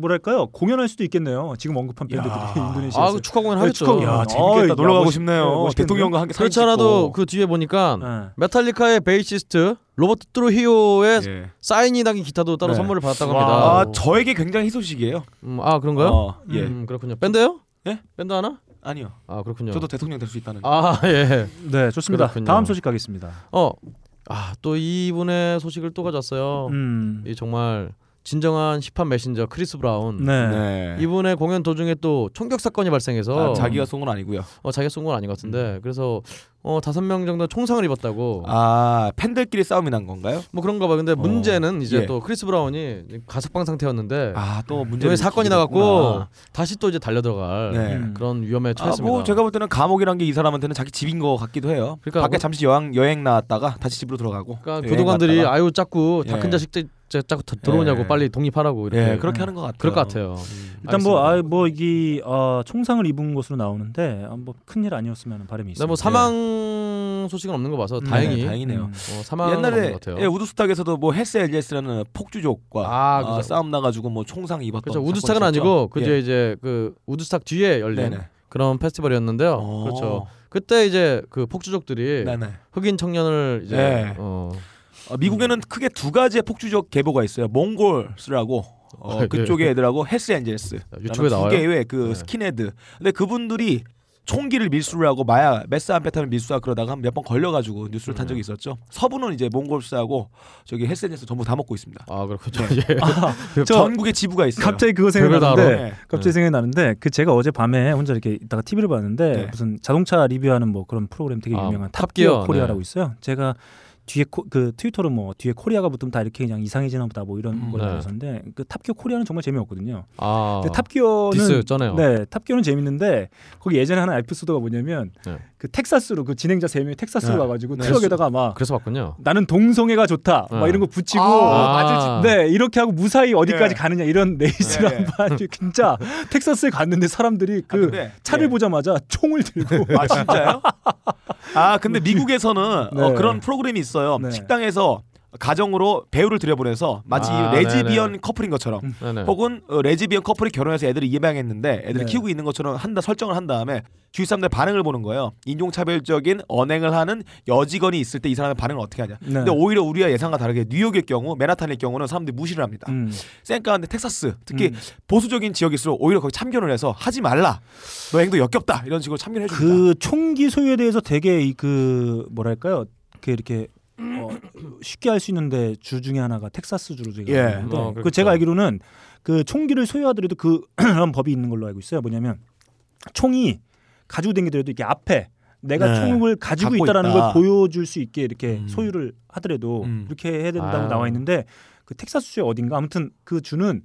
B: 뭐랄까요 공연할 수도 있겠네요. 지금 언급한 밴드들이 인도네시아.
C: 아, 그 축하 공연 하겠죠.
D: 야, 아, 재밌겠다. 놀러 가고 싶네요. 대통령과 함께 사진
C: 그렇잖아도
D: 찍고. 네.
C: 그 뒤에 보니까
B: 네.
C: 메탈리카의 베이시스트 로버트 트루히오의 사인이 담긴 기타도 따로
D: 예. 네.
C: 선물을 받았다고
D: 와,
C: 합니다.
D: 아, 저에게 굉장히 희소식이에요.
C: 음, 아 그런가요?
D: 어, 예.
C: 음, 그렇군요. 밴드요?
D: 예?
C: 밴드 하나?
D: 아니요.
C: 아 그렇군요.
D: 저도 대통령 될 수 있다는.
C: 아 예.
B: 네, 좋습니다.
C: 그렇군요.
B: 다음 소식 가겠습니다.
C: 어. 아 또 이분의 소식을 또 가져왔어요.
B: 음.
C: 이 정말 진정한 힙합 메신저 크리스 브라운.
B: 네.
D: 네.
C: 이분의 공연 도중에 또 총격 사건이 발생해서
D: 아, 자기가 쏜 건 아니고요.
C: 어, 자기가 쏜 건 아닌 것 같은데 그래서 어 다섯 명 정도 총상을 입었다고.
D: 아, 팬들끼리 싸움이 난 건가요?
C: 뭐 그런가 봐. 근데 문제는 이제
D: 예.
C: 또 크리스 브라운이 가석방 상태였는데
D: 아또 아,
C: 문제 네. 사건이
D: 뭐
C: 나갖고 다시 또 이제 달려 들어갈 음,
D: 네.
C: 그런 위험에 처했습니다.
D: 아, 뭐 제가 볼 때는 감옥이란 게 이 사람한테는 자기 집인 것 같기도 해요.
C: 그러니까
D: 밖에
C: 뭐-
D: 잠시 여행 여행 나왔다가 다시 집으로 들어가고.
C: 그러니까
D: 여행
C: 교도관들이
D: 갔다가.
C: 아유 자꾸
D: 예.
C: 다큰 자식 들 자꾸 더 들어오냐고
D: 예.
C: 빨리 독립하라고 이렇게
D: 예, 그렇게 뭐 하는 것 같아요.
C: 그럴 것 같아요. 음,
B: 일단 뭐, 뭐아뭐이 어, 총상을 입은 것으로 나오는데 아, 뭐 큰일 아니었으면 바람이 있습니다.
C: 근데 뭐 사망 소식은 없는 거 봐서 다행히
D: 예. 네, 다행이네요.
B: 음.
C: 어, 사망 없는
D: 옛날에
C: 것 같아요.
D: 예, 우드스탁에서도 뭐 헬스 엘리스라는 폭주족과
C: 아,
D: 아,
C: 그죠.
D: 싸움 나가지고 뭐 총상 입었던.
C: 그렇죠. 우드스탁은
D: 사건이 있었죠.
C: 아니고 그 뒤에
D: 예.
C: 이제 그 우드스탁 뒤에 열린
D: 네네. 어.
C: 그런 페스티벌이었는데요. 그렇죠. 그때 이제 그 폭주족들이
D: 네네.
C: 흑인 청년을 이제
D: 네.
C: 어,
D: 어, 미국에는 크게 두 가지의 폭주적 계보가 있어요. 몽골스라고 어,
C: 예.
D: 그쪽의 애들하고 헬스 엔젤스.
C: 유튜브에 나와요?
D: 두 개의 그
C: 네.
D: 스킨헤드. 근데 그분들이 총기를 밀수를 하고 마약, 메스암페타민 밀수하고 그러다가 몇 번 걸려가지고 뉴스를
C: 네.
D: 탄 적이 있었죠. 서부는 이제 몽골스하고 저기 헬스 엔젤스 전부 다 먹고 있습니다.
C: 아 그렇군요.
D: 네.
B: 저-
D: 전국에 지부가 있어요.
B: 갑자기 그거 생각나는데
C: 네.
B: 갑자기 생각나는데 그 제가 어제 밤에 혼자 이렇게 있다가 TV를 봤는데
D: 네.
B: 무슨 자동차 리뷰하는 뭐 그런 프로그램 되게
C: 아,
B: 유명한
C: 탑기어,
B: 탑기어 코리아라고
C: 네.
B: 있어요. 제가 뒤에 코, 그 트위터로 뭐 뒤에 코리아가 붙으면 다 이렇게 그냥 이상해지나 보다 뭐 이런 걸
C: 네.
B: 들었었는데 그 탑기어 코리아는 정말 재미없거든요.
C: 아
B: 근데 탑기어는
C: 디스였잖아요.
B: 네, 탑기어는 재밌는데 거기 예전에 하나 에피소드가 뭐냐면
C: 네.
B: 그 텍사스로 그 진행자 세 명이 텍사스로
C: 네.
B: 가가지고
C: 네.
B: 트럭에다가 막
C: 그래서 봤군요.
B: 나는 동성애가 좋다
C: 네.
B: 막 이런 거 붙이고
C: 아, 맞을 짓.
B: 네 이렇게 하고 무사히 어디까지
D: 네.
B: 가느냐 이런 레이스를
D: 네.
B: 한번 아주 진짜 텍사스에 갔는데 사람들이 그
D: 근데,
B: 차를 보자마자 총을 들고
D: 아 진짜요? 아 근데 미국에서는
B: 네.
D: 어, 그런 프로그램이 있어요.
B: 네.
D: 식당에서 가정으로 배우를 들여보내서 마치
C: 아,
D: 레즈비언
C: 네네.
D: 커플인 것처럼
B: 음.
C: 네네.
D: 혹은 어, 레즈비언 커플이 결혼해서 애들이 입양했는데
B: 네.
D: 애들이 키우고 있는 것처럼 한다 설정을 한 다음에 주위 사람들 반응을 보는 거예요. 인종차별적인 언행을 하는 여직원이 있을 때 이 사람의 반응을 어떻게 하냐.
B: 네.
D: 근데 오히려 우리가 예상과 다르게 뉴욕의 경우 맨하탄의 경우는 사람들이 무시를 합니다.
B: 음.
D: 쌩까한데 텍사스 특히 보수적인 지역일수록 오히려 거기 참견을 해서 하지 말라. 너 행동 역겹다 이런 식으로 참견해 줍니다.
B: 그 총기 소유에 대해서 되게 이 그 뭐랄까요 그 이렇게 어, 쉽게 할 수 있는데 주 중에 하나가 텍사스 주로 제가
D: 예.
B: 알고
D: 어,
B: 있는데 그
D: 그렇죠.
B: 제가 알기로는 그 총기를 소유하더라도 그 그런 법이 있는 걸로 알고 있어요 뭐냐면 총이 가지고 댕기더라도 이렇게 앞에 내가
D: 네.
B: 총을 가지고
D: 갖고
B: 있다라는
D: 있다.
B: 걸
D: 음.
B: 보여줄 수 있게 이렇게 소유를 하더라도 이렇게 해야 된다고
D: 아.
B: 나와 있는데 그 텍사스 주의 어딘가 아무튼 그 주는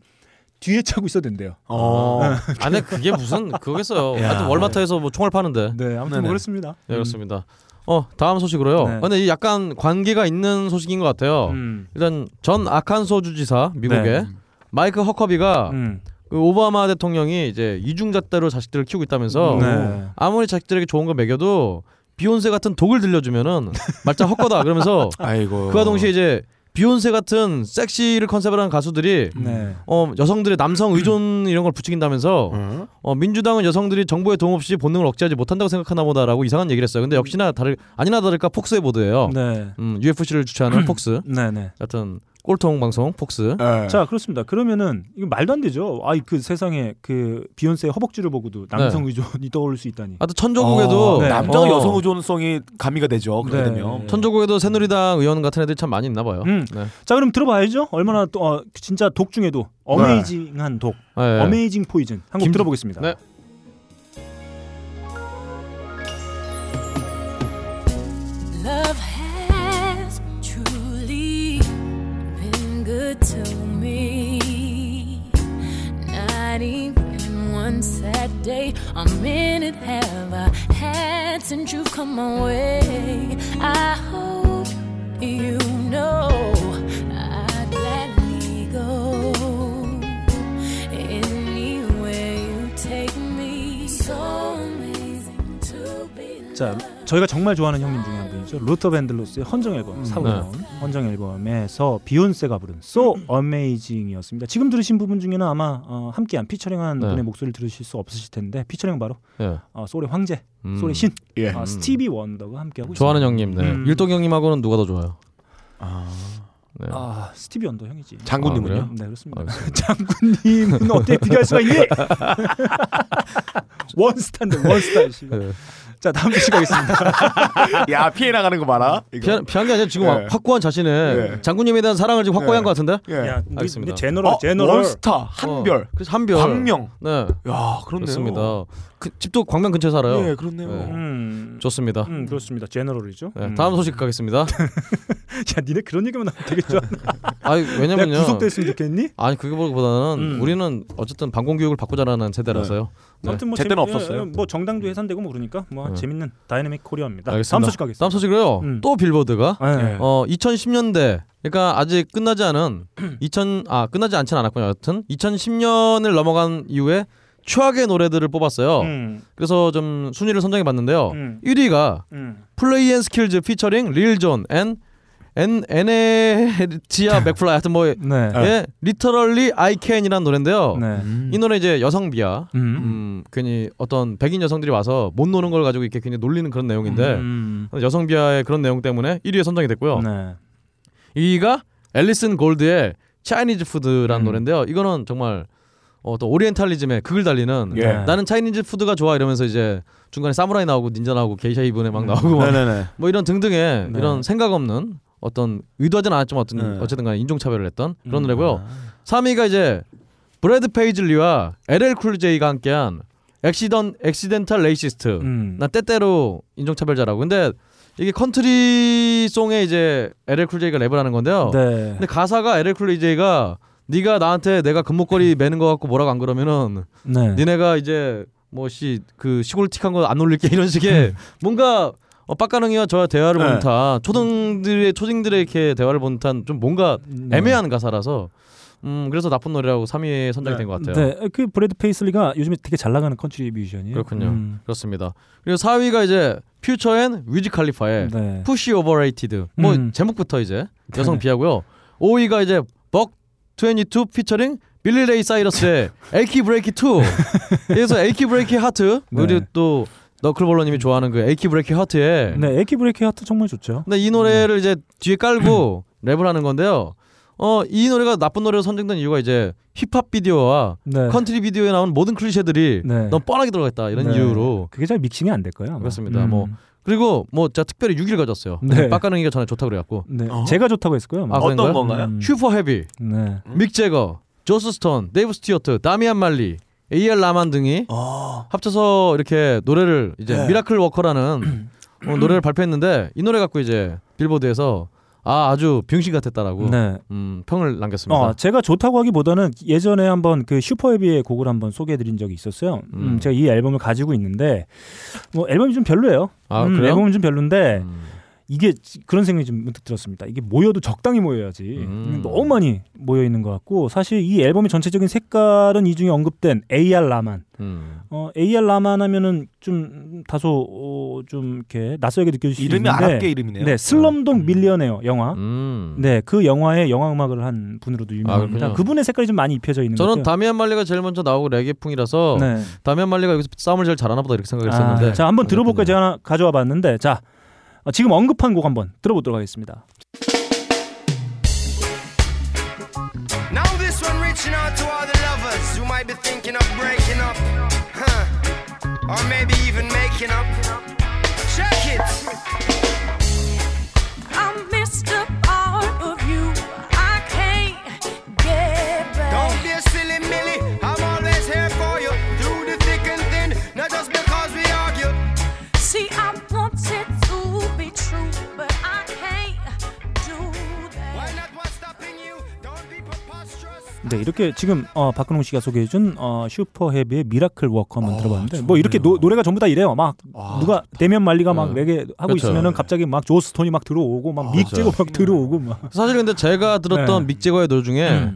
B: 뒤에 차고 있어야 된대요.
D: 어.
C: 아, 근데 그게 무슨 그거겠어요.
B: 야.
C: 하여튼 월마트에서 뭐 총알 파는데.
B: 네, 아무튼 네네. 뭐 그렇습니다.
C: 네,
B: 음.
C: 그렇습니다. 어, 다음 소식으로요.
B: 네.
C: 근데 이 약간 관계가 있는 소식인 것 같아요.
D: 어.
B: 음.
C: 일단 전 아칸소 주지사 미국의
B: 네.
C: 마이크 허커비가
D: 아.
B: 음.
C: 그 오바마 대통령이 이제 이중잣대로 자식들을 키우고 있다면서
B: 네.
C: 아무리 자식들에게 좋은 거 먹여도 비욘세 같은 독을 들려주면은 말짱 헛거다 그러면서
D: 아이고.
C: 그와 동시에 이제 비욘세 같은 섹시를 컨셉으로 하는 가수들이
D: 음.
B: 네.
C: 어, 여성들의 남성 의존 이런 걸 부추긴다면서 어, 민주당은 여성들이 정부의 도움 없이 본능을 억제하지 못한다고 생각하나 보다라고 이상한 얘기를 했어요. 근데
D: 어.
C: 역시나 다를 아니나 다를까 폭스의 보도예요.
B: 네.
C: 음, UFC를 주최하는 폭스.
B: 네네.
C: 하여튼 꼴통 방송 폭스.
D: 네.
B: 자 그렇습니다. 그러면은 이거 말도 안 되죠. 아이 그 세상에 그 비욘세의 허벅지를 보고도 남성
D: 네.
B: 의존이 떠오를 수 있다니.
C: 아또 천조국에도
D: 어, 남자 여성 의존성이 가미가 되죠. 그렇게
B: 네.
D: 되면
C: 천조국에도 새누리당 의원 같은 애들 참 많이 있나 봐요.
B: 음.
C: 네.
B: 자 그럼 들어봐야죠. 얼마나 또 어, 진짜 독 중에도 어메이징한 독,
C: 네.
B: 어메이징 포이즌 한 곡
C: 김-
B: 들어보겠습니다.
C: 네.
L: Love has truly been good to me. Not even one sad day, a minute have I had since you've come my way. I hope you know I'd gladly go anywhere you take me. So amazing to be.
B: 자 저희가 정말 좋아하는 형님 중에 한 분이죠. 루터 밴들로스의 헌정 앨범
C: 음.
B: 사고 나온 헌정 앨범에서 비욘세가 부른 So Amazing이었습니다. 지금 들으신 부분 중에는 아마 어, 함께한 피처링한
C: 네.
B: 분의 목소리를 들으실 수 없으실 텐데 피처링 바로
C: 예.
B: 어, 소울의 황제,
C: 음.
B: 소울의 신
C: 예.
B: 어,
C: 음.
B: 스티비 원더가 함께하고
C: 좋아하는
B: 있습니다.
C: 형님, 네.
B: 음.
C: 일동 형님하고는 누가 더 좋아요? 네.
B: 아 스티비 원더 형이지.
C: 장군님은요?
B: 아, 그래요? 네 그렇습니다.
C: 아, 그렇습니다.
B: 장군님은 어떻게 비교할 수가 있니? 원스타인데 원스타이시.
C: 네.
B: 자 다음 주식 가겠습니다.
D: 야 피해 나가는 거 봐라. 이거.
C: 피한, 피한 게 아니라 지금
D: 예.
C: 확고한 자신의
D: 예.
C: 장군님에 대한 사랑을 지금 확고히
D: 예.
C: 한 것 같은데?
D: 예. 야, 우리-
C: 네. 알겠습니다.
D: 우리 제너럴, 어, 제너럴. 원스타, 한별,
C: 어. 그래서 한별,
D: 광명.
C: 네,
D: 야, 그렇네요.
C: 그렇습니다. 그, 집도 광명 근처에 살아요.
D: 예, 그렇네요.
B: 음.
C: 좋습니다.
B: 음 그렇습니다. 제너럴이죠.
C: 네,
B: 음.
C: 다음 소식 가겠습니다.
B: 야 니네 그런 얘기만 하면 되겠죠.
C: 아니 왜냐면요.
B: 내가 구속됐으면 좋겠니?
C: 아니 그거보다는
B: 음.
C: 우리는 어쨌든 방공 교육을 받고 자라는 세대라서요. 네.
B: 아무튼 뭐 재밌- 예, 예, 뭐 정당도 해산되고 뭐 그러니까 뭐
C: 네.
B: 재밌는 다이내믹 코리아입니다.
C: 알겠습니다.
B: 다음 소식 가겠습니다.
C: 다음 소식으로요. 또 빌보드가
B: 네.
C: 어 2010년대 그러니까 아직 끝나지 않은 2000아 끝나지 않진 않았군요. 여튼 2010년을 넘어간 이후에 최악의 노래들을 뽑았어요.
B: 음.
C: 그래서 좀 순위를 선정해 봤는데요.
B: 음.
C: 1위가
B: 음.
C: 플레이 앤 스킬즈 피처링 릴존 앤 엔, 에네지아 맥플라이 하여튼 뭐
B: 네.
C: 예, 음. 리터럴리 아이 캔이라는 노래인데요.
B: 네.
C: 이 노래 이제 여성 비하.
B: 음.
C: 음, 괜히 어떤 백인 여성들이 와서 못 노는 걸 가지고 이렇게 괜히 놀리는 그런 내용인데
B: 음.
C: 여성 비하의 그런 내용 때문에 1위에 선정이 됐고요.
B: 네.
C: 2위가 앨리슨 골드의 차이니즈
D: 음.
C: 푸드라는 노래인데요. 이거는 정말 어떤 오리엔탈리즘의 극을 달리는
D: 예.
C: 나는 차이니즈 푸드가 좋아 이러면서 이제 중간에 사무라이 나오고 닌자 나오고 게이샤 이분에 막 나오고 막
D: 음. 네네네.
C: 뭐 이런 등등의
D: 네.
C: 이런 생각 없는 어떤 의도하지는 않았지만 어떤
D: 네. 음. 아.
C: 어쨌든 간에 인종차별을 했던 그런 노래고요. 3위가 이제 브래드 페이즐리와 LL 쿨 제이가 함께한 엑시던 엑시덴탈 레이시스트.
D: 음.
B: 음.
C: 나 때때로 인종차별자라고. 근데 이게 컨트리 송에 이제 LL 쿨 제이가 랩을 하는 건데요.
B: 네.
C: 근데 가사가 LL 쿨 제이가 네가 나한테 내가 금목걸이 매는 거 갖고 뭐라고 안 그러면은
B: 음. 네.
C: 니네가 이제 뭐시 그 시골 틱한 거 안 올릴게 이런 식의 뭔가 어, 빡가능이와 저와 대화를
B: 음. 네.
C: 본 듯한 초등들의 초딩들의 이렇게 대화를 본 듯한 좀 뭔가
B: 네.
C: 애매한 가사라서 음 그래서 나쁜 노래라고 3위에 선정된 것 같아요.
B: 네, 그 브래드 페이슬리가 요즘에 되게 잘 나가는 컨트리 뮤지션이에요.
C: 그렇군요.
B: 음.
C: 그렇습니다. 그리고 4위가 이제 퓨처 앤 위즈 칼리파의
B: 네.
C: 푸시 오버레이티드. 뭐
B: 음.
C: 제목부터 이제 여성 비하고요. 5위가 이제 벅22 피처링 빌리 레이 사이러스의 에이키 브레이키 2. 그래서 에이키 브레이키 하트.
B: 네. 음.
C: 우리 또 너클볼러 님이 좋아하는 그 에이키 브레이키 하트에
B: 네, 에키 브레이크 하트 정말 좋죠.
C: 근데 이 노래를 이제 뒤에 깔고 랩을 하는 건데요. 어, 이 노래가 나쁜 노래로 선정된 이유가 이제 힙합 비디오와
B: 네.
C: 컨트리 비디오에 나오는 모든 클리셰들이
B: 네.
C: 너무 뻔하게 들어가 있다 이런
B: 네.
C: 이유로
B: 그게 잘 믹싱이 안 될 거예요. 아마.
C: 그렇습니다.
B: 음.
C: 뭐 그리고 뭐 제가 특별히 6일 가졌어요.
B: 네.
C: 빡가능이가 전에 좋다 고 그래갖고
B: 네. 제가 좋다고 했을 거예요. 아마.
C: 아, 그런가요? 슈퍼 헤비,
B: 네.
C: 믹 제거, 조스 스톤, 데이브 스튜어트, 다미안 말리, AR 라만 등이 합쳐서 이렇게 노래를 이제
B: 아. 네.
C: 미라클 워커라는 어, 노래를 발표했는데 이 노래 갖고 이제 빌보드에서 아 아주 병신 같았다라고
B: 네.
C: 음, 평을 남겼습니다.
B: 어, 제가 좋다고 하기보다는 예전에 한번 그 슈퍼헤비의 곡을 한번 소개해드린 적이 있었어요. 음,
C: 음.
B: 제가 이 앨범을 가지고 있는데 뭐 앨범이 좀 별로예요.
C: 아,
B: 음,
C: 그래요? 음.
B: 앨범은 좀 별론데 이게 지- 그런 생각이 좀 문득 들었습니다. 이게 모여도 적당히 모여야지
C: 음.
B: 너무 많이 모여 있는 것 같고 사실 이 앨범의 전체적인 색깔은 이 중에 언급된 AR 라만
C: 음.
B: 어, AR 라만 하면은 좀 다소 어, 좀 이렇게 낯설게 느껴질 수
D: 이름이
B: 있는데
D: 아랍계 이름이네요. 음.
B: 네, 슬럼독 밀리언웨어 영화.
C: 음.
B: 네, 그 영화의 영화 음악을 한 분으로도 유명합니다.
C: 아, 그렇군요.
B: 그분의 색깔이 좀 많이 입혀져 있는
C: 저는
B: 거죠.
C: 다미안 말리가 제일 먼저 나오고 레게풍이라서
B: 네.
C: 다미안 말리가 여기서 싸움을 제일 잘하나 보다 이렇게
B: 아,
C: 생각했었는데
B: 자, 한번 들어볼까 제가 하나 가져와 봤는데 자, 어, 지금 언급한 곡 한번 들어보도록 하겠습니다.
M: might be thinking of breaking up, huh? Or maybe even making up. Check it.
L: I missed a part of you. I can't get
M: Don't
L: back.
M: be a silly Millie. I'm always here for you through the thick and thin. Not just because we argue.
L: See, I wanted to be true, but I can't do that. Why
M: not what's stopping you? Don't be preposterous.
B: 네 이렇게 지금 어, 박근홍 씨가 소개해준 어, 슈퍼헤비의 미라클 워크
C: 아,
B: 한번 들어봤는데 뭐 이렇게 노, 노래가 전부 다 이래요 막 누가 대면 말리가 막 레게 하고
C: 그렇죠. 아,
B: 있으면은 갑자기 막 조스톤이 막 들어오고 막 믹재고 막 들어오고 막
C: 사실 근데 제가 들었던
D: 네.
C: 믹재거의 노래 중에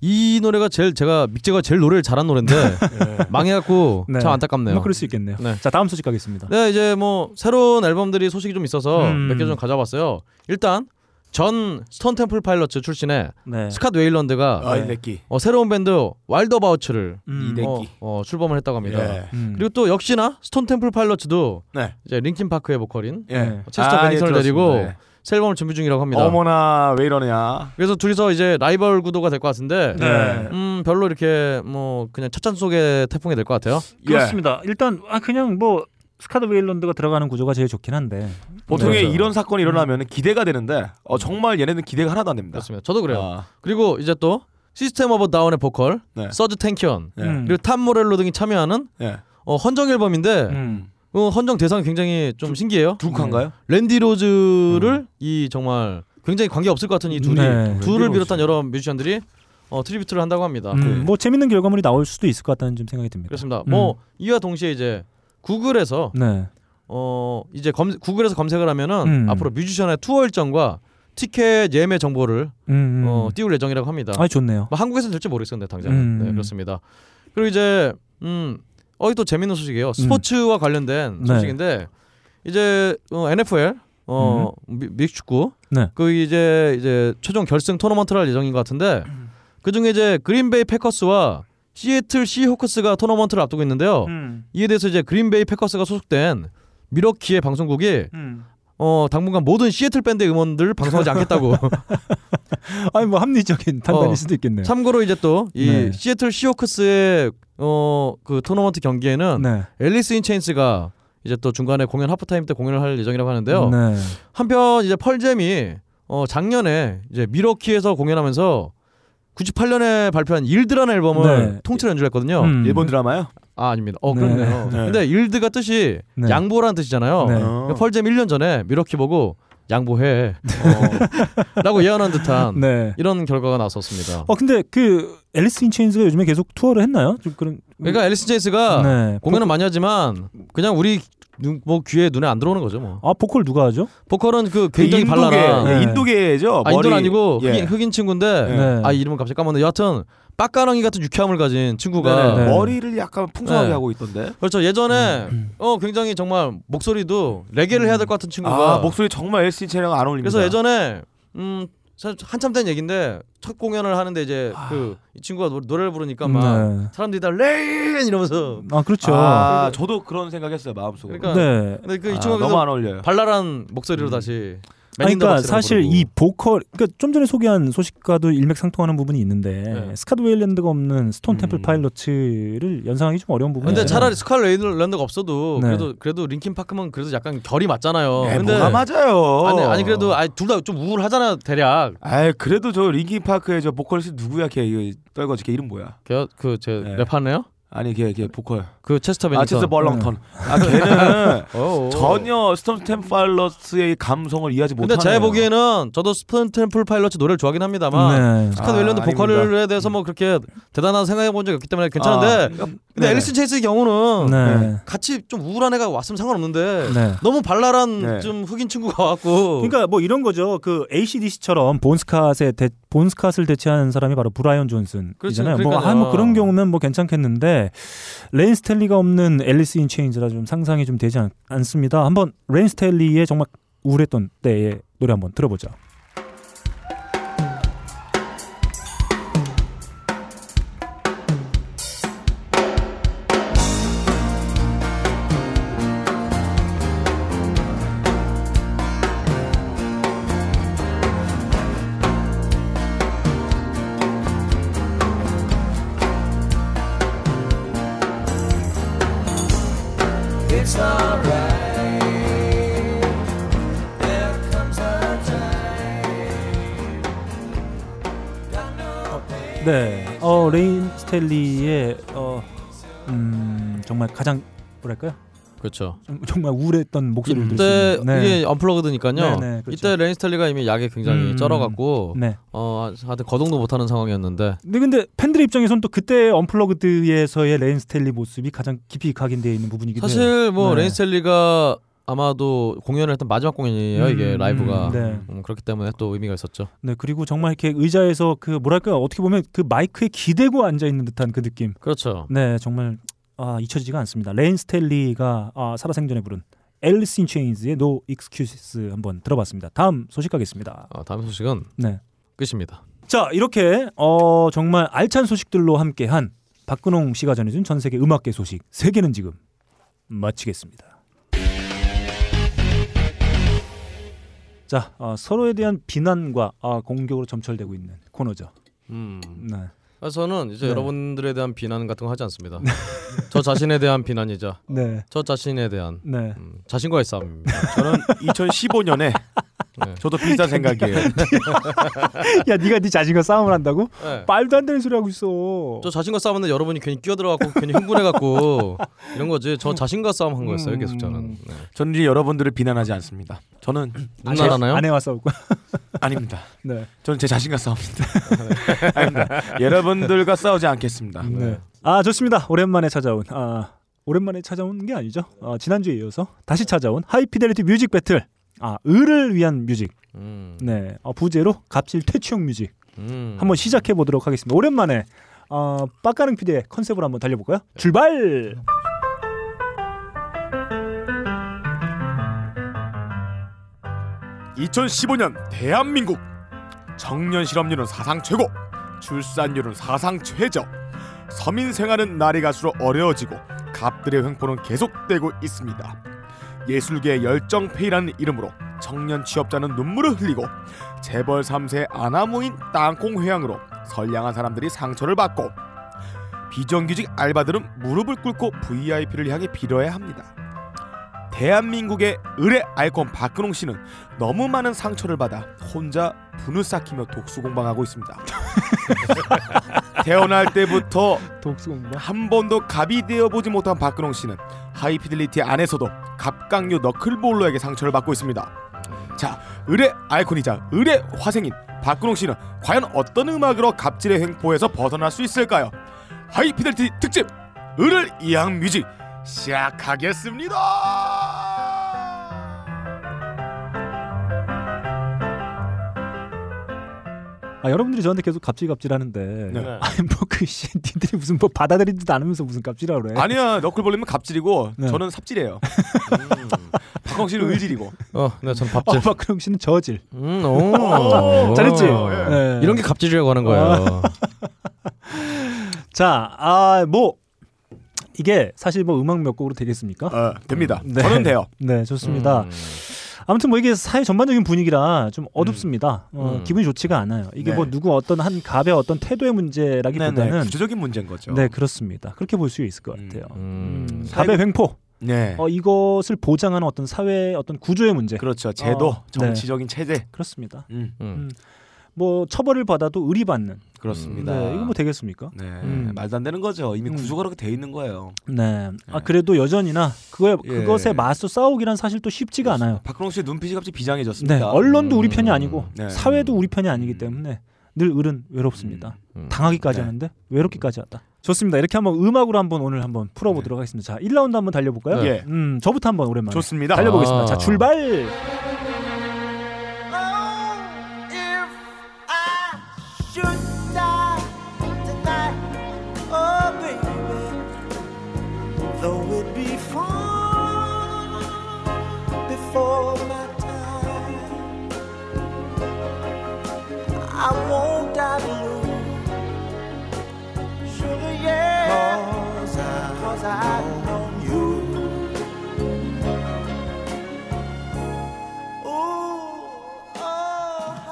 C: 이 노래가 제일 제가 믹재거 제일 노래를 잘한 노래인데
D: 네.
C: 망해갖고
B: 네.
C: 참 안타깝네요.
B: 뭐 그럴 수 있겠네요. 자 다음 소식 가겠습니다.
C: 네 이제 뭐 새로운 앨범들이 소식이 좀 있어서
B: 음.
C: 몇 개 좀 가져왔어요. 일단 전 스톤 템플 파일럿츠 출신의
B: 네.
C: 스캇 웨일런드가
D: 아, 이 새끼.
C: 어, 새로운 밴드 와일드 바우츠를
D: 음. 이
C: 어,
D: 새끼.
C: 어, 출범을 했다고 합니다.
D: 예.
B: 음.
C: 그리고 또 역시나 스톤 템플 파일럿츠도
D: 네.
C: 이제 링킨 파크의 보컬인
D: 예.
C: 체스터
D: 아,
C: 베니슨을
D: 예,
C: 데리고
D: 들었습니다. 예.
C: 새 앨범을 준비 중이라고 합니다.
D: 어머나 왜 이러냐.
C: 그래서 둘이서 이제 라이벌 구도가 될 것 같은데
D: 네.
C: 음 별로 이렇게 뭐 그냥 찻잔 속의 태풍이 될 것 같아요.
D: 예.
B: 그렇습니다. 일단 아 그냥 뭐 스카드 웨일런드가 들어가는 구조가 제일 좋긴 한데
D: 보통에
B: 네.
D: 이런 사건이 일어나면 기대가 되는데 어, 정말 얘네는 기대가 하나도 안 됩니다. 아,
C: 그렇습니다. 저도 그래요.
B: 아.
C: 그리고 이제 또 시스템 오브 다운의 보컬 서즈 탱키언
D: 네.
C: 예.
B: 음.
C: 그리고 탐 모렐로 등이 참여하는
D: 예.
C: 어, 헌정 앨범인데
B: 음.
C: 어, 헌정 대상이 굉장히 좀 신기해요.
D: 두둑한가요?
C: 랜디 로즈를 이 정말 굉장히 관계 없을 것 같은 이 둘이
B: 음. 네. 랜디
C: 둘을
B: 로즈.
C: 비롯한 여러 뮤지션들이 어, 트리뷰트를 한다고 합니다. 네.
B: 음, 뭐 재밌는 결과물이 나올 수도 있을 것 같다는 좀 생각이 듭니다.
C: 그렇습니다.
B: 음.
C: 뭐 이와 동시에 이제 구글에서
B: 네.
C: 어 이제 검, 구글에서 검색을 하면은
B: 음.
C: 앞으로 뮤지션의 투어 일정과 티켓 예매 정보를
B: 음, 음.
C: 어, 띄울 예정이라고 합니다.
B: 아, 좋네요.
C: 뭐 한국에서는 될지 모르겠는데 당장
B: 음.
C: 네, 그렇습니다. 그리고 이제 음 어이 또 재밌는 소식이에요. 스포츠와 관련된
B: 음. 네.
C: 소식인데 이제 어, NFL 어 미- 믹축구
B: 음. 네.
C: 그 이제 이제 최종 결승 토너먼트를 할 예정인 것 같은데 그 중에 이제 그린베이 패커스와 시애틀 시호크스가 토너먼트를 앞두고 있는데요.
B: 음.
C: 이에 대해서 이제 그린베이 패커스가 소속된 미러키의 방송국이 어 당분간 모든 시애틀 밴드 의 음원들을 방송하지 않겠다고.
B: 아니 뭐
C: 어,
B: 합리적인 판단일 수도 있겠네요.
C: 참고로 이제 또 이
B: 네.
C: 시애틀 시호크스의 어그 토너먼트 경기에는
B: 네.
C: 앨리스 인 체인스가 이제 또 중간에 공연 하프타임 때 공연을 할 예정이라고 하는데요.
B: 네.
C: 한편 이제 펄잼이 어 작년에 이제 미러키에서 공연하면서 98년에 발표한 일드라는 앨범을
D: 네.
C: 통째로 연주를 했거든요.
D: 음. 일본 드라마요?
C: 아, 아닙니다. 어,
D: 네.
C: 그렇네요.
D: 네.
C: 근데 일드가 뜻이
D: 네.
C: 양보라는 뜻이잖아요.
D: 네.
C: 그러니까 펄잼 1년 전에 미러키 보고 양보해.
D: 음.
C: 어. 라고 예언한 듯한
B: 네.
C: 이런 결과가 나왔었습니다.
B: 어 근데 그 앨리스 인 체인즈가 요즘에 계속 투어를 했나요? 좀 그런
C: 그러니까 앨리스 제이스가
B: 네.
C: 공연은 많이 하지만 그냥 우리 눈- 뭐 귀에 눈에 안 들어오는 거죠 뭐.
B: 아 보컬 누가 하죠?
C: 보컬은 그 굉장히
D: 인도계,
C: 발랄한
D: 예, 인도계죠.
C: 아, 인도는
D: 머리-
C: 아니고
D: 예.
C: 흑인, 흑인 친구인데
D: 네.
C: 아 이름은 갑자기 까먹는데 여하튼 빡가랑이 같은 유쾌함을 가진 친구가
D: 네네. 음, 머리를 약간 풍성하게
C: 네.
D: 하고 있던데.
C: 그렇죠 예전에 어 굉장히 정말 목소리도 레게를 해야 될 것 같은 친구가
D: 아 목소리 정말 LC 체랑 안 어울립니다.
C: 그래서 예전에 음 사- 한참 된 얘긴데 첫 공연을 하는데 이제
D: 아.
C: 그 이 친구가 노- 노래를 부르니까 막
B: 네.
C: 사람들이 다 레인 이러면서
B: 아 그렇죠.
D: 아, 저도 그런 생각했어요 마음속으로.
C: 그러니까
B: 네.
C: 근데 그
D: 아,
C: 이친구
D: 너무 안 어울려요.
C: 발랄한 목소리로 다시
B: 아니,
C: 맨인 더
B: 그러니까
C: 박스라고
B: 사실
C: 부르고.
B: 이 보컬 그러니까 좀 전에 소개한 소식과도 일맥상통하는 부분이 있는데
C: 네.
B: 스카드 웨일랜드가 없는 스톤 템플 파일럿을 연상하기 좀 어려운 부분이
C: 음. 네. 근데 차라리 스칼 레이드랜드가 없어도
B: 네.
C: 그래도 그래도 링킨 파크만 그래도 약간 결이 맞잖아요.
D: 에, 네, 뭐가 맞아요.
C: 어, 아니 아니 그래도 아니 둘 다 좀 우울하잖아요 대략.
D: 아 그래도 저 링kin 파크의 저 보컬리스트 누구야 걔 이거 떨거지 걔 이름 뭐야?
C: 걔그제 랩하네요?
D: 아니 걔 걔 보컬.
C: 그 체스터 베니슨.
D: 아 체스터 벌렁턴.
C: 네.
D: 아 걔는
C: 어어.
D: 전혀 스톰스템 팔러스의 감성을 이해하지 못하네요.
C: 근데 제 보기에는 저도 스톤 템플 파일럿 노래를 좋아하긴 합니다만
D: 네.
C: 스칸
D: 아,
C: 웰런드 보컬에
D: 아닙니다.
C: 대해서 뭐 그렇게 대단한 생각해 본 적이 없기 때문에
D: 아,
C: 괜찮은데
D: 그러니까-
C: 근데
D: 네.
C: 앨리슨 체이스의 경우는
B: 네.
C: 같이 좀 우울한 애가 왔으면 상관없는데
B: 네.
C: 너무 발랄한
B: 네.
C: 좀 흑인 친구가 왔고
B: 그러니까 뭐 이런 거죠. 그 ACDC처럼 본스캇의 대, 본스캇을 대체하는 사람이 바로 브라이언
C: 그렇죠.
B: 존슨이잖아요. 뭐,
C: 그러니까요.
B: 아, 뭐 그런 경우면 뭐 괜찮겠는데 레인 스텔리가 없는 앨리스 인 체인즈라 좀 상상이 좀 되지 않, 않습니다. 한번 레인 스텔리의 정말 우울했던 때의 노래 한번 들어보죠.
H: I
G: it's alright. There comes a time.
B: 네, 어 레인 스텔리의 어, 음, 정말 가장 뭐랄까요?
C: 그렇죠.
B: 좀- 정말 우울했던 목소리를 들을
C: 이때
B: 수 있는. 네.
C: 이게 언플러그드니까요.
B: 네, 네, 그렇죠.
C: 이때 레인스텔리가 이미 약에 굉장히
B: 음,
C: 쩔어갖고
B: 네.
C: 어 하여튼 거동도 못하는 상황이었는데
B: 근데 근데 팬들 입장에선 또 그때 언플러그드에서의 레인 스텔리 모습이 가장 깊이 각인되어 있는 부분이기도 해요.
C: 사실 뭐
B: 네.
C: 레인스텔리가 아마도 공연을 했던 마지막 공연이에요. 이게
B: 음,
C: 라이브가
B: 네.
C: 음, 그렇기 때문에 또 의미가 있었죠.
B: 네 그리고 정말 이렇게 의자에서 그 뭐랄까 어떻게 보면 그 마이크에 기대고 앉아 있는 듯한 그 느낌.
C: 그렇죠.
B: 네 정말 아, 잊혀지지가 않습니다. 레인 스텔리가 아, 살아생전에 부른 앨리스 인 체인즈의 No Excuses 한번 들어봤습니다. 다음 소식 가겠습니다.
C: 어, 다음 소식은
B: 네.
C: 끝입니다.
B: 자 이렇게 어, 정말 알찬 소식들로 함께한 박근홍 씨가 전해준 전 세계 음악계 소식 세 개는 지금 마치겠습니다. 자 어, 서로에 대한 비난과 아, 공격으로 점철되고 있는 코너죠.
C: 음.
B: 네.
C: 그래서 저는 이제
B: 네.
C: 여러분들에 대한 비난 같은 거 하지 않습니다. 저 자신에 대한 비난이자
B: 네.
C: 저 자신에 대한
B: 네.
C: 음, 자신과의 싸움입니다.
D: 저는 2015년에
C: 네.
D: 저도 비슷한 생각이에요.
B: 야 네가 네 자신과 싸움을 한다고?
C: 네.
B: 말도 안 되는 소리 하고 있어.
C: 저 자신과 싸우는데 여러분이 괜히 끼어들어갖고 괜히 흥분해갖고 이런 거지. 저 자신과 싸움한 거였어요.
B: 음.
C: 계속 저는. 네.
D: 저는 이제 여러분들을 비난하지 않습니다. 저는
C: 누나 하나요?
B: 아내와 싸우고.
D: 아닙니다.
B: 네.
D: 저는 제 자신과 싸웁니다. 아닙니다. 여러분들과 싸우지 않겠습니다.
B: 아 좋습니다. 오랜만에 찾아온 아 오랜만에 찾아온 게 아니죠. 아, 지난주에 이어서 다시 찾아온 하이피델리티 뮤직 배틀. 아 을을 위한 뮤직.
D: 음.
B: 네 어, 부제로 갑질 퇴치용 뮤직.
C: 음.
B: 한번 시작해 보도록 하겠습니다. 오랜만에 어, 빡가능 PD의 컨셉으로 한번 달려볼까요? 출발.
D: 네. 2015년 대한민국 청년 실업률은 사상 최고, 출산율은 사상 최저, 서민 생활은 날이 갈수록 어려워지고 갑들의 횡포는 계속되고 있습니다. 예술계의 열정페이라는 이름으로 청년 취업자는 눈물을 흘리고 재벌 3세 아나무인 땅콩 회양으로 선량한 사람들이 상처를 받고 비정규직 알바들은 무릎을 꿇고 VIP를 향해 빌어야 합니다. 대한민국의 을의 아이콘 박근홍 씨는 너무 많은 상처를 받아 혼자 분을 삭히며 독수 공방하고 있습니다. 태어날 때부터 한 번도 갑이 되어 보지 못한 박근홍 씨는 하이피델리티 안에서도 갑각류 너클볼러에게 상처를 받고 있습니다. 자, 을의 아이콘이자 을의 화생인 박근홍 씨는 과연 어떤 음악으로 갑질의 횡포에서 벗어날 수 있을까요? 하이피델리티 특집 을을 이양 뮤직 시작하겠습니다.
B: 아 여러분들이 저한테 계속 갑질갑질 하는데
D: 네.
B: 아니 뭐그 씨, 니들이 무슨 뭐 받아들이지도 않으면서 무슨 갑질이라 그래.
D: 아니야 너클볼리면 갑질이고
B: 네.
D: 저는 삽질이에요. 음. 박광 씨는 의질이고.
C: 어, 네, 전 밥질.
B: 어, 박근홍 씨는 저질.
C: 음,
D: 오.
B: 잘했지. 네. 아.
D: 예.
C: 이런 게 갑질이라고 하는 거예요.
B: 자, 아, 뭐 이게 사실 뭐 음악 몇 곡으로 되겠습니까?
D: 어, 됩니다. 저는 돼요. 음.
B: 네, 좋습니다. 아무튼 뭐 이게 사회 전반적인 분위기라 좀 어둡습니다. 어,
D: 음.
B: 기분이 좋지가 않아요. 이게
D: 네.
B: 뭐 누구 어떤 한 갑의 어떤 태도의 문제라기보다는
D: 네네, 그렇죠. 구조적인 문제인 거죠.
B: 네, 그렇습니다. 그렇게 볼 수 있을 것 같아요. 음,
D: 사회-
B: 갑의 횡포.
D: 네.
B: 어, 이것을 보장하는 어떤 사회의 어떤 구조의 문제.
D: 그렇죠. 제도,
B: 어, 네.
D: 정치적인 체제.
B: 그렇습니다.
D: 음.
B: 음, 뭐 처벌을 받아도 의리받는.
D: 그렇습니다.
B: 네, 이거 뭐 되겠습니까?
D: 음. 네,
B: 음.
D: 말도 안 되는 거죠. 이미 구조가 그렇게 돼 있는 거예요.
B: 네. 아 그래도 여전히나 그거에
D: 예.
B: 그것에 맞서 싸우기란 사실 또 쉽지가 않아요.
D: 박근홍 씨의 눈빛이 갑자기 비장해졌습니다.
B: 네. 언론도 우리 편이 아니고
D: 네.
B: 사회도 우리 편이 아니기 때문에 늘 을은 외롭습니다. 당하기까지 하는데 외롭기까지 하다. 음, 네. 네. 좋습니다. 이렇게 한번 음악으로 한번 오늘 한번 풀어보도록 하겠습니다. 자, 1라운드 한번 달려볼까요?
D: 네.
B: 음, 저부터 한번 오랜만에
D: 좋습니다.
B: 달려보겠습니다.
D: 아.
B: 자, 출발.
H: Oh, Should die tonight, oh baby. Though it be far before my time, I won't die blue. Sugar, yeah, cause I, cause I know you. oh.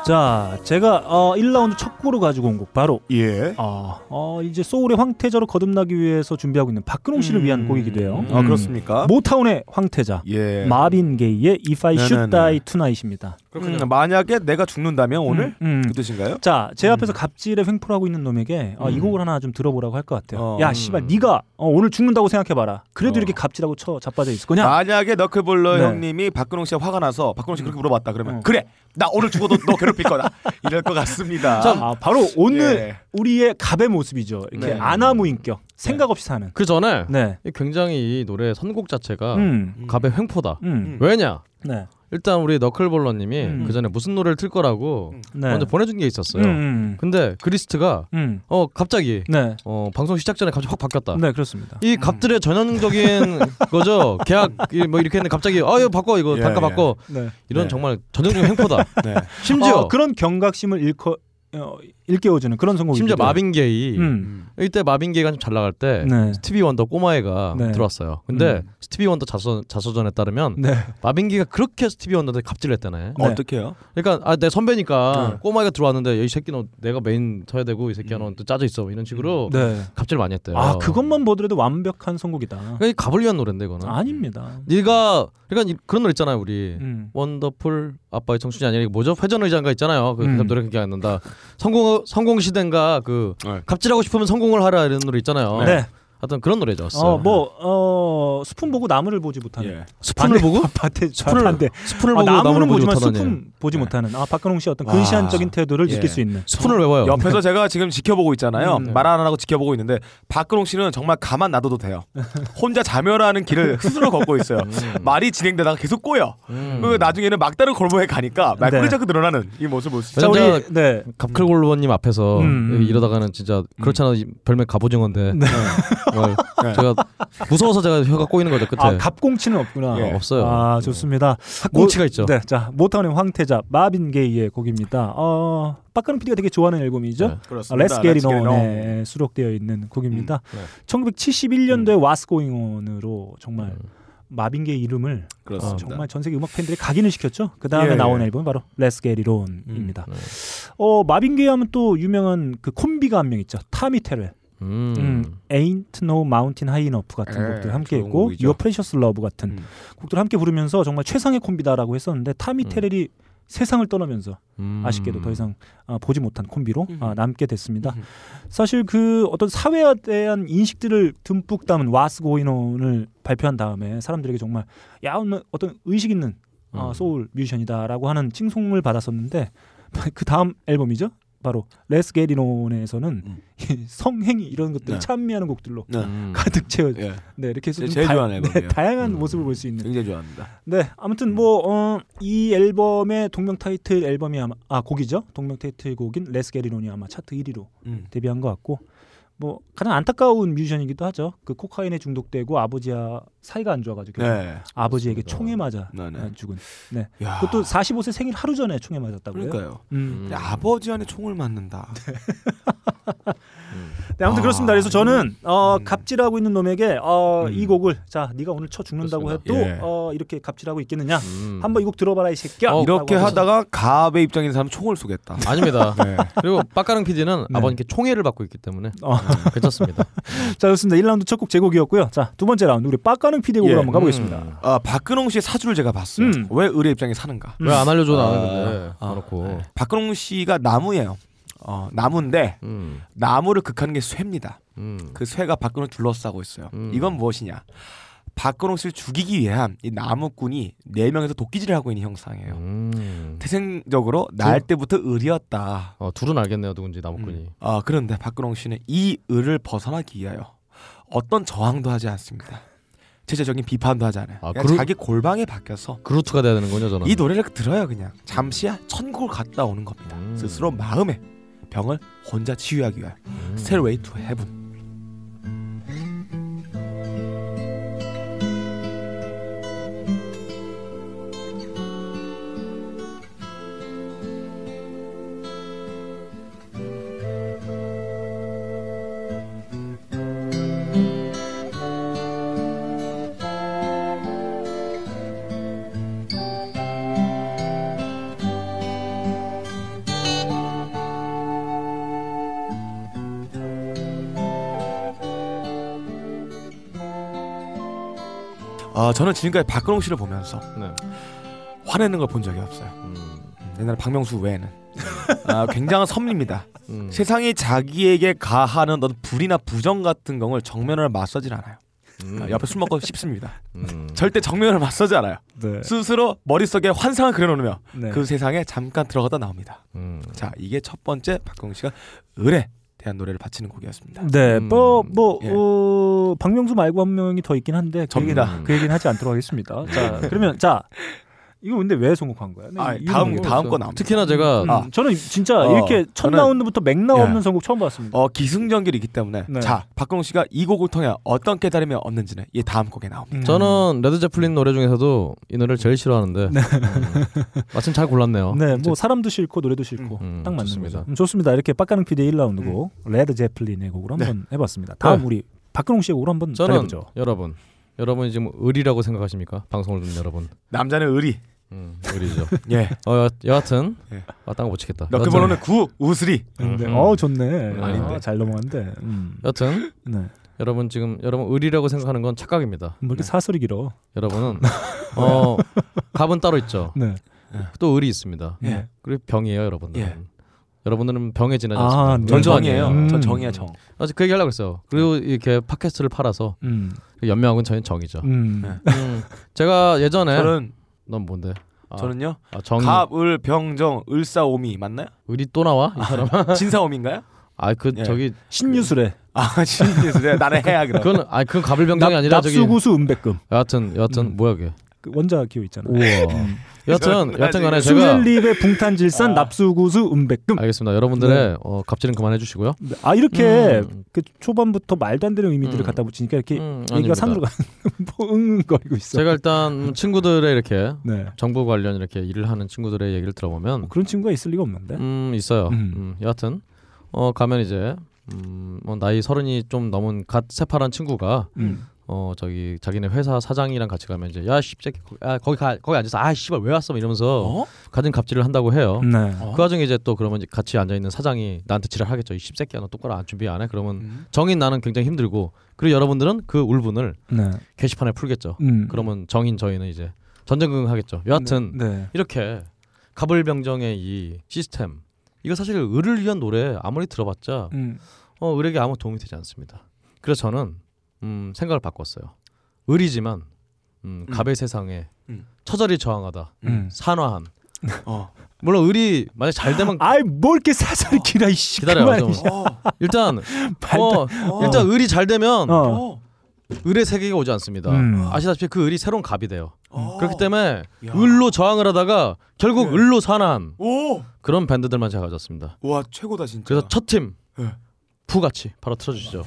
B: 자, 제가 어, 1라운드 첫 곡으로 가지고 온 곡 바로 예. 어, 어, 이제 소울의 황태자로 거듭나기 위해서 준비하고 있는 박근홍 씨를 위한 곡이기도 해요. 음.
D: 아, 그렇습니까?
B: 모타운의 황태자
D: 예.
B: 마빈 게이의 If I Should
D: 네네네.
B: Die Tonight입니다.
D: 그렇군요. 만약에 내가 죽는다면 오늘
B: 음,
D: 그 뜻인가요?
B: 자,
C: 음.
B: 제 앞에서 갑질에 횡포하고 있는 놈에게 어, 이 곡을 하나 좀 들어보라고 할 것 같아요.
D: 어,
B: 야,
D: 음.
B: 씨발, 네가 어, 오늘 죽는다고 생각해봐라. 그래도
C: 어.
B: 이렇게 갑질하고 쳐 자빠져 있을 거냐?
C: 아,
D: 만약에 너클볼러
B: 네. 음.
D: 형님이 박근홍 씨가 화가 나서 박근홍 씨 그렇게 물어봤다 그러면 그래 나 오늘 죽어도 너 괴롭힐 거다 이럴 것 같습니다.
B: 자, 아, 바로 오늘
D: 예.
B: 우리의 갑의 모습이죠. 이렇게
D: 네.
B: 아나무인격, 생각 없이 사는.
C: 그 전에
B: 네.
C: 굉장히 이 노래 선곡 자체가
B: 음.
C: 갑의 횡포다.
B: 음.
C: 왜냐?
B: 네.
C: 일단 우리 너클볼러님이
B: 음.
C: 그 전에 무슨 노래를 틀 거라고
B: 네.
C: 먼저 보내준 게 있었어요.
B: 음.
C: 근데 그리스트가
B: 음.
C: 어 갑자기
B: 네.
C: 어 방송 시작 전에 갑자기 확 바뀌었다.
B: 네, 그렇습니다.
C: 이 갑들의 전형적인 거죠. 계약 이- 뭐 이렇게 했는데 갑자기 아유 바꿔 이거
B: 예,
C: 단가
B: 예.
C: 바꿔.
B: 네.
C: 이런
B: 네.
C: 정말 전형적인 횡포다.
D: 네.
C: 심지어
B: 어, 그런 경각심을 일컬 어, 일깨워주는 그런 선곡이 음.
C: 심지어 마빈 음. 게이 이때 마빈 게이가 좀 잘 나갈 때
B: 네.
C: 스티비 원더 꼬마애가
B: 네.
C: 들어왔어요. 근데
B: 음.
C: 스티비 원더 자서, 자서전에 따르면
B: 네.
C: 마빈 게이가 그렇게 스티비 원더한테 갑질을 했다네.
D: 네. 어떡해요?
C: 그러니까 아, 내 선배니까
D: 네.
C: 꼬마애가 들어왔는데 이 새끼 는 내가 메인 서야 되고 이 새끼 는 너또 짜져 있어 뭐 이런 식으로
B: 음. 네.
C: 갑질을 많이 했대요.
B: 아, 그것만 보더라도 완벽한 선곡이다.
C: 그러니까 갑을 위한 노래인데 이거는.
B: 아닙니다.
C: 네가 그러니까 이- 그런 노래 있잖아요 우리
B: 음.
C: 원더풀 아빠의 청춘이 아니라 이게 뭐죠 회전 의장가 있잖아요 그
B: 음.
C: 노래 기억 안 난다 성공 성공 시대인가 그 갑질하고 싶으면 성공을 하라 이런 노래 있잖아요
B: 네.
C: 하여튼 그런 노래죠
B: 어, 뭐, 어, 스푼 보고 나무를 보지 못하는.
C: 예. 스푼을 보고?
B: 밭에
C: 스푼을-
B: 반대.
C: 스푼을
B: 아,
C: 보고
B: 나무는
C: 나무를 보지 예.
B: 보지만
C: 못하다니.
B: 스푼 보지 못하는. 아, 박근홍 씨 어떤 근시안적인 태도를
D: 예.
B: 느낄 수 있는.
C: 어.
D: 옆에서 제가 지금 지켜보고 있잖아요.
B: 음, 네.
D: 말 안 하고 지켜보고 있는데 박근홍 씨는 정말 가만 놔둬도 돼요. 혼자 자멸하는 길을 스스로 걷고 있어요. 말이 진행되다가 계속 꼬여. 그 나중에는 막다른 골목에 가니까 말꼬리
C: 네.
D: 자꾸 늘어나는 이 모습을 볼 수 있어요.
C: 자, 우리
B: 네.
C: 갑클골로버님 앞에서
D: 음, 음.
C: 이러다가는 진짜 그렇잖아 이 별명 갑오징어인데 정말 제가 무서워서 제가 혀가 꼬이는 거죠 끝에
B: 아, 갑공치는 없구나.
C: 예, 없어요.
B: 아, 좋습니다.
C: 핫꽁치가
B: 모-
C: 있죠.
B: 네, 자, 모타운의 황태자 마빈 게이의 곡입니다. 어, 박근홍 PD가 되게 좋아하는
C: 네,
B: 앨범이죠.
D: 그렇습니다.
B: 레스
D: Let's Get It 네. 음,
B: 게리노에 수록되어 있는 곡입니다. 1971년도에 What's Going On으로 정말 마빈 게이 이름을
D: 음. 그렇습니다.
B: 어, 정말 전 세계 음악 팬들이 각인을 시켰죠. 그 다음에
D: 예, 음, 네.
B: 나온
D: 예.
B: 앨범 이 바로 Let's Get It On입니다. 어, 마빈 게이 하면 또 유명한 그 콤비가 한 명 있죠. 타미 테렐.
C: 음.
B: 음, Ain't No Mountain High Enough 같은
C: 예,
B: 곡들 함께
C: 좋은
B: 했고
C: 곡이죠. 음.
B: Your Precious Love 같은 곡들 함께 부르면서 정말 최상의 콤비다라고 했었는데 타미 테렐이 세상을 떠나면서
C: 음.
B: 아쉽게도 더 이상 아, 보지 못한 콤비로 아, 남게 됐습니다. 사실 그 어떤 사회에 대한 인식들을 듬뿍 담은 와스 고인원을 발표한 다음에 사람들에게 정말 야 오늘 어떤 의식 있는
D: 음.
B: 아, 소울 뮤지션이다라고 하는 칭송을 받았었는데 그 다음 앨범이죠. 바로 레스 게리논에서는 이 성행위 이런 것들을
D: 음. 네.
B: 찬미하는 곡들로
D: 네.
C: 음.
B: 가득 채워.
D: 예.
B: 네 이렇게 해서
D: 제-
B: 좀
D: 제일
B: 다-
D: 좋아하는
B: 네,
D: 앨범이에요. 음.
B: 다양한 모습을 볼 수 있는.
D: 굉장히 좋아합니다.
B: 네, 아무튼 뭐 이 앨범의 동명 타이틀 앨범이 아마 아 곡이죠. 동명 타이틀 곡인 레스 게리론이 아마 차트 1위로
D: 음.
B: 데뷔한 것 같고 뭐 가장 안타까운 뮤지션이기도 하죠. 그 코카인에 중독되고 아버지와 사이가 안 좋아가지고
D: 네,
B: 결국 아버지에게 총에 맞아
D: 네네.
B: 죽은. 네, 그것도 45세 생일 하루 전에 총에 맞았다고요.
D: 그러니까요.
B: 음.
D: 근데 아버지 안에 총을 맞는다.
B: 네, 아무튼 그렇습니다. 그래서 저는
D: 음.
B: 어, 갑질하고 있는 놈에게 어, 이 곡을 자 네가 오늘 쳐 죽는다고 해도
D: 그렇습니다. 음. 예.
B: 어, 이렇게 갑질하고 있겠느냐? 한번 이 곡 들어봐라 이 새끼야. 라고
D: 이렇게 음. 하다가 갑의 입장인 사람 총을 쏘겠다.
C: 아닙니다.
D: 네.
C: 그리고 빡가릉 PD는
B: 네.
C: 아버님께 총애를 받고 있기 때문에
B: 어.
C: 네, 괜찮습니다.
B: 자 좋습니다. 1라운드 첫 곡 제곡이었고요. 자 두 번째 라운드 우리 빡가는 피디 곡으로
D: 예.
B: 한번 가보겠습니다.
D: 음. 아, 박근홍 씨의 사주를 제가 봤어요. 왜 의뢰 입장에 사는가?
C: 왜 안 알려줘 나는 근데
D: 아,
C: 그렇고
D: 박근홍 씨가 나무예요. 어, 나무인데
C: 음.
D: 나무를 극하는 게 쇠입니다. 그 쇠가 박근홍 둘러싸고 있어요. 이건 무엇이냐? 박근홍 씨를 죽이기 위한 이 나무꾼이 네 명에서 도끼질을 하고 있는 형상이에요. 음. 태생적으로 날
C: 둘?
D: 때부터 을이었다.
C: 어, 둘은 알겠네요 누군지 나무꾼이.
D: 아 그런데 박근홍 씨는 이 을을 벗어나기 위하여 어떤 저항도 하지 않습니다. 제재적인 비판도 하지 않아요. 그냥
C: 그루-
D: 자기 골방에 박혀서
C: 그루트가 돼야 되는 거냐 저는.
D: 이 노래를 들어요 그냥 잠시 천국을 갔다 오는 겁니다. 스스로 마음의 병을 혼자 치유하기 위한 스테이웨이 투 헤븐. 아 저는 지금까지 박근홍 씨를 보면서
B: 네.
D: 화내는 걸 본 적이 없어요.
B: 음.
D: 옛날에 박명수 외에는 아, 굉장한 섭리입니다.
C: 음,
B: 음.
D: 세상이 자기에게 가하는 어떤 불이나 부정 같은 경우를 정면으로 맞서진 않아요.
B: 음.
D: 아, 옆에 술 먹고 싶습니다.
C: 음,
D: 절대 정면을 맞서지 않아요.
B: 네.
D: 스스로 머릿속에 환상을 그려놓으며
B: 네. 음.
D: 그 세상에 잠깐 들어가다 나옵니다. 자, 이게 첫 번째 박근홍 씨가 을에 대한 노래를 바치는 곡이었습니다.
B: 네,
C: 음.
B: 뭐, 뭐,
C: 예.
B: 어, 박명수 말고 한 명이 더 있긴 한데, 그
D: 접니다.
B: 얘기는, 그 얘기는 하지 않도록
C: 음.
B: 하겠습니다. 자, 그러면, 자, 이거 근데 왜 선곡한 거야? 네,
D: 아,
B: 이유는
D: 다음-
B: 뭐였어요?
D: 다음 거 나옵니다.
C: 특히나 제가-
B: 음,
D: 아.
B: 저는 진짜
D: 어,
B: 이렇게 첫
D: 저는-
B: 라운드부터 맥락 없는
D: 예.
B: 선곡 처음 봤습니다.
D: 어, 기승전결이기 때문에
B: 네.
D: 자, 박근홍 씨가 이 곡을 통해 어떤 깨달음이 얻는지는 이 다음 곡에 나옵니다.
C: 저는 레드 제플린 노래 중에서도 이 노래를 제일 싫어하는데
D: 네.
C: 음, 마침 잘 골랐네요.
B: 네, 뭐 사람도 싫고 노래도 싫고 딱 맞는
C: 좋습니다. 음.
B: 거죠. 음, 좋습니다. 이렇게 빡가는 PD 1라운드고 레드 제플린의 곡으로
C: 네.
B: 한번 해봤습니다. 다음
C: 네.
B: 우리 박근홍 씨의 곡으로 한번
C: 저는
B: 달려보죠.
C: 여러분, 여러분이 지금 의리라고 생각하십니까? 방송을 듣는
D: 음.
C: 여러분.
D: 남자는 의리.
C: 음, 의리죠.
D: 예.
C: 어, 여, 여하튼 아, 딴거못 치겠다.
D: 너그
C: 여하튼-
D: 네. 번호는 구 우스리.
C: 음,
B: 네.
C: 음.
B: 어, 좋네.
C: 음,
B: 아,
C: 아닌데.
B: 잘 넘어갔는데. 음.
C: 여튼
B: 네.
C: 여러분 지금 여러분 의리라고 생각하는 건 착각입니다.
B: 뭐 이렇게 사설이 길어.
C: 여러분은 어 갑은 따로 있죠.
B: 네.
C: 또 의리 있습니다. 음.
B: 예.
C: 그리고 병이에요, 여러분들.
D: 예.
C: 여러분들은 병에 지나지
D: 아,
C: 않습니다.
D: 네.
C: 의리
D: 전 정이에요.
C: 아니에요. 음.
D: 전 정이야, 정.
C: 아직 그 얘기 하려고 했어요. 그리고 이렇게 팟캐스트를 팔아서 그
B: 음.
C: 연명학은 저희 정이죠.
B: 음.
C: 음, 제가 예전에
D: 저는-
C: 넌 뭔데? 네. 아,
D: 저는요.
C: 아, 정
D: 갑, 을, 병, 정, 을사오미 맞나요?
C: 의리 또 나와? 이 사람.
D: 진사오미인가요?
C: 아 그
D: 예.
C: 저기
B: 신유술에
D: 아 신유술에 나는 해야 그럼.
C: 그건 아니 그건 가불병정이
B: 납-
C: 아니라 저기
B: 납수구수 음백금.
C: 여하튼 여하튼 뭐야 그게
B: 그 원자 기호 있잖아요.
C: 우와. 여하튼 여하튼간에 제가 아.
B: 수질립의 붕탄질산 납수구수 음백금.
C: 알겠습니다. 여러분들의
B: 네.
C: 어, 갑질은 그만해 주시고요.
B: 아 이렇게 그 초반부터 말도 안 되는 의미들을 갖다 붙이니까 이렇게 얘기가
C: 음. 아닙니다.
B: 산으로 가는 뭐 응거리고 있어.
C: 제가 일단 친구들의 이렇게
B: 네. 뭐
C: 정부 관련 이렇게 일을 하는 친구들의 얘기를 들어보면
B: 그런 친구가 있을 리가 없는데.
C: 음 있어요.
B: 음.
C: 음. 여하튼 어 가면 이제 음뭐 나이 서른이 좀 넘은 갓 새파란 친구가
B: 음.
C: 어 저기 자기네 회사 사장이랑 같이 가면 이제 야씨 새끼 거- 아, 거기 가 거기 앉아서 아 씨발 왜 왔어 이러면서 가진 갑질을 한다고 해요.
B: 네.
C: 그 와중에 이제 또 그러면 이제 같이 앉아 있는 사장이 나한테 지랄하겠죠. 이씨 새끼야 너 똑바로 안 준비 안 해. 그러면 정인 나는 굉장히 힘들고 그리고 여러분들은 그 울분을
B: 네.
C: 게시판에 풀겠죠.
B: 음.
C: 그러면 정인 저희는 이제 전전긍긍하겠죠. 여하튼
B: 네, 네.
C: 이렇게 가불병정의 이 시스템 이거 사실 을을 위한 노래 아무리 들어봤자
B: 음.
C: 어 을에게 아무 도움이 되지 않습니다. 그래서 저는 음, 생각을 바꿨어요. 을이지만 음, 갑의 세상에
D: 음.
C: 처절히 저항하다,
B: 음.
C: 산화함. 어.
D: 어,
C: 물론 을이 만약 잘 되면
B: 아이 뭘 이렇게 사설이 길어 이씨.
C: 음. 기다려요.
B: 그만,
C: 좀.
B: 이씨.
C: 일단 어, 일단 을이 잘
B: 어.
C: 되면
D: 어,
C: 을의 세계가 오지 않습니다.
B: 음.
C: 아시다시피 그 을이 새로운 갑이 돼요. 그렇기 때문에 을로 저항을 하다가 결국 을로 산한
D: 오.
C: 그런 밴드들만 제가 가졌습니다.
D: 와 최고다 진짜.
C: 그래서
B: 어.
C: 첫 팀
B: 예.
D: 네.
C: 부같이 바로 틀어주시죠.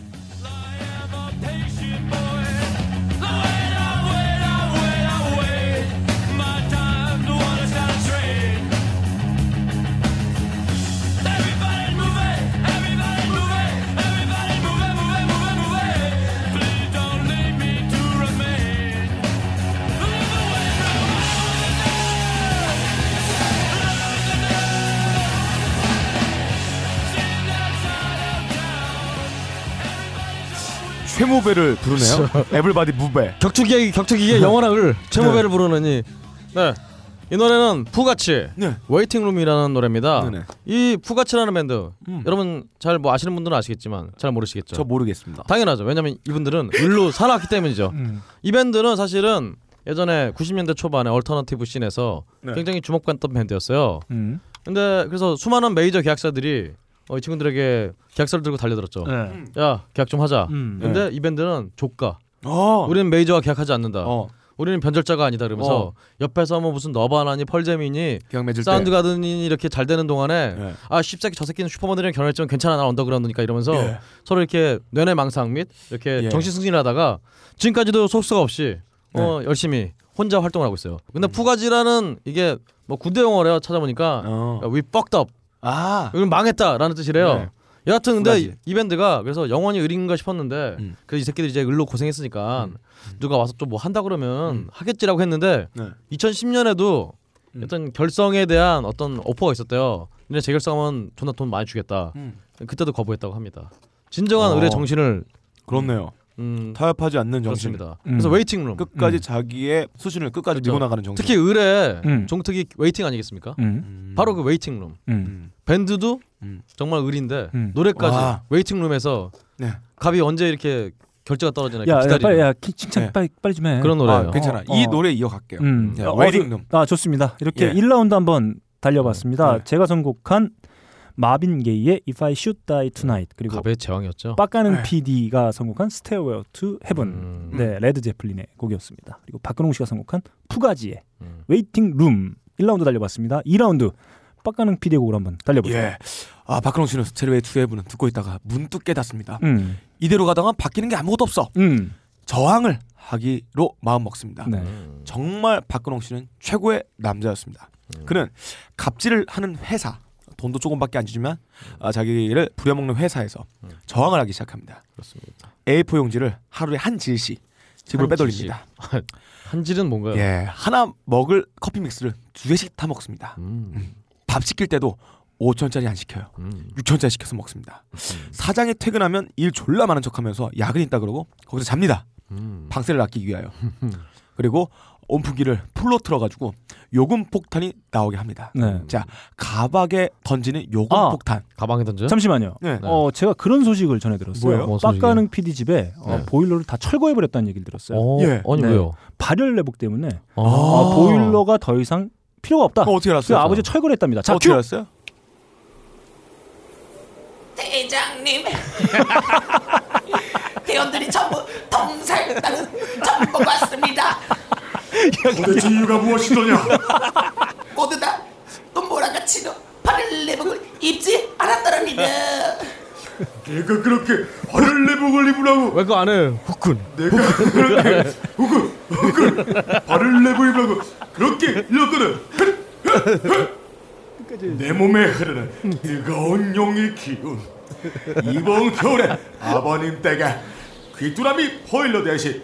D: 최무배를 부르네요.
C: 그렇죠.
D: 에블바디 무배.
C: 격투기의
D: 어.
C: 격투기의
B: 아,
C: 영원한
B: 네.
C: 을 최무배를 부르느니 네. 이 노래는 푸가치
B: 네.
C: 웨이팅룸이라는 노래입니다.
D: 네네.
C: 이 푸가치라는 밴드
B: 음.
C: 여러분 잘 뭐 아시는 분들은 아시겠지만 잘 모르시겠죠.
B: 뭐-
D: 저 모르겠습니다.
C: 당연하죠. 왜냐면 이분들은 을로 살아왔기 때문이죠.
B: 음.
C: 이 밴드는 사실은 예전에 90년대 초반에 얼터너티브 씬에서
B: 네.
C: 굉장히 주목받던 밴드였어요.
B: 음.
C: 근데 그래서 수많은 메이저 계약사들이 어, 이 친구들에게 계약서를 들고 달려들었죠.
B: 네.
C: 야 계약 좀 하자.
B: 음.
C: 근데 이 밴드는 조가.
D: 어.
C: 우리는 메이저와 계약하지 않는다. 우리는 변절자가 아니다. 그러면서
D: 어.
C: 옆에서 뭐 무슨 너바나니 펄잼이니
D: 기억 맺을 때. 예.
C: 사운드 가든이 이렇게 잘 되는 동안에 아 십새끼 저 새끼는 슈퍼모델이랑 결혼했지만 괜찮아 난 언더그라운드니까 이러면서
D: 예.
C: 서로 이렇게 뇌내 망상 및 이렇게
D: 예.
C: 정신 승진을 하다가 지금까지도 속수가 없이 어,
D: 예.
C: 열심히 혼자 활동을 하고 있어요. 근데
D: 음.
C: 푸가지라는 이게 뭐 군대 용어래요. 찾아보니까 그러니까 we fucked up.
D: 아.
C: 이건 망했다라는 뜻이래요.
D: 네.
C: 여하튼 근데
D: 푸가지. 음.
C: 이 밴드가 그래서 영원히 을인가 싶었는데 그래서 이 새끼들 이제 을로 고생했으니까 누가 와서 좀 뭐 한다 그러면
D: 음.
C: 하겠지라고 했는데
D: 네.
C: 2010년에도
D: 음.
C: 어떤 결성에 대한 어떤 오퍼가 있었대요. 근데 재결성하면 존나 돈 많이 주겠다.
D: 음.
C: 그때도 거부했다고 합니다. 진정한
D: 어.
C: 을의 정신을
D: 그렇네요.
C: 음,
D: 타협하지 않는 정신. 음.
C: 그렇습니다. 그래서 웨이팅룸
D: 끝까지 자기의 수준을 끝까지 밀고 나가는 정신.
C: 특히 의뢰
D: 음.
C: 종특이 웨이팅 아니겠습니까?
B: 음.
C: 바로 그 웨이팅룸.
D: 음.
C: 밴드도 정말 의리인데 노래까지
D: 와.
C: 웨이팅룸에서
D: 네.
C: 갑이 언제 이렇게 결제가 떨어지나
B: 야, 야,
C: 이렇게 네, 기다리는.
B: 빨리, 야, 키- 칭찬 빨리- 빨리 좀 해.
C: 네. 그런 노래예요.
B: 아, 괜찮아. 이 어. 노래
D: 이어갈게요.
B: 음.
D: 네,
B: 어,
D: 웨이팅룸.
B: 아 좋습니다. 이렇게
D: 예. 음, 네.
B: 1라운드 한번 달려봤습니다. 제가 선곡한 마빈 게이의 If I Should Die Tonight 그리고
C: 어, 갑의 제왕이었죠.
B: 빡가는
C: 네.
B: PD가 선곡한 Stairway to Heaven
D: 음.
B: 네 레드 제플린의 곡이었습니다. 그리고 박근홍 씨가 선곡한 푸가지의
D: 음.
B: 웨이팅 룸 1라운드 달려봤습니다. 2라운드 빡가는 PD의 곡으로 한번 달려보죠.
D: 예. 아 박근홍 씨는 스테레오의 투 헤븐은 듣고 있다가 문득 깨닫습니다.
B: 음.
D: 이대로 가다가 바뀌는 게 아무것도 없어. 저항을 하기로 아, 마음 먹습니다.
B: 네.
D: 정말 박근홍 씨는 최고의 남자였습니다.
C: 음.
D: 그는 갑질을 하는 회사 돈도 조금밖에 안 주지만 아, 자기를 부려먹는 회사에서 저항을 하기 시작합니다.
C: 음. 그렇습니다.
D: A4 용지를 하루에 한 질씩 집으로
C: 한
D: 빼돌립니다.
C: 한 질은 뭔가요?
D: 예, 하나 먹을 커피 믹스를 두 개씩 타 먹습니다. 음. 밥 시킬 때도 5천짜리 안 시켜요.
C: 음.
D: 6천짜리 시켜서 먹습니다. 사장이 퇴근하면 일 졸라 많은 척하면서 야근 있다 그러고 거기서 잡니다. 방세를 아끼기 위하여. 그리고 온풍기를 풀로 틀어가지고 요금 폭탄이 나오게 합니다.
B: 네.
D: 자 가방에 던지는 요금
B: 아,
D: 폭탄.
C: 가방에 던져요?
B: 잠시만요.
D: 네.
B: 어 제가 그런 소식을 전해
D: 뭐예요?
B: 들었어요.
D: 뭔 소식이에요?
B: 빡가능 PD 집에 어,
D: 네.
B: 보일러를 다 철거해 버렸다는 얘기를 들었어요.
C: 어, 예.
B: 네.
C: 아니, 왜요?
B: 발열 내복 때문에
C: 아.
B: 어, 보일러가 더 이상 필요가 없다.
D: 어떻게 알았어요?
B: 그 아버지 철거를 했답니다. 자,
D: 어떻게
B: 큐!
D: 알았어요?
N: 대장님 대원들이 전부 동살다는 정보가 왔습니다
A: 도대체 이유가 무엇이더냐?
N: 모두 다 눈보라같이 발을 내복을 입지 않았더랍니다
A: 내가 그렇게 화를 내복을 입으라고
C: 왜 그거 안
B: 네,
C: 해? 후끈
A: 내가 그렇게 후끈 후끈 화를 내복 입으라고 그렇게 일렀거든 내 몸에 흐르는 뜨거운 용의 기운 이번 겨울에 아버님 댁에 귀뚜라미 보일러 대신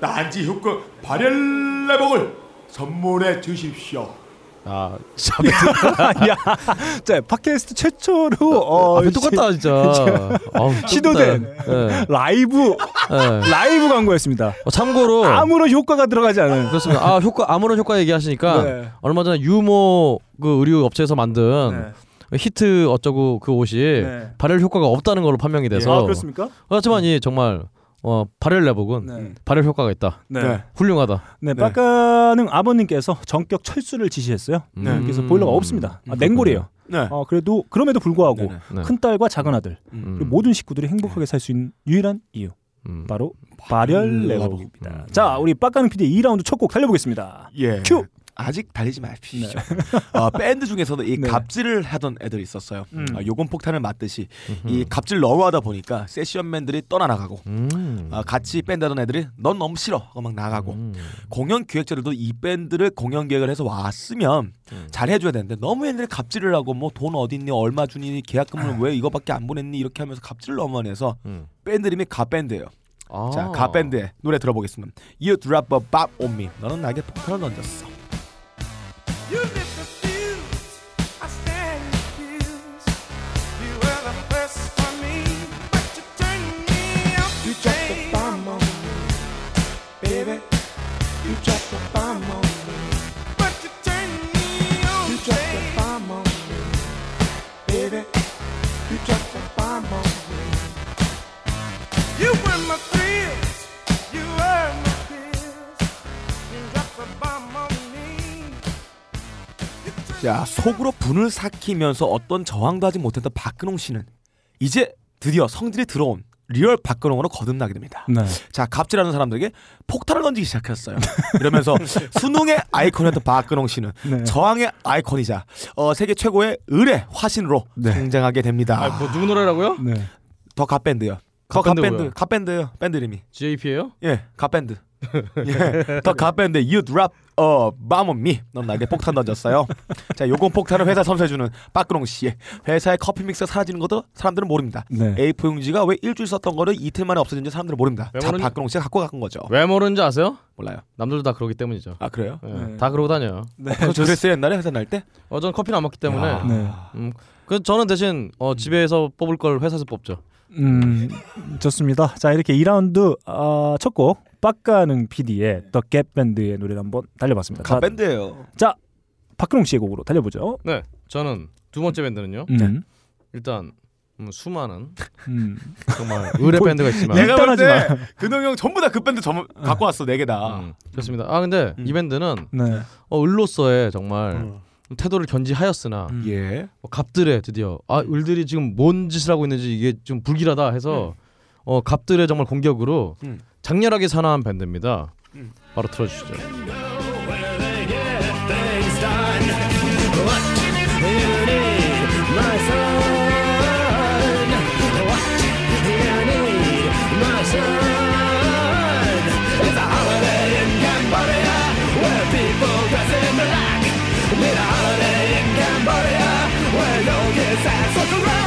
A: 딴지 후끈 발열 내복을 선물해 주십시오
C: 아,
B: 야, 자, 팟캐스트 최초로
D: 아,
B: 어,
C: 앞에 아, 똑같다,
B: 시-
C: 진짜. 아우,
B: 시도된
D: 네.
C: 똑같다. 예.
B: 라이브 라이브 광고였습니다.
C: 어, 참고로
B: 아무런 효과가 들어가지 않은
C: 그렇습니다. 아 효과 아무런 효과 얘기하시니까
B: 네.
C: 얼마 전에 유모 그 의류 업체에서
D: 네.
C: 만든 히트 어쩌고 그 옷이
B: 네.
C: 발열 효과가 없다는 걸로 판명이 돼서
B: 아, 그렇습니까?
C: 하지만 이 정말 어, 발열 내복은 발열 효과가 있다.
B: 네. 네.
C: 훌륭하다.
B: 네, 빡가는 아버님께서 전격 철수를 지시했어요.
C: 네.
B: 그래서 보일러가
D: 음.
B: 없습니다. 아, 냉골이에요.
D: 네.
B: 어, 그래도 그럼에도 불구하고
C: 네. 음.
B: 큰 딸과 작은 아들 그리고 모든 식구들이 행복하게 살 수 있는 유일한 이유 바로 발열 내복입니다.
C: 음.
B: 자, 우리 빡가는 PD 2라운드 첫 곡 달려보겠습니다.
D: 예.
B: 큐. 네.
D: 아직 달리지 마십시오. 어, 밴드 중에서도 이 갑질을 하던 애들이 있었어요.
B: 음.
D: 어, 요금 폭탄을 맞듯이 이 갑질 너무 하다 보니까 세션맨들이 떠나나가고
C: 음.
D: 어, 같이 밴드 하던 애들이 넌 너무 싫어 하고 막 나가고 공연 기획자들도 이 밴드를 공연 계획을 해서 왔으면 잘 해줘야 되는데 너무 애들이 갑질을 하고 뭐 돈 어디 있니 얼마 주니 계약금을 왜 이거밖에 안 보냈니 이렇게 하면서 갑질을 너무 많이 해서 밴드 이름이 가밴드예요.
C: 아.
D: 자, 가밴드의 노래 들어보겠습니다. You drop a bomb on me. 너는 나에게 폭탄을 던졌어.
G: You lift the fuse, I stand refuse. You were the first for me, but you turned me out. You dropped the bomb on me, baby. You dropped the bomb on me, but you turned me out. You dropped the bomb on me, baby. You dropped the bomb on me. You were my thrills, you were my pills. You dropped the bomb on me.
D: 자 속으로 분을 삭히면서 어떤 저항도 하지 못했던 박근홍 씨는 이제 드디어 성질이 들어온 리얼 박근홍으로 거듭나게 됩니다.
B: 네.
D: 자 갑질하는 사람들에게 폭탄을 던지기 시작했어요. 이러면서 수능의 아이콘이었던 박근홍 씨는
C: 네.
D: 저항의 아이콘이자 어, 세계 최고의 의뢰 화신으로 등장하게 됩니다.
C: 네. 아, 뭐 누구 노래라고요?
D: 더 갓밴드요. 더
C: 갓밴드
D: 갓밴드
C: 뭐야?
D: 갓밴드요. 밴드 이름이
C: JP예요?
D: 예 갓밴드. 예, 더 갓밴드 You Drop a Bomb on Me. 넌 나에게 폭탄 던졌어요. 자, 요건 폭탄을 회사 선사해주는 빠끄롱 씨의 회사의 커피 믹스 사라지는 것도 사람들은 모릅니다.
B: 네.
D: A4 용지가 왜 일주일 썼던 거를 이틀 만에 없어진지 사람들은 모릅니다.
C: 왜
D: 자,
C: 모르니-
D: 박근홍 씨가 갖고 간 거죠.
C: 왜 모르는지 아세요?
D: 몰라요.
C: 남들도 다 그러기 때문이죠.
D: 아 그래요?
C: 예,
D: 네.
C: 다 그러고 다녀요.
D: 네. 어, 저 그랬어요, 옛날에 회사 날 때?
B: 아.
C: 어, 저는 커피는 안 먹기 때문에.
D: 야. 네.
C: 음, 그 저는 대신 어, 집에서 뽑을 걸 회사에서 뽑죠.
B: 음, 좋습니다. 자, 이렇게 2라운드 아, 첫곡 빡가는 PD의 The Gap Band의 노래를 한번 달려봤습니다.
D: 아,
B: 자,
D: 밴드예요.
B: 자, 박근홍 씨의 곡으로 달려보죠.
C: 네, 저는 두 번째 밴드는요.
B: 음.
C: 일단 음, 수많은
B: 음.
C: 정말 의뢰
D: 뭐,
C: 밴드가 있지만
D: 내가 볼때 근홍 형 전부 다 그 밴드 전 갖고 왔어 네 개다.
C: 그렇습니다. 아 근데 이 밴드는
B: 네.
C: 어, 을로서의 정말 태도를 견지하였으나
D: 음.
C: 어, 갑들의 드디어 아 을들이 지금 뭔 짓을 하고 있는지 이게 좀 불길하다 해서 어, 갑들의 정말 공격으로
D: 음.
C: 장렬하게 산화한 밴드입니다. 바로 틀어주시죠.
H: things done. What you need, my son. What you need, my son. It's a holiday in Cambodia where people dress in black. Need a holiday in Cambodia where no kids ask for crack.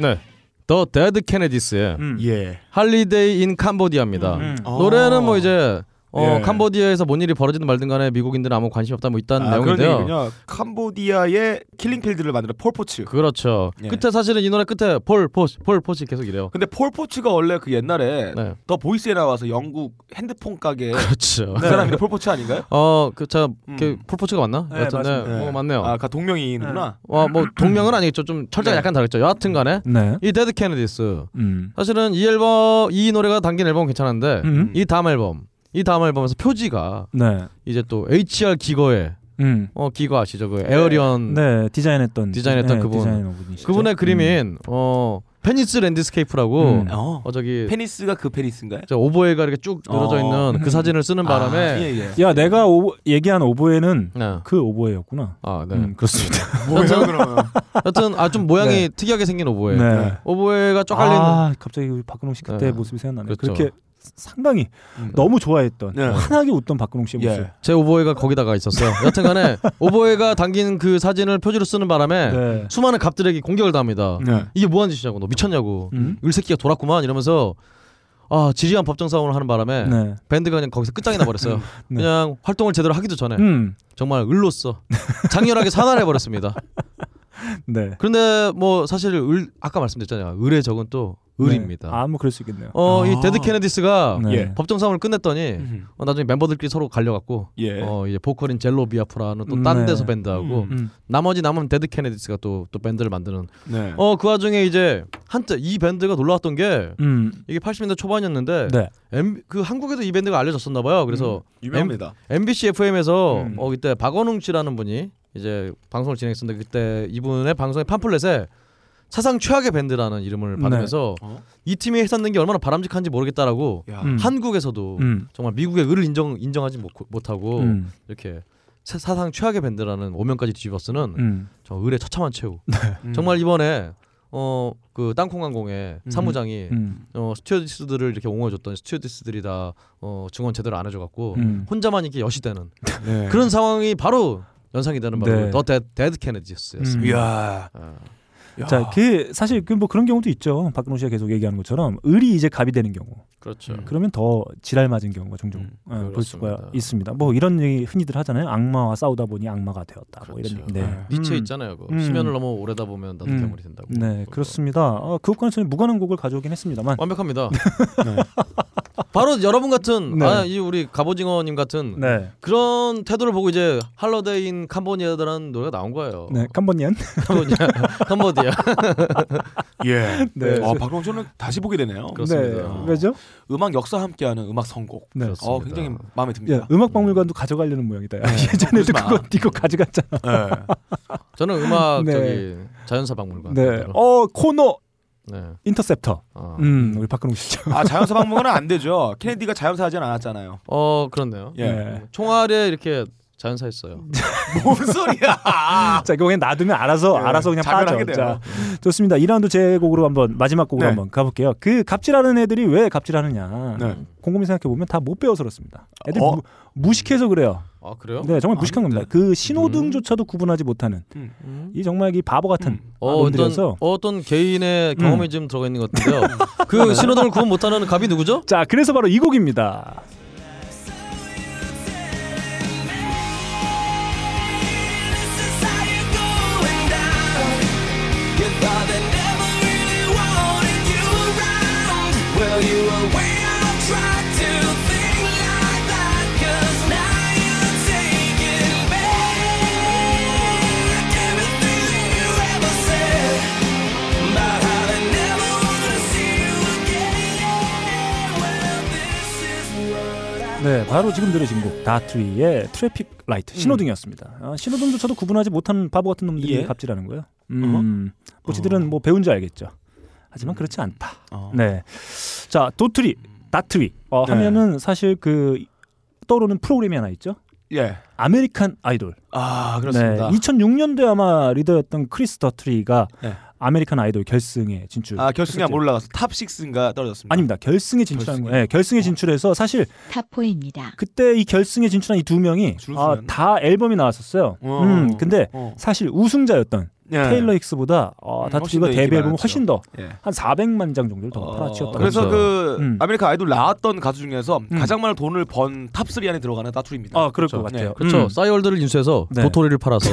C: 네. 더 데드 케네디스의
D: 예.
C: 할리데이 인 캄보디아입니다.
D: 음, 음.
C: 노래는 뭐 이제 어,
D: 예.
C: 캄보디아에서 뭔 일이 벌어지든 말든 간에 미국인들은 아무 관심 없다 뭐 있다는
D: 아,
C: 내용인데요.
D: 그런 얘기군요. 캄보디아의 킬링필드를 만드는 폴포츠.
C: 그렇죠.
D: 예.
C: 끝에 사실은 이 노래 끝에 폴 포시 폴 포시 계속 이래요.
D: 근데 폴포츠가 원래 그 옛날에
C: 네.
D: 더 보이스에 나와서 영국 핸드폰 가게
C: 그렇죠.
D: 그 사람이 폴포츠 아닌가요?
C: 어, 그자
D: 음.
C: 폴포츠가 맞나? 여하튼 네, 어, 맞네요.
D: 아까 그 동명이인이구나.
C: 와, 뭐 동명은 아니겠죠. 좀 철자가 약간 다르겠죠. 여하튼 간에
B: 네.
C: 이 데드 케네디스
B: 음.
C: 사실은 이 앨범 이 노래가 담긴 앨범은 괜찮은데
B: 음.
C: 이 다음 앨범 이 다음 앨범에서 표지가
B: 네.
C: 이제 또 HR 기거의
B: 음.
C: 어 기거 아시죠? 그 에어리언
B: 네, 디자인했던
C: 디자인했던
B: 네,
C: 그분
B: 디자이너분이시죠.
C: 그분의 그림인 어 페니스 랜드스케이프라고
B: 음.
C: 어. 저기
D: 페니스가 그 페니스인가요?
C: 저 오보에가 이렇게 쭉 늘어져
B: 어.
C: 있는 그 사진을 쓰는
B: 아,
C: 바람에
D: 예,
B: 야, 내가 오보, 얘기한 오보에는
C: 네.
B: 그 오보에였구나.
C: 아, 네.
B: 음, 그렇습니다.
C: 여튼- 여튼 아좀 모양이
B: 네.
C: 특이하게 생긴 그 오보에
B: 네.
C: 오보에가 쫙 깔리는
B: 아, 갑자기 우리 박근홍 씨 그때
C: 네.
B: 모습이 생각나네요. 그
C: 그렇죠. 음.
B: 렇게 상당히 너무 좋아했던
C: 네.
B: 환하게 웃던 박근홍 씨의 모습.
C: 제 오보에가 거기다가 있었어요. 여튼간에 오보에가 당긴 그 사진을 표지로 쓰는 바람에
B: 네.
C: 수많은 갑들에게 공격을 당합니다.
B: 네.
C: 이게 뭐하는 짓이냐고 너 미쳤냐고
B: 음?
C: 을새끼가 돌았구만 이러면서 아 지리한 법정 싸움을 하는 바람에
B: 네.
C: 밴드가 그냥 거기서 끝장이 나버렸어요.
B: 네.
C: 그냥 활동을 제대로 하기도 전에
B: 음.
C: 정말 을로써 장렬하게 산화를 해버렸습니다.
B: 네.
C: 그런데 뭐 사실 을 아까 말씀드렸잖아요. 을의 적은 또 을입니다.
B: 네. 아, 뭐 그럴 수 있겠네요.
C: 어, 이
B: 아.
C: 데드 케네디스가
D: 예.
B: 네.
C: 법정 싸움을 끝냈더니 어, 나중에 멤버들끼리 서로 갈려갖고
D: 예.
C: 어, 이제 보컬인 젤로 비아프라는 또 딴
B: 네.
C: 데서 밴드하고
B: 음, 음.
C: 나머지 남은 데드 케네디스가 또, 또 밴드를 만드는
D: 네.
C: 어, 그 와중에 이제 한때 이 밴드가 놀라웠던 게
B: 음.
C: 이게 80년대 초반이었는데
B: 네.
C: M- 그 한국에도 이 밴드가 알려졌었나 봐요. 그래서
D: 음, 유명합니다.
C: M, b c FM에서 어, 그때 박원웅 씨라는 분이 이제 방송을 진행했었는데 그때 이분의 방송의 팜플렛에 사상 최악의 밴드라는 이름을
B: 네.
C: 받으면서
D: 어?
C: 이 팀이 했었는 게 얼마나 바람직한지 모르겠다라고
B: 음.
C: 한국에서도
B: 음. 정말
C: 정말 미국의 의를 인정 인정하지 못, 못하고
B: 음.
C: 이렇게 사- 사상 최악의 밴드라는 오명까지 뒤집어쓰는
B: 음. 네.
C: 저 의의 처참한 최후. 정말 이번에 어 그 땅콩항공의
B: 음.
C: 사무장이
B: 음.
C: 어 스튜어디스들을 이렇게 옹호해줬던 스튜어디스들이 다어 증언 제대로 안 해줘갖고
B: 음.
C: 혼자만 이렇게 여시되는
D: 네.
C: 그런 상황이 바로 연상이 되는 바로
B: 네.
C: 더 데드, 데드 케네디였습니다.
B: 음. 이야. 자, 그 사실 그 뭐 그런 경우도 있죠. 박근홍 씨가 계속 얘기하는 것처럼 을이 이제 갑이 되는 경우.
C: 그렇죠.
B: 그러면 더 지랄 맞은 경우가 종종 어, 볼 수가 있습니다. 뭐 이런 얘기 흔히들 하잖아요. 악마와 싸우다 보니 악마가 되었다. 뭐 이런 얘기. 네.
C: 니체
B: 음.
C: 있잖아요. 그렇죠. 그
B: 음.
C: 수면을 너무 오래다 보면 나도
B: 음.
C: 괴물이 된다고.
B: 네, 어, 그렇습니다. 어, 그것과는 전혀 무관한 곡을 가져오긴 했습니다만
C: 완벽합니다.
D: 네.
C: 바로 여러분 같은
B: 네.
C: 아, 이 우리 갑오징어님 같은
B: 네.
C: 그런 태도를 보고 이제 할러데인 캄보디아라는 노래가 나온 거예요.
B: 네, 캄보니안.
C: 캄보디아. 캄보디아.
D: 예.
B: 네.
D: 아, 박근홍 씨는 다시 보게 되네요.
B: 그렇습니다. 네. 왜죠?
D: 음악 역사 함께하는 음악 선곡.
B: 네.
D: 어, 굉장히 마음에 듭니다.
B: 예, 음악 박물관도 가져가려는 모양이다. 예전에도 그거 이거
D: 예.
B: 가져갔잖아.
C: 저는 음악
B: 네.
C: 저기 자연사 박물관.
B: 네. 어, 코너
C: 네.
B: 인터셉터. 음, 우리 박근홍 씨죠.
D: 아, 자연사 방문은 안 되죠. 케네디가 자연사 하진 않았잖아요.
C: 어 그렇네요.
D: 예.
C: 총알에 이렇게 자연사 했어요.
B: 네.
D: 뭔 소리야?
B: 자, 이거 그냥 놔두면 알아서 알아서 그냥
C: 자멸하게
B: 빠져.
C: 예, 돼요.
B: 자, 좋습니다. 2라운드 제 곡으로 한번 마지막 곡으로
C: 네.
B: 한번 가볼게요. 그 갑질하는 애들이 왜 갑질하느냐? 곰곰이 생각해 보면 다 못 배워서 그렇습니다. 애들
C: 어?
B: 무, 무식해서 그래요.
C: 아 그래요?
B: 네, 정말 무식한 겁니다. 그 신호등조차도 구분하지 못하는
D: 음.
B: 이 정말 이 바보 같은
C: 어, 어떤
B: 놈들이어서
C: 어, 어떤 개인의
B: 음.
C: 경험이 지금 들어가 있는 것 같은데요. 그 신호등을 구분 못하는 갑이 누구죠?
B: 자, 그래서 바로 이 곡입니다. 네, 바로 지금 들으신 곡 다트리의 트래픽 라이트 신호등이었습니다. 아, 신호등도 저도 구분하지 못하는 바보 같은 놈들이
D: 음. 예. 어.
B: 갑질하는 거예요. 음, 뭐 지들은 뭐 배운 줄 알겠죠.
D: 음.
B: 하지만 그렇지 않다. 네, 자 도트리, 다트리 어,
D: 네.
B: 하면은 사실 그 떠오르는 프로그램이 하나 있죠.
D: 예.
B: 아메리칸 아이돌.
D: 아, 그렇습니다.
B: 네, 2006년도에 아마 리더였던 크리스 더트리가
D: 네.
B: 아메리칸 아이돌 결승에 진출.
D: 아, 결승에 안 올라가서 탑 6인가 떨어졌습니다.
B: 아닙니다. 결승에 진출한 거예요. 네,
D: 어.
B: 결승에 진출해서 사실
O: 타포입니다.
B: 그때 이 결승에 진출한 이 두 명이 아, 다 앨범이 나왔었어요.
O: 어.
B: 음, 근데 사실 우승자였던
D: 예.
B: 테일러 힉스보다 어,
D: 음, 훨씬
B: 다트리가
D: 더
B: 데뷔
D: 인기
B: 앨범
D: 많았죠.
B: 훨씬 더 한
D: 예. 어,
B: 400만 장 정도를 더 팔아치웠다.
D: 그래서 그
B: 음.
D: 아메리카 아이돌 나왔던 가수 중에서 가장 많은 돈을 번 탑3 안에 들어가는 다툴입니다.
B: 아, 그럴
D: 그렇죠.
B: 것 같아요.
D: 네.
C: 그렇죠.
B: 음.
C: 싸이월드를 인수해서
B: 네.
C: 도토리를 팔아서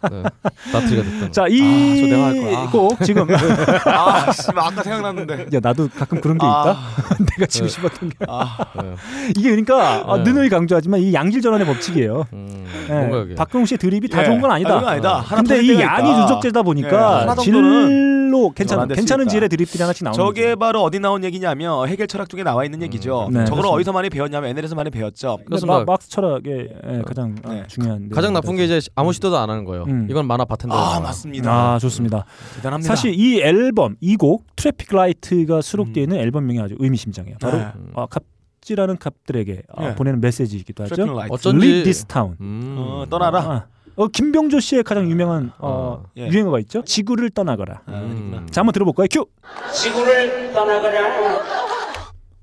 C: 네. 다트리가 됐던.
B: 자, 이 곡 지금
D: 아, 씨, 아까 생각났는데.
B: 야 나도 가끔 그런 게
D: 아.
B: 있다. 내가 지고
D: 네.
B: 싶었던 게
D: 아.
B: 이게 그러니까 아,
D: 네.
B: 늘늘 강조하지만 이 양질 전환의 법칙이에요.
C: 음.
B: 예,
D: 뭔가 이게.
B: 박근홍 씨의 드립이 다
D: 예,
B: 좋은 건 아니다.
D: 아, 이건 아니다. 하나
B: 근데
D: 터질
B: 이
D: 때가
B: 양이
D: 있다.
B: 누적되다
D: 예,
B: 보니까
D: 하나 정도는
B: 질로
D: 저건
B: 괜찮은
D: 안 됐으니까.
B: 괜찮은 질의 드립들이 하나씩 나오는 거죠.
D: 저게 바로 어디 나온 얘기냐면 해결 철학 쪽에 나와 있는 얘기죠.
B: 네, 그렇습니다.
D: 저걸
B: 네,
D: 어디서 많이 배웠냐면 NL에서 많이 배웠죠.
B: 근데 마, 막스 철학의
D: 네.
B: 예, 가장 아, 중요한
C: 네,
B: 내용이라서.
C: 가장 나쁜 게 이제 아무 시도도 안 하는 거예요.
B: 음.
C: 이건 만화 바텐더.
D: 아, 맞습니다.
B: 아 좋습니다.
D: 대단합니다.
B: 사실 이 앨범 이 곡 트래픽 라이트가 수록되어 있는 앨범명이 아주 의미심장해요. 바로
D: 음. 네.
B: 어, 갑질하는 갑들에게 어,
D: 네.
B: 보내는 메시지이기도 하죠.
D: 트래픽 라이트.
B: 어쩐지...
D: 어쩐지-
B: Leave this town.
C: 음.
D: 어, 떠나라.
B: 아, 어, 김병조 씨의 가장 유명한 어,
D: 예. 네.
B: 유행어가 있죠. 지구를 떠나거라.
D: 아,
C: 음.
B: 자 한번 들어볼까요? 큐.
H: 지구를 떠나거라.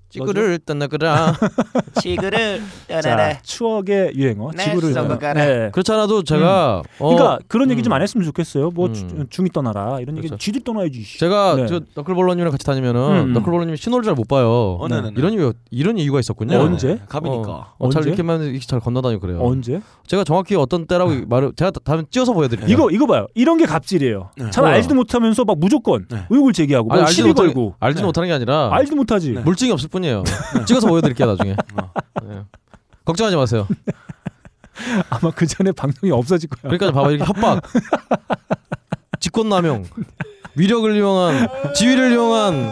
C: 찌그를 떠나거라.
H: 지구를
D: 네,
B: 자, 추억의 유행어
H: 네,
B: 지구를
H: 썩어 가라.
C: 그렇잖아도 제가 어, 음.
B: 그러니까 그런 얘기 좀 안 했으면 좋겠어요. 뭐 주- 중이 떠나라 이런 얘기 쥐들 떠나야지. 씨.
C: 그렇죠. 제가
B: 네.
C: 저 너클볼러님이랑 같이 다니면은
B: 음.
C: 너클볼러님이 신호를 잘 못 봐요.
B: 어, 네네네.
C: 이런 이유 이런 이유가 있었군요.
B: 언제?
D: 갑이니까.
C: 어, 잘
B: 언제?
C: 이렇게만 이렇게 잘 건너다니고 그래요.
B: 언제? 아.
C: 제가 정확히 어떤 때라고 말을 제가 다- 다음에 찍어서 보여드릴게요.
B: 이거 이거 봐요. 이런 게 갑질이에요. 잘
C: 네. 뭐야?
B: 알지도 못하면서 막 무조건 의혹을 제기하고
C: 아니,
B: 막
C: 알지도
B: 시비
C: 못하-
B: 걸고. 네.
C: 알지도 못하는 게 아니라
B: 알지도 네. 못하지.
C: 물증이 없을 뿐이에요. 찍어서 보여드릴게요 나중에.
B: 아.
C: 네. 걱정하지 마세요.
B: 아마 그 전에 방송이 없어질 거야.
C: 그러니까 봐봐 이렇게 협박, 직권남용, 위력을 이용한, 지위를 이용한.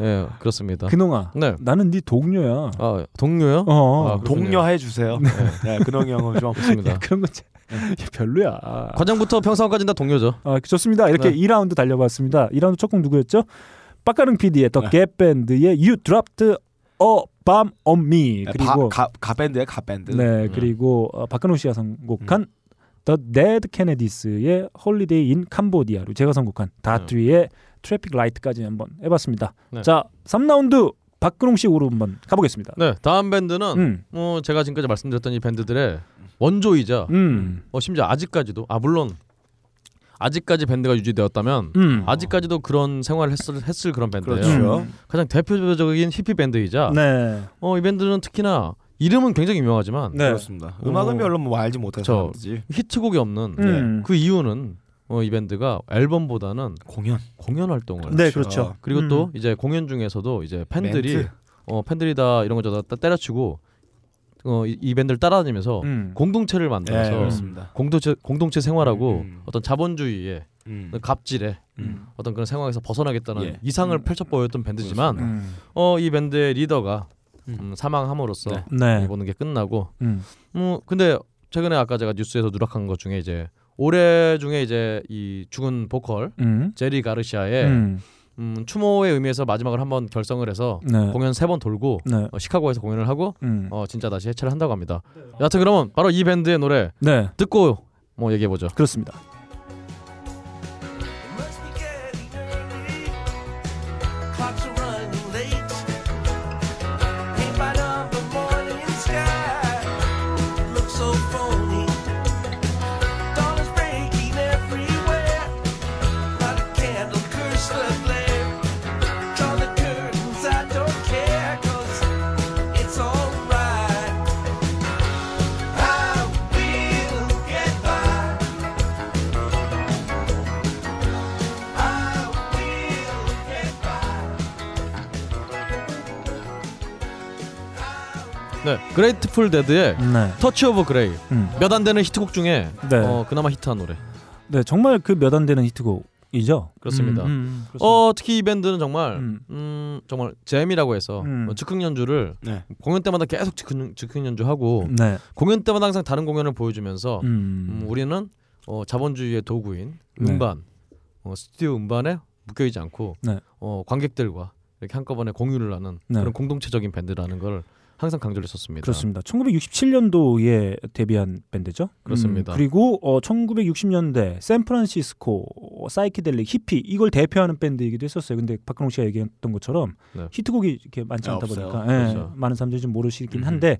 C: 예, 그렇습니다.
B: 근홍아.
C: 네.
B: 나는 네 동료야.
C: 아 동료요?
B: 어.
C: 아, 그렇군요. 동료
D: 해주세요. 네, 근홍이 형은 좀
C: 없습니다.
B: 야, 그런 건 참- 야, 별로야.
C: 과장부터 평사원까지는 다 동료죠.
B: 아, 좋습니다. 이렇게
C: 네.
B: 2라운드 달려봤습니다. 2라운드 첫 곡 누구였죠? 빡가릉 PD의 더 갭밴드의 You Dropped a Bomb on Me
D: 네,
B: 그리고
D: 가, 가 밴드야, 가 밴드.
B: 네 그리고 어, 박근호 씨가 선곡한 The Dead Kennedys의 Holiday in Cambodia 그리고 제가 선곡한 다트리의 Traffic Light까지 한번 해봤습니다.
C: 네.
B: 자 3라운드 박근홍 씨 오로 한번 가보겠습니다.
C: 네, 다음 밴드는
B: 음.
C: 뭐 제가 지금까지 말씀드렸던 이 밴드들의 원조이자
B: 음.
C: 어, 심지어 아직까지도 아 물론 아직까지 밴드가 유지되었다면
B: 음.
C: 아직까지도 그런 생활을 했을, 했을 그런 밴드예요.
B: 그렇죠. 음.
C: 가장 대표적인 히피 밴드이자
B: 네.
C: 어, 이 밴드는 특히나 이름은 굉장히 유명하지만
D: 네. 그렇습니다. 음악은 별로 뭐 알지 못해서
C: 저
D: 그런지.
C: 히트곡이 없는
D: 음.
C: 그 이유는 어, 이 밴드가 앨범보다는
D: 공연
C: 공연 활동을
B: 네, 그렇죠.
C: 그리고 또
B: 음.
C: 이제 공연 중에서도 이제 팬들이
B: 멘트.
C: 어 팬들이 다 이런 거 저다 때려치고 어, 이, 이 밴드를 따라다니면서
D: 음.
C: 공동체를 만들어서
D: 네, 그렇습니다.
C: 공동체
B: 음,
C: 공동체 생활하고 어떤 자본주의의
D: 음.
C: 어떤 갑질에 어떤 그런 상황에서 벗어나겠다는
D: 예.
C: 이상을 펼쳐 보였던 밴드지만
B: 음. 그렇습니다.
C: 어, 이 밴드의 리더가 음, 사망함으로써
B: 네. 네.
C: 이 보는 게 끝나고
B: 음.
C: 음, 근데 최근에 아까 제가 뉴스에서 누락한 것 중에 이제 올해 중에 이제 이 죽은 보컬
B: 음.
C: 제리 가르시아의
B: 음.
C: 음. 추모의 의미에서 마지막을 한번 결성을 해서
B: 네.
C: 공연 세 번 돌고
B: 네.
C: 어, 시카고에서 공연을 하고
B: 음.
C: 어, 진짜 다시 해체를 한다고 합니다. 여하튼 그러면 바로 이 밴드의 노래
B: 네.
C: 듣고 뭐 얘기해 보죠.
B: 그렇습니다.
G: Clocks are running late. Ain't by number morning sky. Looks so phony. Dollars breaking everywhere. Light a candle, curse the flare. Draw the curtains, I don't care, 'cause it's alright. I will get by.
C: 네. 그레이트풀 데드의 터치 오브 그레이 몇 안 되는 히트곡 중에
B: 음. 네.
C: 어, 그나마 히트한 노래.
B: 네, 정말 그 몇 안 되는 히트곡이죠.
C: 그렇습니다.
B: 음, 음, 그렇습니다.
C: 어 특히 이 밴드는 정말 음, 정말 잼이라고 해서
B: 음.
C: 어, 즉흥 연주를 공연 때마다 계속 즉흥, 즉흥 연주하고
B: 네.
C: 공연 때마다 항상 다른 공연을 보여주면서
B: 음.
C: 음, 우리는 어, 자본주의의 도구인
B: 네.
C: 음반 어, 스튜디오 음반에 묶여있지 않고
B: 네.
C: 어, 관객들과 이렇게 한꺼번에 공유를 하는
B: 네.
C: 그런 공동체적인 밴드라는 걸 항상 강조를 했었습니다.
B: 그렇습니다. 1967년도에 데뷔한 밴드죠.
C: 음, 그렇습니다.
B: 그리고 어, 1960년대 샌프란시스코 어, 사이키델릭 히피 이걸 대표하는 밴드이기도 했었어요. 근데 박근홍 씨가 얘기했던 것처럼
C: 네.
B: 히트곡이 이렇게 많지
C: 아,
B: 않다
C: 없어요.
B: 보니까 예,
C: 그렇죠.
B: 많은 사람들이 좀 모르시긴 한데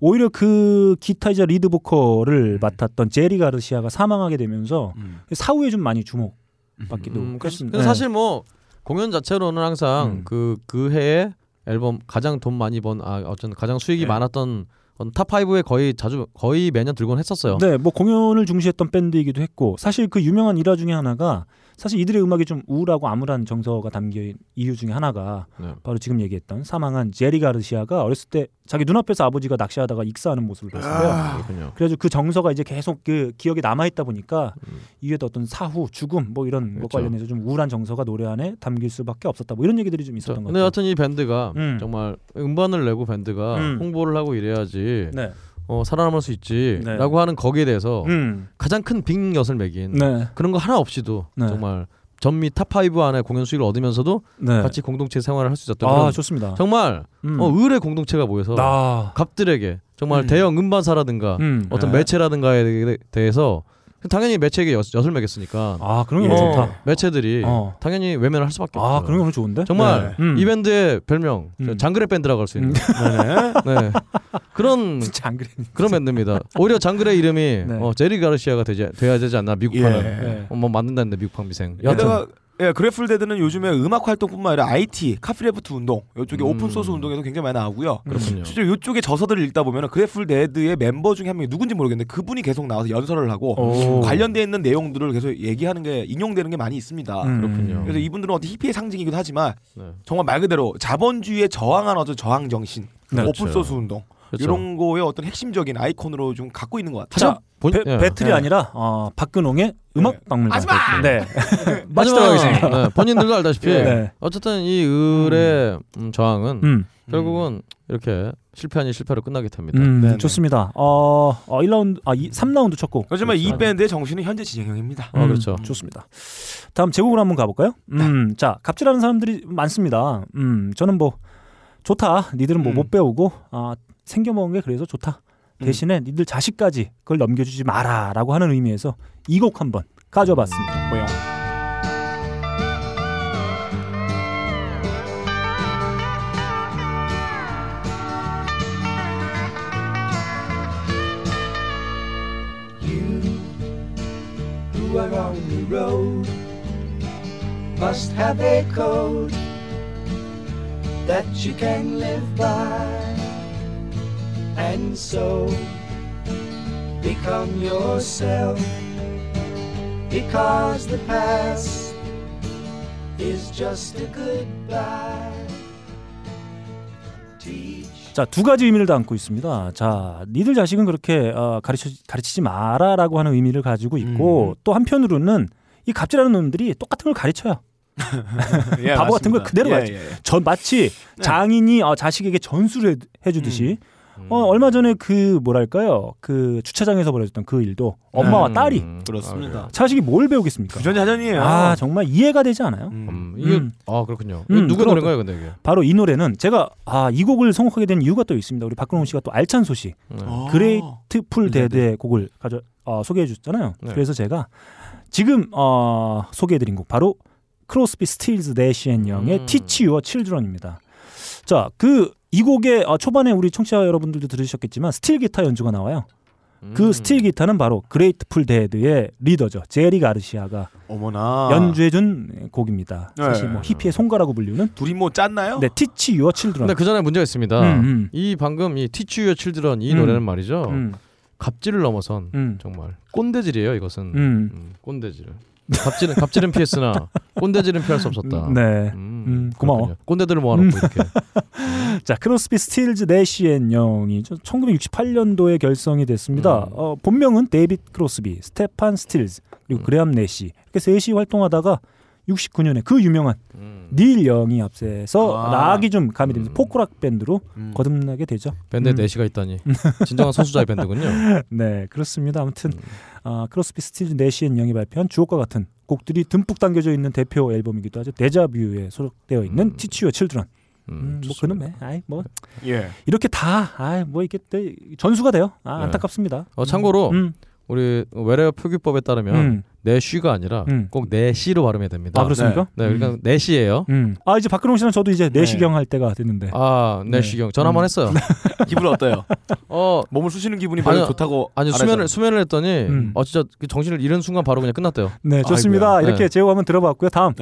B: 오히려 그 기타이자 리드
C: 음.
B: 보컬을 맡았던 제리 가르시아가 사망하게 되면서 사후에 좀 많이 주목받기도 했습니다. 네. 음.
C: 근데 음, 사실 뭐 공연 자체로는 항상 그, 그 해에 앨범 가장 돈 많이 번, 아, 어쨌든 가장
B: 네.
C: 수익이 많았던 탑 5에 거의 자주 거의 매년 들곤 했었어요.
B: 네, 뭐 공연을 중시했던 밴드이기도 했고 사실 그 유명한 일화 중에 하나가 사실 이들의 음악이 좀 우울하고 암울한 정서가 담긴 이유 중에 하나가
C: 네.
B: 바로 지금 얘기했던 사망한 제리 가르시아가 어렸을 때 자기 눈앞에서 아버지가 낚시하다가 익사하는 모습을 봤어요.
C: 아, 그렇군요.
B: 그래가지고 그 정서가 이제 계속 그 기억에 남아 있다 보니까 이후에도 어떤 사후, 죽음 뭐 이런 것
C: 음. 그렇죠.
B: 관련해서 좀 우울한 정서가 노래 안에 담길 수밖에 없었다. 뭐 이런 얘기들이 좀 있었던 것
C: 근데
B: 같아요.
C: 여하튼 이 밴드가 정말 음반을 내고 밴드가
B: 음.
C: 홍보를 하고 이래야지
B: 네.
C: 어, 살아남을
B: 네.
C: 수 있지라고 하는 거기에 대해서
B: 음.
C: 가장 큰 빅엿을 매긴
B: 네.
C: 그런 거 하나 없이도
B: 네.
C: 정말 전미 탑5 안에 공연 수익을 얻으면서도
B: 네.
C: 같이 공동체 생활을 할 수 있었던
B: 아,
C: 그런
B: 좋습니다.
C: 정말
B: 음.
C: 어, 의뢰 공동체가 모여서
B: 아.
C: 갑들에게 정말
B: 음.
C: 대형 음반사라든가
B: 음.
C: 어떤
B: 네.
C: 매체라든가에 대- 대해서 당연히 매체에게 엿, 엿을 매겼으니까
B: 아 그런 게
C: 예.
B: 너무 좋다.
C: 매체들이
B: 어.
C: 당연히 외면을 할 수밖에 없어요.
B: 아 그런 게 오늘 좋은데?
C: 정말
B: 네. 음.
C: 이 밴드의 별명 저 장그레 밴드라고 할 수 있는 네. 그런
B: 장그레
C: 그런 밴드입니다. 오히려 장그레 이름이
D: 네.
C: 어, 제리 가르시아가 되지, 돼야 되지 않나 미국판은
D: 예.
C: 어, 뭐 만든다는데 미국판 미생.
D: 게다가 예, 그래플 데드는 요즘에 음악 활동뿐만 아니라 IT, 카피레프트 운동, 이쪽에
C: 음.
D: 오픈 소스 운동에도 굉장히 많이 나오고요.
C: 그렇군요.
D: 실제 이쪽에 저서들을 읽다 보면 그래플 데드의 멤버 중에 한 명이 누군지 모르겠는데 그분이 계속 나와서 연설을 하고
C: 오.
D: 관련돼 있는 내용들을 계속 얘기하는 게 인용되는 게 많이 있습니다.
C: 음. 그렇군요.
D: 그래서 이분들은 어떤 히피의 상징이기도 하지만
C: 네.
D: 정말 말 그대로 자본주의에 저항한 어떤 저항 정신,
C: 네.
D: 오픈 소스
C: 그렇죠.
D: 운동
C: 그렇죠.
D: 이런 거의 어떤 핵심적인 아이콘으로 좀 갖고 있는 것 같아요.
B: 자, 예. 배, 배틀이 아니라 어, 박근홍의 음악 박물관.
D: 네. 하지마!
B: 네.
C: 하지만,
B: 맞추도록 하겠습니다.
C: 네, 본인들도 알다시피
B: 네.
C: 어쨌든 이 을의 음, 저항은
B: 음.
C: 결국은 이렇게 실패 아닌 실패로 끝나게 됩니다.
B: 음, 좋습니다. 어, 어 1라운드 아 3라운드 쳤고.
D: 하지만
C: 그렇죠.
D: 이 밴드의 정신은 현재 진행형입니다.
C: 어.
B: 음, 좋습니다. 다음 제곡으로 한번 가볼까요?
D: 네.
B: 음, 자 갑질하는 사람들이 많습니다. 음, 저는 뭐 좋다. 니들은
D: 음.
B: 뭐 못 배우고 아, 생겨 먹은 게 그래서 좋다. 대신에 니들 자식까지 그걸 넘겨주지 마라라고 하는 의미에서 이 곡 한번 가져봤습니다.
F: who are on the road must have a code that you can live by and so become yourself because the past is just a goodbye
B: 자 두 가지 의미를 담고 있습니다. 자 니들 자식은 그렇게 어, 가르쳐 가르치지 마라라고 하는 의미를 가지고
D: 음,
B: 있고 또 한편으로는 이 갑질하는 놈들이 똑같은 걸 가르쳐요.
D: 예,
B: 바보 같은 걸
D: 맞습니다.
B: 그대로
D: 예,
B: 가르쳐.
D: 예, 네. 예.
B: 전 마치 장인이 어, 자식에게 전수를 해, 주듯이
D: 음,
B: 어, 얼마 전에 그 뭐랄까요 그 주차장에서 벌어졌던 그 일도 엄마와
D: 음,
B: 딸이
C: 아,
D: 그렇습니다.
B: 자식이 뭘 배우겠습니까?
D: 부전자전이에요.
B: 아 정말 이해가 되지 않아요?
C: 이게
B: 음.
C: 아 그렇군요.
B: 음,
C: 누가
B: 그럼
C: 노래인 거예요,
B: 어떤-
C: 근데 이게?
B: 바로 이 노래는 제가 아, 이 곡을 선곡하게 된 이유가 또 있습니다. 우리 박근홍 씨가 또 알찬 소식,
C: 아.
B: 그레이트 풀 데드의 곡을 가져 어, 소개해 주셨잖아요.
C: 네.
B: 그래서 제가 지금 어, 소개해드린 곡 바로 크로스비 스틸즈 내시 앤 영의
C: 음.
B: Teach Your Children입니다. 자, 그 이 곡의 어, 초반에 우리 청취자 여러분들도 들으셨겠지만 스틸 기타 연주가 나와요.
C: 음.
B: 그 스틸 기타는 바로 그레이트 풀 데드의 리더죠 제리 가르시아가
D: 어머나
B: 연주해준 곡입니다.
D: 네.
B: 사실 뭐 히피의 손가락으로 불리는
D: 둘이 뭐 짰나요?
B: 네, Teach Your Children.
C: 어. 근데 그 전에 문제가 있습니다.
B: 음, 음.
C: 이 방금 이 Teach Your Children 이
B: 음.
C: 노래는 말이죠.
B: 음.
C: 갑질을 넘어선
B: 음.
C: 정말 꼰대질이에요. 이것은
B: 음.
C: 음, 꼰대질. 갑질은 갑질은 피했으나 꼰대질은 피할 수 없었다.
B: 네.
C: 음.
B: 음, 고마워. 음.
C: 꼰대들을 모아놓고 이렇게.
B: 자 크로스비 스틸즈 내시앤 영이 1968년도에 결성이 됐습니다.
C: 음.
B: 어, 본명은 데이빗 크로스비, 스테판 스틸즈
C: 음.
B: 그리고 그레암 내시 이렇게 셋이 활동하다가 69년에 그 유명한 닐 영이 앞세서
C: 음. 아. 음.
B: 락이 좀 가미되면서 포크락 밴드로 거듭나게 되죠.
C: 밴드에 네.
B: 음.
C: 내시가 있다니. 진정한 선수자의 밴드군요.
B: 네, 그렇습니다. 아무튼
C: 음.
B: 아, 크로스비 스틸즈 내시앤 영이 발표한 주옥과 같은 곡들이 듬뿍 담겨져 있는 대표 앨범이기도 하죠. 데자뷰에 소속되어 있는 티치오 칠드런. 음, 뭐 그놈의 아이 뭐
D: 예.
B: 이렇게 다 아이 뭐 이게 또 전수가 돼요. 아,
C: 네.
B: 안타깝습니다.
C: 어, 참고로
B: 음.
C: 우리 외래어 표기법에 따르면
B: 음.
C: 내쉬가 아니라
B: 음.
C: 꼭 내시로 발음해야 됩니다.
B: 아, 그렇습니까?
C: 네, 네, 그러니까
B: 음.
C: 내시예요.
B: 음. 네. 아 이제 박근홍 씨는 저도 이제 내시경 할 때가 됐는데.
C: 네. 아, 내시경. 전
B: 음.
C: 한번 했어요.
D: 기분 어때요?
C: 어,
D: 몸을 쑤시는 기분이 별로 좋다고
C: 아니
D: 안
C: 수면을
D: 하잖아요.
C: 수면을 했더니
D: 음.
C: 어 진짜 그 정신을 잃은 순간 바로 그냥 끝났대요.
B: 네, 좋습니다.
C: 아이고야.
B: 이렇게
C: 네.
B: 제호 한번 들어봤고요. 다음.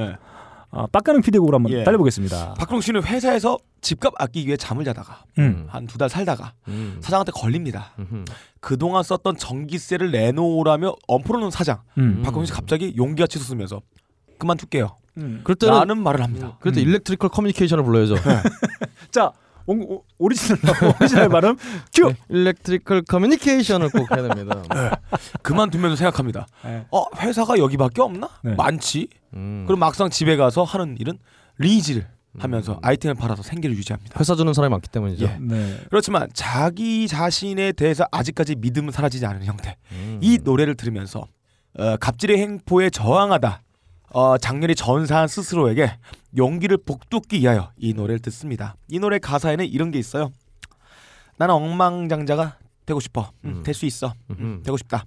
B: 아, 빡가는 피디곡으로 한번
D: 예.
B: 달려보겠습니다.
D: 박근홍 씨는 회사에서 집값 아끼기 위해 잠을 자다가
B: 음.
D: 한 두 달 살다가 사장한테 걸립니다. 그동안 썼던 전기세를 내놓으라며 엄포로는 사장.
B: 음.
D: 박근홍 씨 갑자기 용기가 치솟으면서 그만둘게요.
B: 음.
C: 그럴 때는-
D: 라는 말을 합니다.
C: 그럴 때 일렉트리컬 커뮤니케이션을 불러야죠.
B: 네. 자, 오, 리지널 오리지널 발음 큐.
C: 일렉트리컬 커뮤니케이션을 꼭 해야 됩니다.
D: 그만두면서 생각합니다.
B: 네.
D: 어 회사가 여기밖에 없나? 많지. 그럼 막상 집에 가서 하는 일은 리지를 하면서 아이템을 팔아서 생계를 유지합니다.
C: 회사 주는 사람이 많기 때문이죠.
D: 예.
C: 네.
B: 네.
D: 그렇지만 자기 자신에 대해서 아직까지 믿음은 사라지지 않은 형태. 이 노래를 들으면서 어, 갑질의 행포에 저항하다. 어, 작년에 전사한 스스로에게 용기를 복돋기 위하여 이 노래를 듣습니다. 이 노래 가사에는 이런 게 있어요. 나는 엉망장자가 되고 싶어. 될 수 있어. 음, 되고 싶다.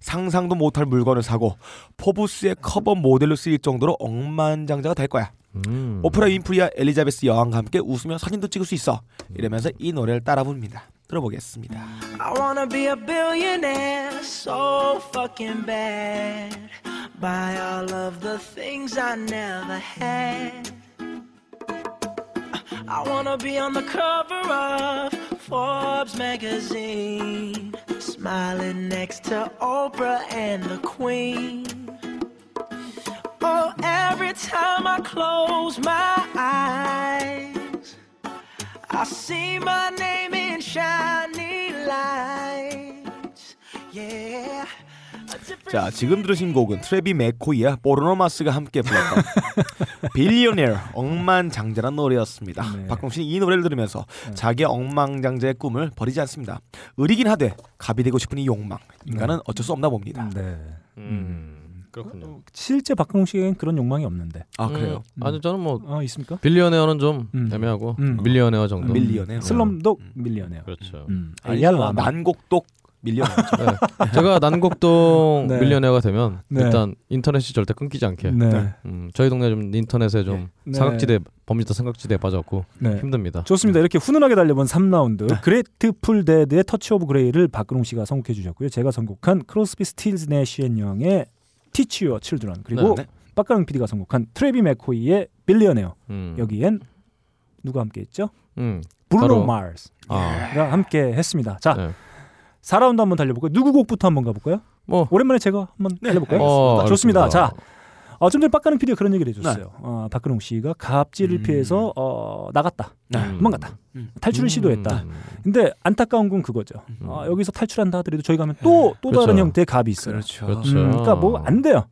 D: 상상도 못할 물건을 사고 포브스의 커버 모델로 쓰일 정도로 억만장자가 될 거야. 음. 오프라 윈프리와 엘리자베스 여왕과 함께 웃으며 사진도 찍을 수 있어. 이러면서 이 노래를 따라 부릅니다. 들어보겠습니다.
O: I wanna be a billionaire so fucking bad. Buy all of the things I never had. I wanna be on the cover of Forbes magazine. Smiling next to Oprah and the Queen. Oh, every time I close my eyes. I see my name in shiny lights. Yeah.
D: 자, 지금 들으신 곡은 트레비 맥코이와 보르노마스가 함께 불렀던 빌리오네어 억만장자란 노래였습니다. 박홍 씨는 이 노래를 들으면서 자기의 억만장자의 꿈을 버리지 않습니다. 의리긴 하되 갑이 되고 싶은 이 욕망 인간은 어쩔 수 없나 봅니다.
C: 음, 그렇군요.
B: 네. 음. 어, 실제 박근홍 씨에겐 그런 욕망이 없는데.
D: 아, 그래요?
C: 아니 저는 뭐
B: 어, 있습니까?
C: 빌리어네어는 좀 애매하고
B: 음.
C: 밀리어네어 정도.
D: 밀리어네어.
B: 슬럼독
C: 음.
B: 밀리어네요.
C: 그렇죠.
B: 음.
D: 아니, 난곡독 밀리언.
C: 네. 제가 난곡동
D: 네.
C: 밀리언웨어가 되면
D: 네.
C: 일단 인터넷이 절대 끊기지 않게
B: 네.
C: 음, 저희 동네 좀 인터넷에 좀
B: 네.
C: 사각지대 범죄자 사각지대에 빠졌고
B: 네.
C: 힘듭니다.
B: 좋습니다. 이렇게 훈훈하게 달려본
C: 네.
B: 3라운드 그레트풀 데드의 터치 오브 그레이를 박근홍 씨가 선곡해 주셨고요. 제가 선곡한 크로스비 스틸즈 내시앤 영의 티치 유어 칠드런 그리고
C: 네, 네.
B: 박가능 PD가 선곡한 트레비 맥코이의 빌리어네어
C: 음.
B: 여기엔 누가 함께 했죠?
C: 음,
B: 브루노
C: 바로-
B: 마스가 예.
C: 아. 네.
B: 함께 했습니다. 자 4라운드 한번 달려볼까요? 누구 곡부터 한번 가볼까요? 오랜만에 제가 한번 달려볼까요?
C: 뭐. 네, 알겠습니다.
B: 어, 좋습니다.
C: 알겠습니다.
B: 자 어, 좀 전에 빡가는 PD가 그런 얘기를 해줬어요.
C: 네. 음.
B: 어, 박근홍 씨가 갑질을 피해서 어, 나갔다,
D: 네.
B: 도망갔다,
C: 음.
B: 탈출을 시도했다. 근데 안타까운 건 그거죠. 어, 여기서 탈출한다 하더라도 저희 가면 또 또
D: 음. 그렇죠.
B: 다른 형태의 갑이 있어요.
D: 그렇죠. 음.
B: 그러니까 뭐 안 돼요.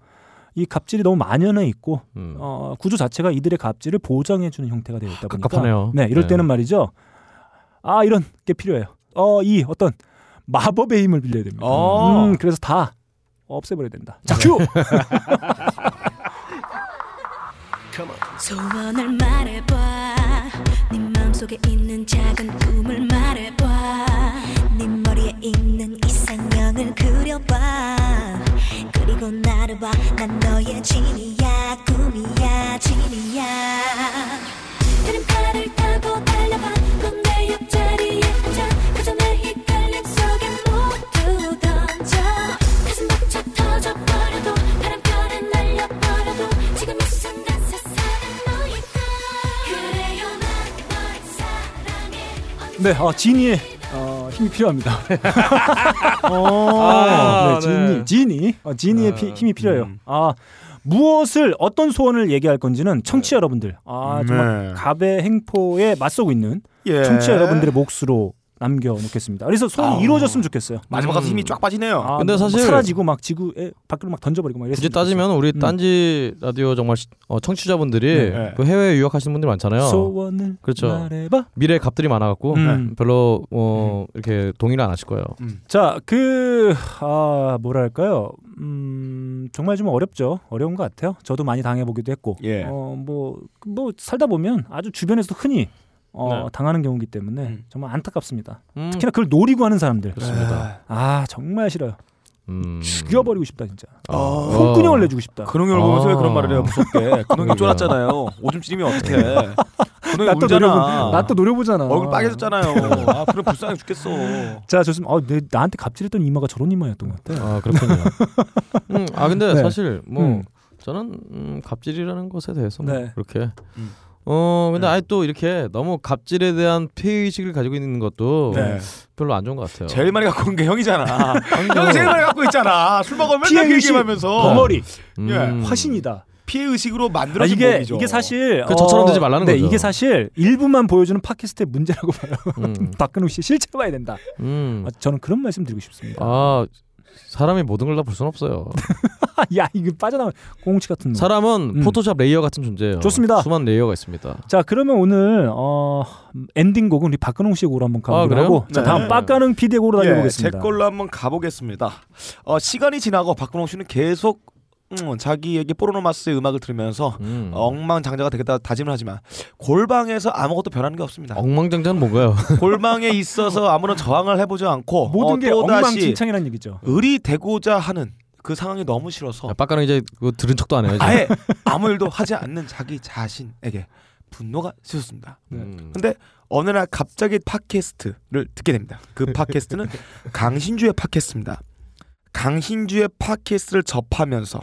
B: 이 갑질이 너무 만연해 있고 어, 구조 자체가 이들의 갑질을 보장해주는 형태가 되어 있다 보니까
C: 갑갑하네요.
B: 네, 이럴
C: 네.
B: 때는 말이죠. 아 이런 게 필요해요. 어, 이 어떤 마법의 힘을 빌려야 됩니다.
D: 어.
B: 음, 그래서 다 없애버려야 된다. 네. 자, 큐!
P: 소원을 말해봐 네 마음속에 있는 작은 꿈을 말해봐 네 머리에 있는 이상형을 그려봐 그리고 나를 봐난 너의 진이야 꿈이야 진이야 드림카를 타고 달려봐 꼭 내 옆자리에 앉아 그저 내 헷갈림 속에 모두 던져 가슴 벅차 터져버려도 바람결에 날려버려도 지금 이 순간 세상은 너니까 그래요 난널 사랑해
B: 네, 어, 지니의 어, 힘이 필요합니다. 어,
C: 아, 네. 아, 음.
B: 네, 지니, 지니, 어, 지니의 피- 힘이 필요해요. 아 무엇을 어떤 소원을 얘기할 건지는
C: 네.
B: 청취자 여러분들 아
C: 음,
B: 정말
D: 네.
B: 갑의 행포에 맞서고 있는
D: 예.
B: 청취자 여러분들의 몫으로 남겨놓겠습니다. 그래서 소원이
D: 아우.
B: 이루어졌으면 좋겠어요.
D: 마지막 가서 힘이 쫙 빠지네요.
B: 아,
C: 근데
B: 뭐
C: 사실-
B: 사라지고 막 지구에 밖으로 막 던져버리고 막
C: 굳이
B: 이랬으면
C: 따지면 우리
B: 음.
C: 딴지 라디오 정말 시- 어, 청취자분들이
B: 네.
C: 그 해외에 유학하시는 분들 많잖아요.
B: 소원을
C: 어. 그렇죠.
B: 말해봐.
C: 미래 갑들이 많아갖고
B: 음.
C: 별로 어, 이렇게 동의를 안 하실 거예요.
B: 자, 그, 아, 뭐랄까요. 음, 정말 좀 어렵죠. 어려운 것 같아요. 저도 많이 당해보기도 했고.
D: 예.
B: 어, 뭐, 뭐, 살다 보면 아주 주변에서 흔히 어,
D: 네.
B: 당하는 경우기 때문에 정말 안타깝습니다.
C: 음.
B: 특히나 그걸 노리고 하는 사람들.
D: 음. 그렇습니다.
B: 아, 정말 싫어요.
C: 음.
B: 죽여버리고 싶다, 진짜.
D: 아.
B: 손구녕을 내주고 싶다.
D: 근홍이 보면서 왜 그런 말을 해요? 무섭게. 근홍이 쫄았잖아요. 오줌 찌르면 어떡해. 근홍이
B: 나또
D: 울잖아.
B: 노려보, 나또 노려보잖아.
D: 얼굴 빨개졌잖아요. 아, 그럼 불쌍해 죽겠어.
B: 자, 좋습니다. 어, 내, 나한테 갑질했던 이마가 저런 이마였던 것 같아.
C: 아, 그렇군요. 음, 아 근데
B: 네.
C: 사실 뭐
B: 음.
C: 저는 음, 갑질이라는 것에 대해서 뭐
B: 네.
C: 그렇게 어 근데 아예 또 이렇게 너무 갑질에 대한 피의식을 가지고 있는 것도
D: 네.
C: 별로 안 좋은 것 같아요.
D: 제일 많이 갖고 온 게 형이잖아. 형이
C: 저-
D: 제일 많이 갖고 있잖아. 술 먹으면 맨날 그
B: 피해의식,
D: 얘기하면서.
B: 덩어리,
C: 음,
D: 예.
B: 네. 화신이다.
D: 피해 의식으로
B: 아,
D: 만들어진
B: 이게
D: 몸이죠.
B: 이게 사실
C: 그 저처럼 되지 말라는
B: 네,
C: 거죠.
B: 이게 사실 일부만 보여주는 팟캐스트의 문제라고 봐요. 박근우 씨 실체 봐야 된다.
C: 음.
B: 아, 저는 그런 말씀 드리고 싶습니다.
C: 아 사람이 모든 걸 다 볼 순 없어요.
B: 야 이거 빠져나올 공치 같은 놈.
C: 사람은 포토샵 레이어 같은 존재예요.
B: 네. 음. 좋습니다.
C: 수많은 레이어가 있습니다.
B: 자 그러면 오늘 어, 엔딩곡은 우리 박근홍 씨의 곡으로 한번 가보기로
C: 아, 그래요?
B: 하고 자
D: 네. 예,
B: 다음 빡가는 PD의 곡으로
D: 제
B: 달려보겠습니다.
D: 걸로 한번 가보겠습니다. 어, 시간이 지나고 박근홍 씨는 계속 음, 자기에게 포르노마스의 음악을 들으면서 어, 엉망장자가 되겠다 다짐을 하지만 골방에서 아무것도 변하는 게 없습니다.
C: 엉망장자는 뭔가요?
D: 골방에 있어서 아무런 저항을 해보지 않고
B: 모든
D: 어,
B: 게
D: 또다시
B: 엉망진창이라는 얘기죠.
D: 을이 되고자 하는 그 상황이 너무 싫어서
B: 아, 네.
C: 빡가는 이제 그거 들은 척도 안 해요. 이제.
D: 아예 아무 일도 하지 않는 자기 자신에게 분노가 치솟습니다.
B: 네.
D: 근데 어느 날 갑자기 팟캐스트를 듣게 됩니다. 그 팟캐스트는 강신주의 팟캐스트입니다. 강신주의 팟캐스트를 접하면서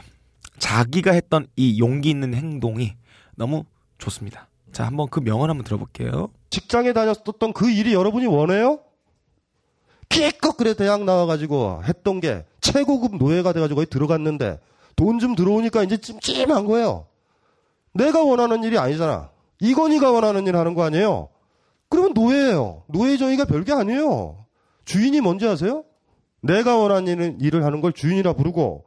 D: 자기가 했던 이 용기 있는 행동이 너무 좋습니다. 자, 한번 그 명언 한번 들어볼게요.
Q: 직장에 다녔었던 그 일이 여러분이 원해요? 기껏 그래 대학 나와가지고 했던 게 예, 최고급 노예가 돼가지고 거기 들어갔는데 돈 좀 들어오니까 이제 찜찜한 거예요. 내가 원하는 일이 아니잖아. 이건희가 원하는 일 하는 거 아니에요? 그러면 노예예요. 노예 정의가 별게 아니에요. 주인이 뭔지 아세요? 내가 원하는 일은- 일을 하는 걸 주인이라 부르고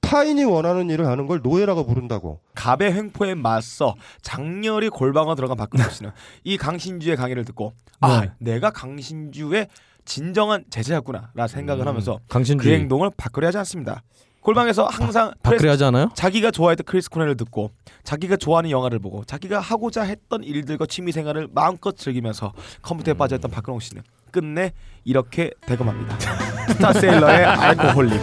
Q: 타인이 원하는 일을 하는 걸 노예라고 부른다고.
D: 갑의 횡포에 맞서 장렬히 골방으로 들어간 박근혜 씨는 이 강신주의 강의를 듣고 아
Q: 네.
D: 내가 강신주의 진정한 제자였구나라 생각을
C: 음,
D: 하면서
C: 강신주의.
D: 그 행동을 박근혜 하지 않습니다. 골방에서 항상
C: 박근혜 하지 않아요?
D: 자기가 좋아했던 크리스 코넬을 듣고 자기가 좋아하는 영화를 보고 자기가 하고자 했던 일들과 취미 생활을 마음껏 즐기면서 컴퓨터에
C: 음.
D: 빠져있던 박근홍 씨는 끝내 이렇게 대금합니다. 스타세일러의 알코올릭.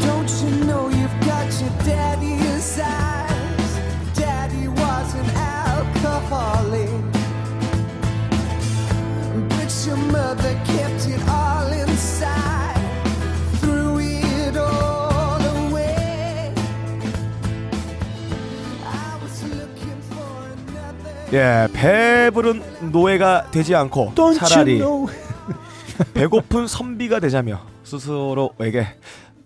G: Don't you know you've got your daddy's eyes? Daddy was an alcoholic. But your mother kept it all inside, threw it all away. I was looking for another.
D: 예, 배부른 노예가 되지 않고 차라리 배고픈 선비가 되자며 스스로에게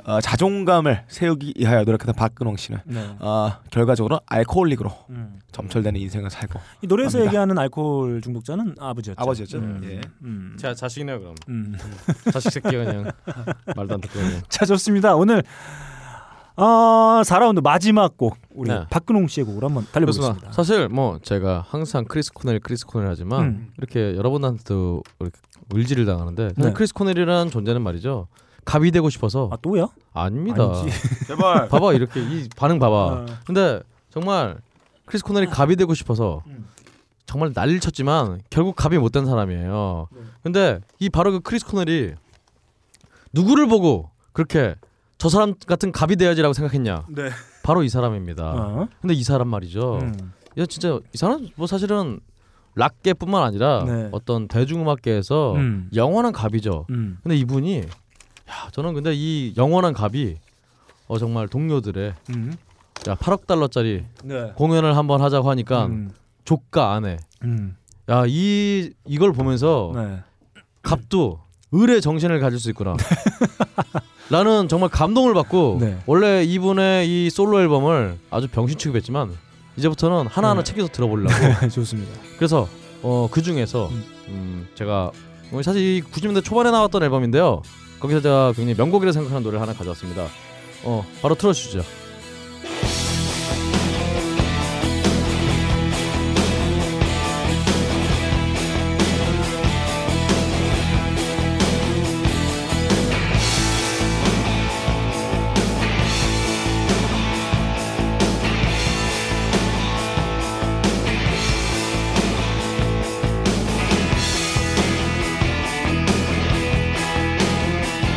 D: 어, 자존감을 세우기 위하여 노력했던 박근홍 씨는
B: 네.
D: 어, 결과적으로 알코올릭으로
C: 음.
D: 점철되는 인생을 살고
B: 이 노래에서
D: 맙니다.
B: 얘기하는 알코올 중독자는 아버지였죠.
D: 아버지였죠.
B: 그렇죠. 음.
D: 예.
C: 제가 자식이네요 그럼.
B: 음.
C: 자식 새끼가 그냥 말도 안 듣고 그냥.
B: 자 좋습니다. 오늘 어, 4라운드 마지막 곡 우리
C: 네.
B: 박근홍 씨의 곡으로 한번 달려보겠습니다.
C: 그렇습니다. 사실 뭐 제가 항상 크리스 코넬 크리스 코넬 하지만
B: 음.
C: 이렇게 여러분한테도 이렇게 을지를 당하는데
B: 네.
C: 사실 크리스 코넬이라는 존재는 말이죠. 갑이 되고 싶어서
B: 아 또요?
C: 아닙니다.
B: 아니지.
D: 제발.
C: 봐봐 이렇게 이 반응 봐봐.
B: 어.
C: 근데 정말 크리스 코넬이 갑이 되고 싶어서
B: 음.
C: 정말 난리를 쳤지만 결국 갑이 못 된 사람이에요.
B: 네.
C: 근데 이 바로 그 크리스 코넬이 누구를 보고 그렇게 저 사람 같은 갑이 돼야지라고 생각했냐?
D: 네.
C: 바로 이 사람입니다.
B: 어.
C: 근데 이 사람 말이죠.
B: 음.
C: 야 진짜 이 사람 뭐 사실은 락계뿐만 아니라
B: 네.
C: 어떤 대중음악계에서
B: 음.
C: 영원한 갑이죠.
B: 음.
C: 근데 이분이 야, 저는 근데 이 영원한 갑이 어 정말 동료들의
B: 음.
C: 야 8억 달러짜리
B: 네.
C: 공연을 한번 하자고 하니까 조카 아내.
B: 음.
C: 야, 이 이걸 보면서
B: 네.
C: 갑도 을의 정신을 가질 수 있구나. 나는 정말 감동을 받고
B: 네.
C: 원래 이분의 이 솔로 앨범을 아주 병신 취급했지만 이제부터는
B: 네.
C: 하나하나 챙겨서 들어보려고.
B: 좋습니다.
C: 그래서 어, 그 중에서 음, 제가 어, 사실 이 90년대 초반에 나왔던 앨범인데요. 거기서 제가 굉장히 명곡이라 생각하는 노래를 하나 가져왔습니다. 어, 바로 틀어주시죠.
G: Beyond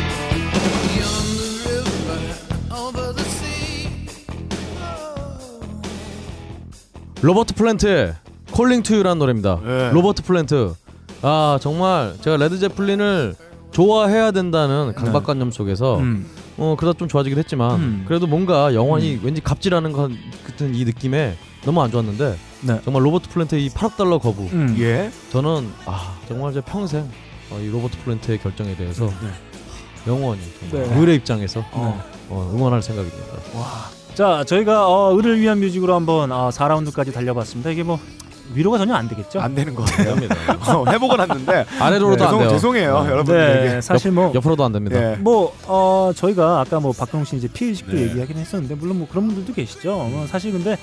G: the river, over the sea.
C: 로버트 플랜트의 콜링 투유라는 노래입니다.
B: 네.
C: 로버트 플랜트. 아 정말 제가 레드 제플린을 좋아해야 된다는 강박관념 속에서
B: 네. 음.
C: 어 그러다 좀 좋아지긴 했지만
B: 음.
C: 그래도 뭔가 영원히 왠지 갑질하는 것 같은 이 느낌에 너무 안 좋았는데 정말 로버트 플랜트의 이 8억 달러 거부
B: 네. 음.
D: 예.
C: 저는 아 정말 제 평생 어, 이 로버트 플랜트의 결정에 대해서 영원히 정말
B: 음, 네.
C: 의뢰 입장에서
B: 어.
C: 어, 응원할 생각입니다.
B: 자, 저희가 어, 을을 위한 뮤직으로 한번 어, 4라운드까지 달려봤습니다. 이게 뭐 위로가 전혀 안 되겠죠? 안
D: 되는 것 같아요. 어, 해보곤 했는데 예,
C: 아래로도 안
D: 죄송-
C: 돼요.
D: 죄송해요,
C: 네.
D: 여러분들에게. 예.
B: 네, 사실
C: 옆-
B: 뭐
C: 옆으로도 안 됩니다.
B: 뭐 어, 저희가 아까 뭐 박근홍 씨 이제 피해식도
C: 네.
B: 얘기하긴 했었는데 물론 뭐 그런 분들도 계시죠. 뭐 사실 근데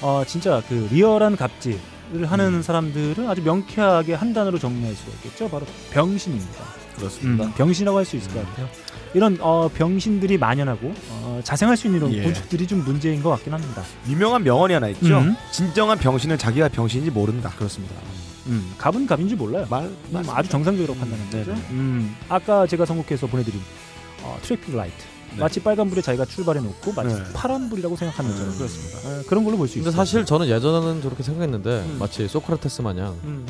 B: 어, 진짜 그 리얼한 갑질을 하는 사람들을 아주 명쾌하게 한 단어로 정리할 수가 있겠죠. 바로 병신입니다.
D: 그렇습니다.
B: 음, 병신이라고 할 수 있을 것 같아요. 이런 어, 병신들이 만연하고 어, 자생할 수 있는 이런
D: 예.
B: 구축들이 좀 문제인 것 같긴 합니다.
D: 유명한 명언이 하나 있죠.
B: 음.
D: 진정한 병신은 자기가 병신인지 모른다. 그렇습니다.
B: 음, 갑은 갑인지 몰라요. 음, 아주 정상적으로 판단하는 거죠. 음, 아까 제가 선곡해서 보내드린 어, 트래픽 라이트. 마치 빨간불에 자기가 출발해 놓고 마치 파란불이라고 생각하는 것처럼 네. 그렇습니다. 예, 그런 걸로 볼 수
C: 근데
B: 있어요.
C: 사실 저는 예전에는 저렇게 생각했는데 마치 소크라테스 마냥
B: 음.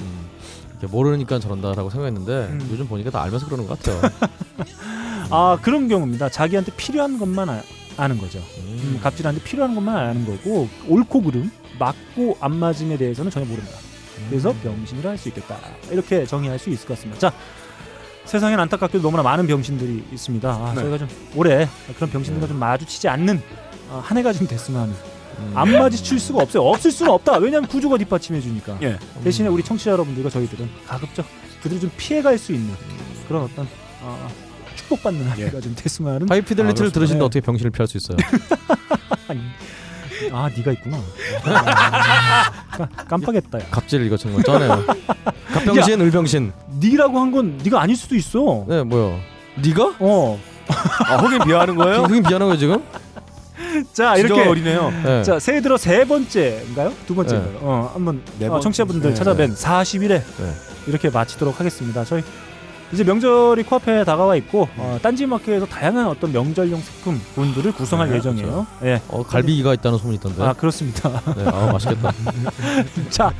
C: 이렇게 모르니까 저런다라고 생각했는데
B: 음.
C: 요즘 보니까 다 알면서 그러는 것 같아요.
B: 아 그런 경우입니다. 자기한테 필요한 것만 아, 는 거죠. 음, 갑질한테 필요한 것만 아는 거고 옳고 그름, 맞고 안 맞음에 대해서는 전혀 모른다. 그래서
D: 음.
B: 병신이라 할 수 있겠다. 이렇게 정의할 수 있을 것 같습니다. 자. 세상엔 안타깝게도 너무나 많은 병신들이 있습니다. 아,
D: 네.
B: 저희가 좀 올해 그런 병신들과 좀 마주치지 않는 아, 한 해가 좀 됐으면 하는.
D: 음.
B: 안 마주칠 수가 없어요. 없을 수는 없다. 왜냐하면 구조가 뒷받침해 주니까.
D: 예.
B: 대신에 우리 청취자 여러분들과 저희들은 가급적 그들이 좀 피해갈 수 있는 그런 어떤 어, 축복받는
D: 예.
B: 한 해가 좀 됐으면
D: 아,
B: 하는.
C: 하이피델리티를 들으신데
B: 네.
C: 어떻게 병신을 피할 수 있어요?
B: 아, 네가 있구나. 아, 깜- 깜빡했다. 야.
C: 갑질 이거 정말 쩌네요. 갑병신,
B: 야.
C: 을병신.
B: 니라고 한 건 니가 아닐 수도 있어.
C: 네, 뭐요? 니가?
B: 어.
D: 아, 흑인 비하하는 거예요?
C: 흑인 비하는 거예요 지금?
B: 자 아, 이렇게
C: 진짜 어리네요. 네.
B: 자 새해 들어 세 번째인가요? 두 번째인가요?
C: 네.
B: 어 한번
C: 네
B: 어,
C: 번째.
B: 청취자분들
C: 네.
B: 찾아뵌
C: 네.
B: 40일에
C: 네.
B: 이렇게 마치도록 하겠습니다. 저희 이제 명절이 코앞에 다가와 있고 어, 딴지마켓에서 다양한 어떤 명절용 식품 본들을 구성할
C: 네,
B: 예정이에요.
C: 그렇죠. 어, 갈비기가 있다는 소문이 있던데.
B: 아 그렇습니다.
C: 네, 아 맛있겠다.
B: 자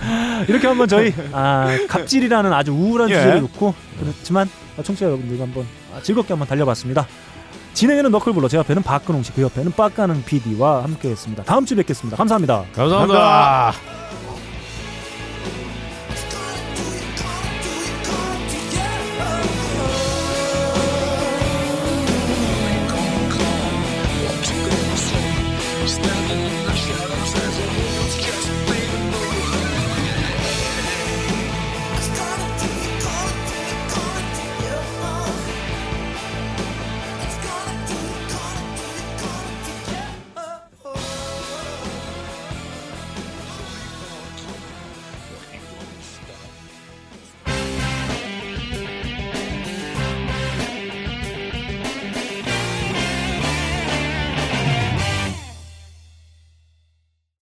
B: 이렇게 한번 저희 아, 갑질이라는 아주 우울한
C: 예.
B: 주제를 놓고 그렇지만 어, 청취자 여러분들과 한번 아, 즐겁게 한번 달려봤습니다. 진행에는 너클블러, 제 앞에는 박근홍 씨, 그 옆에는 빡가는 PD와 함께했습니다. 다음 주에 뵙겠습니다. 감사합니다.
C: 감사합니다.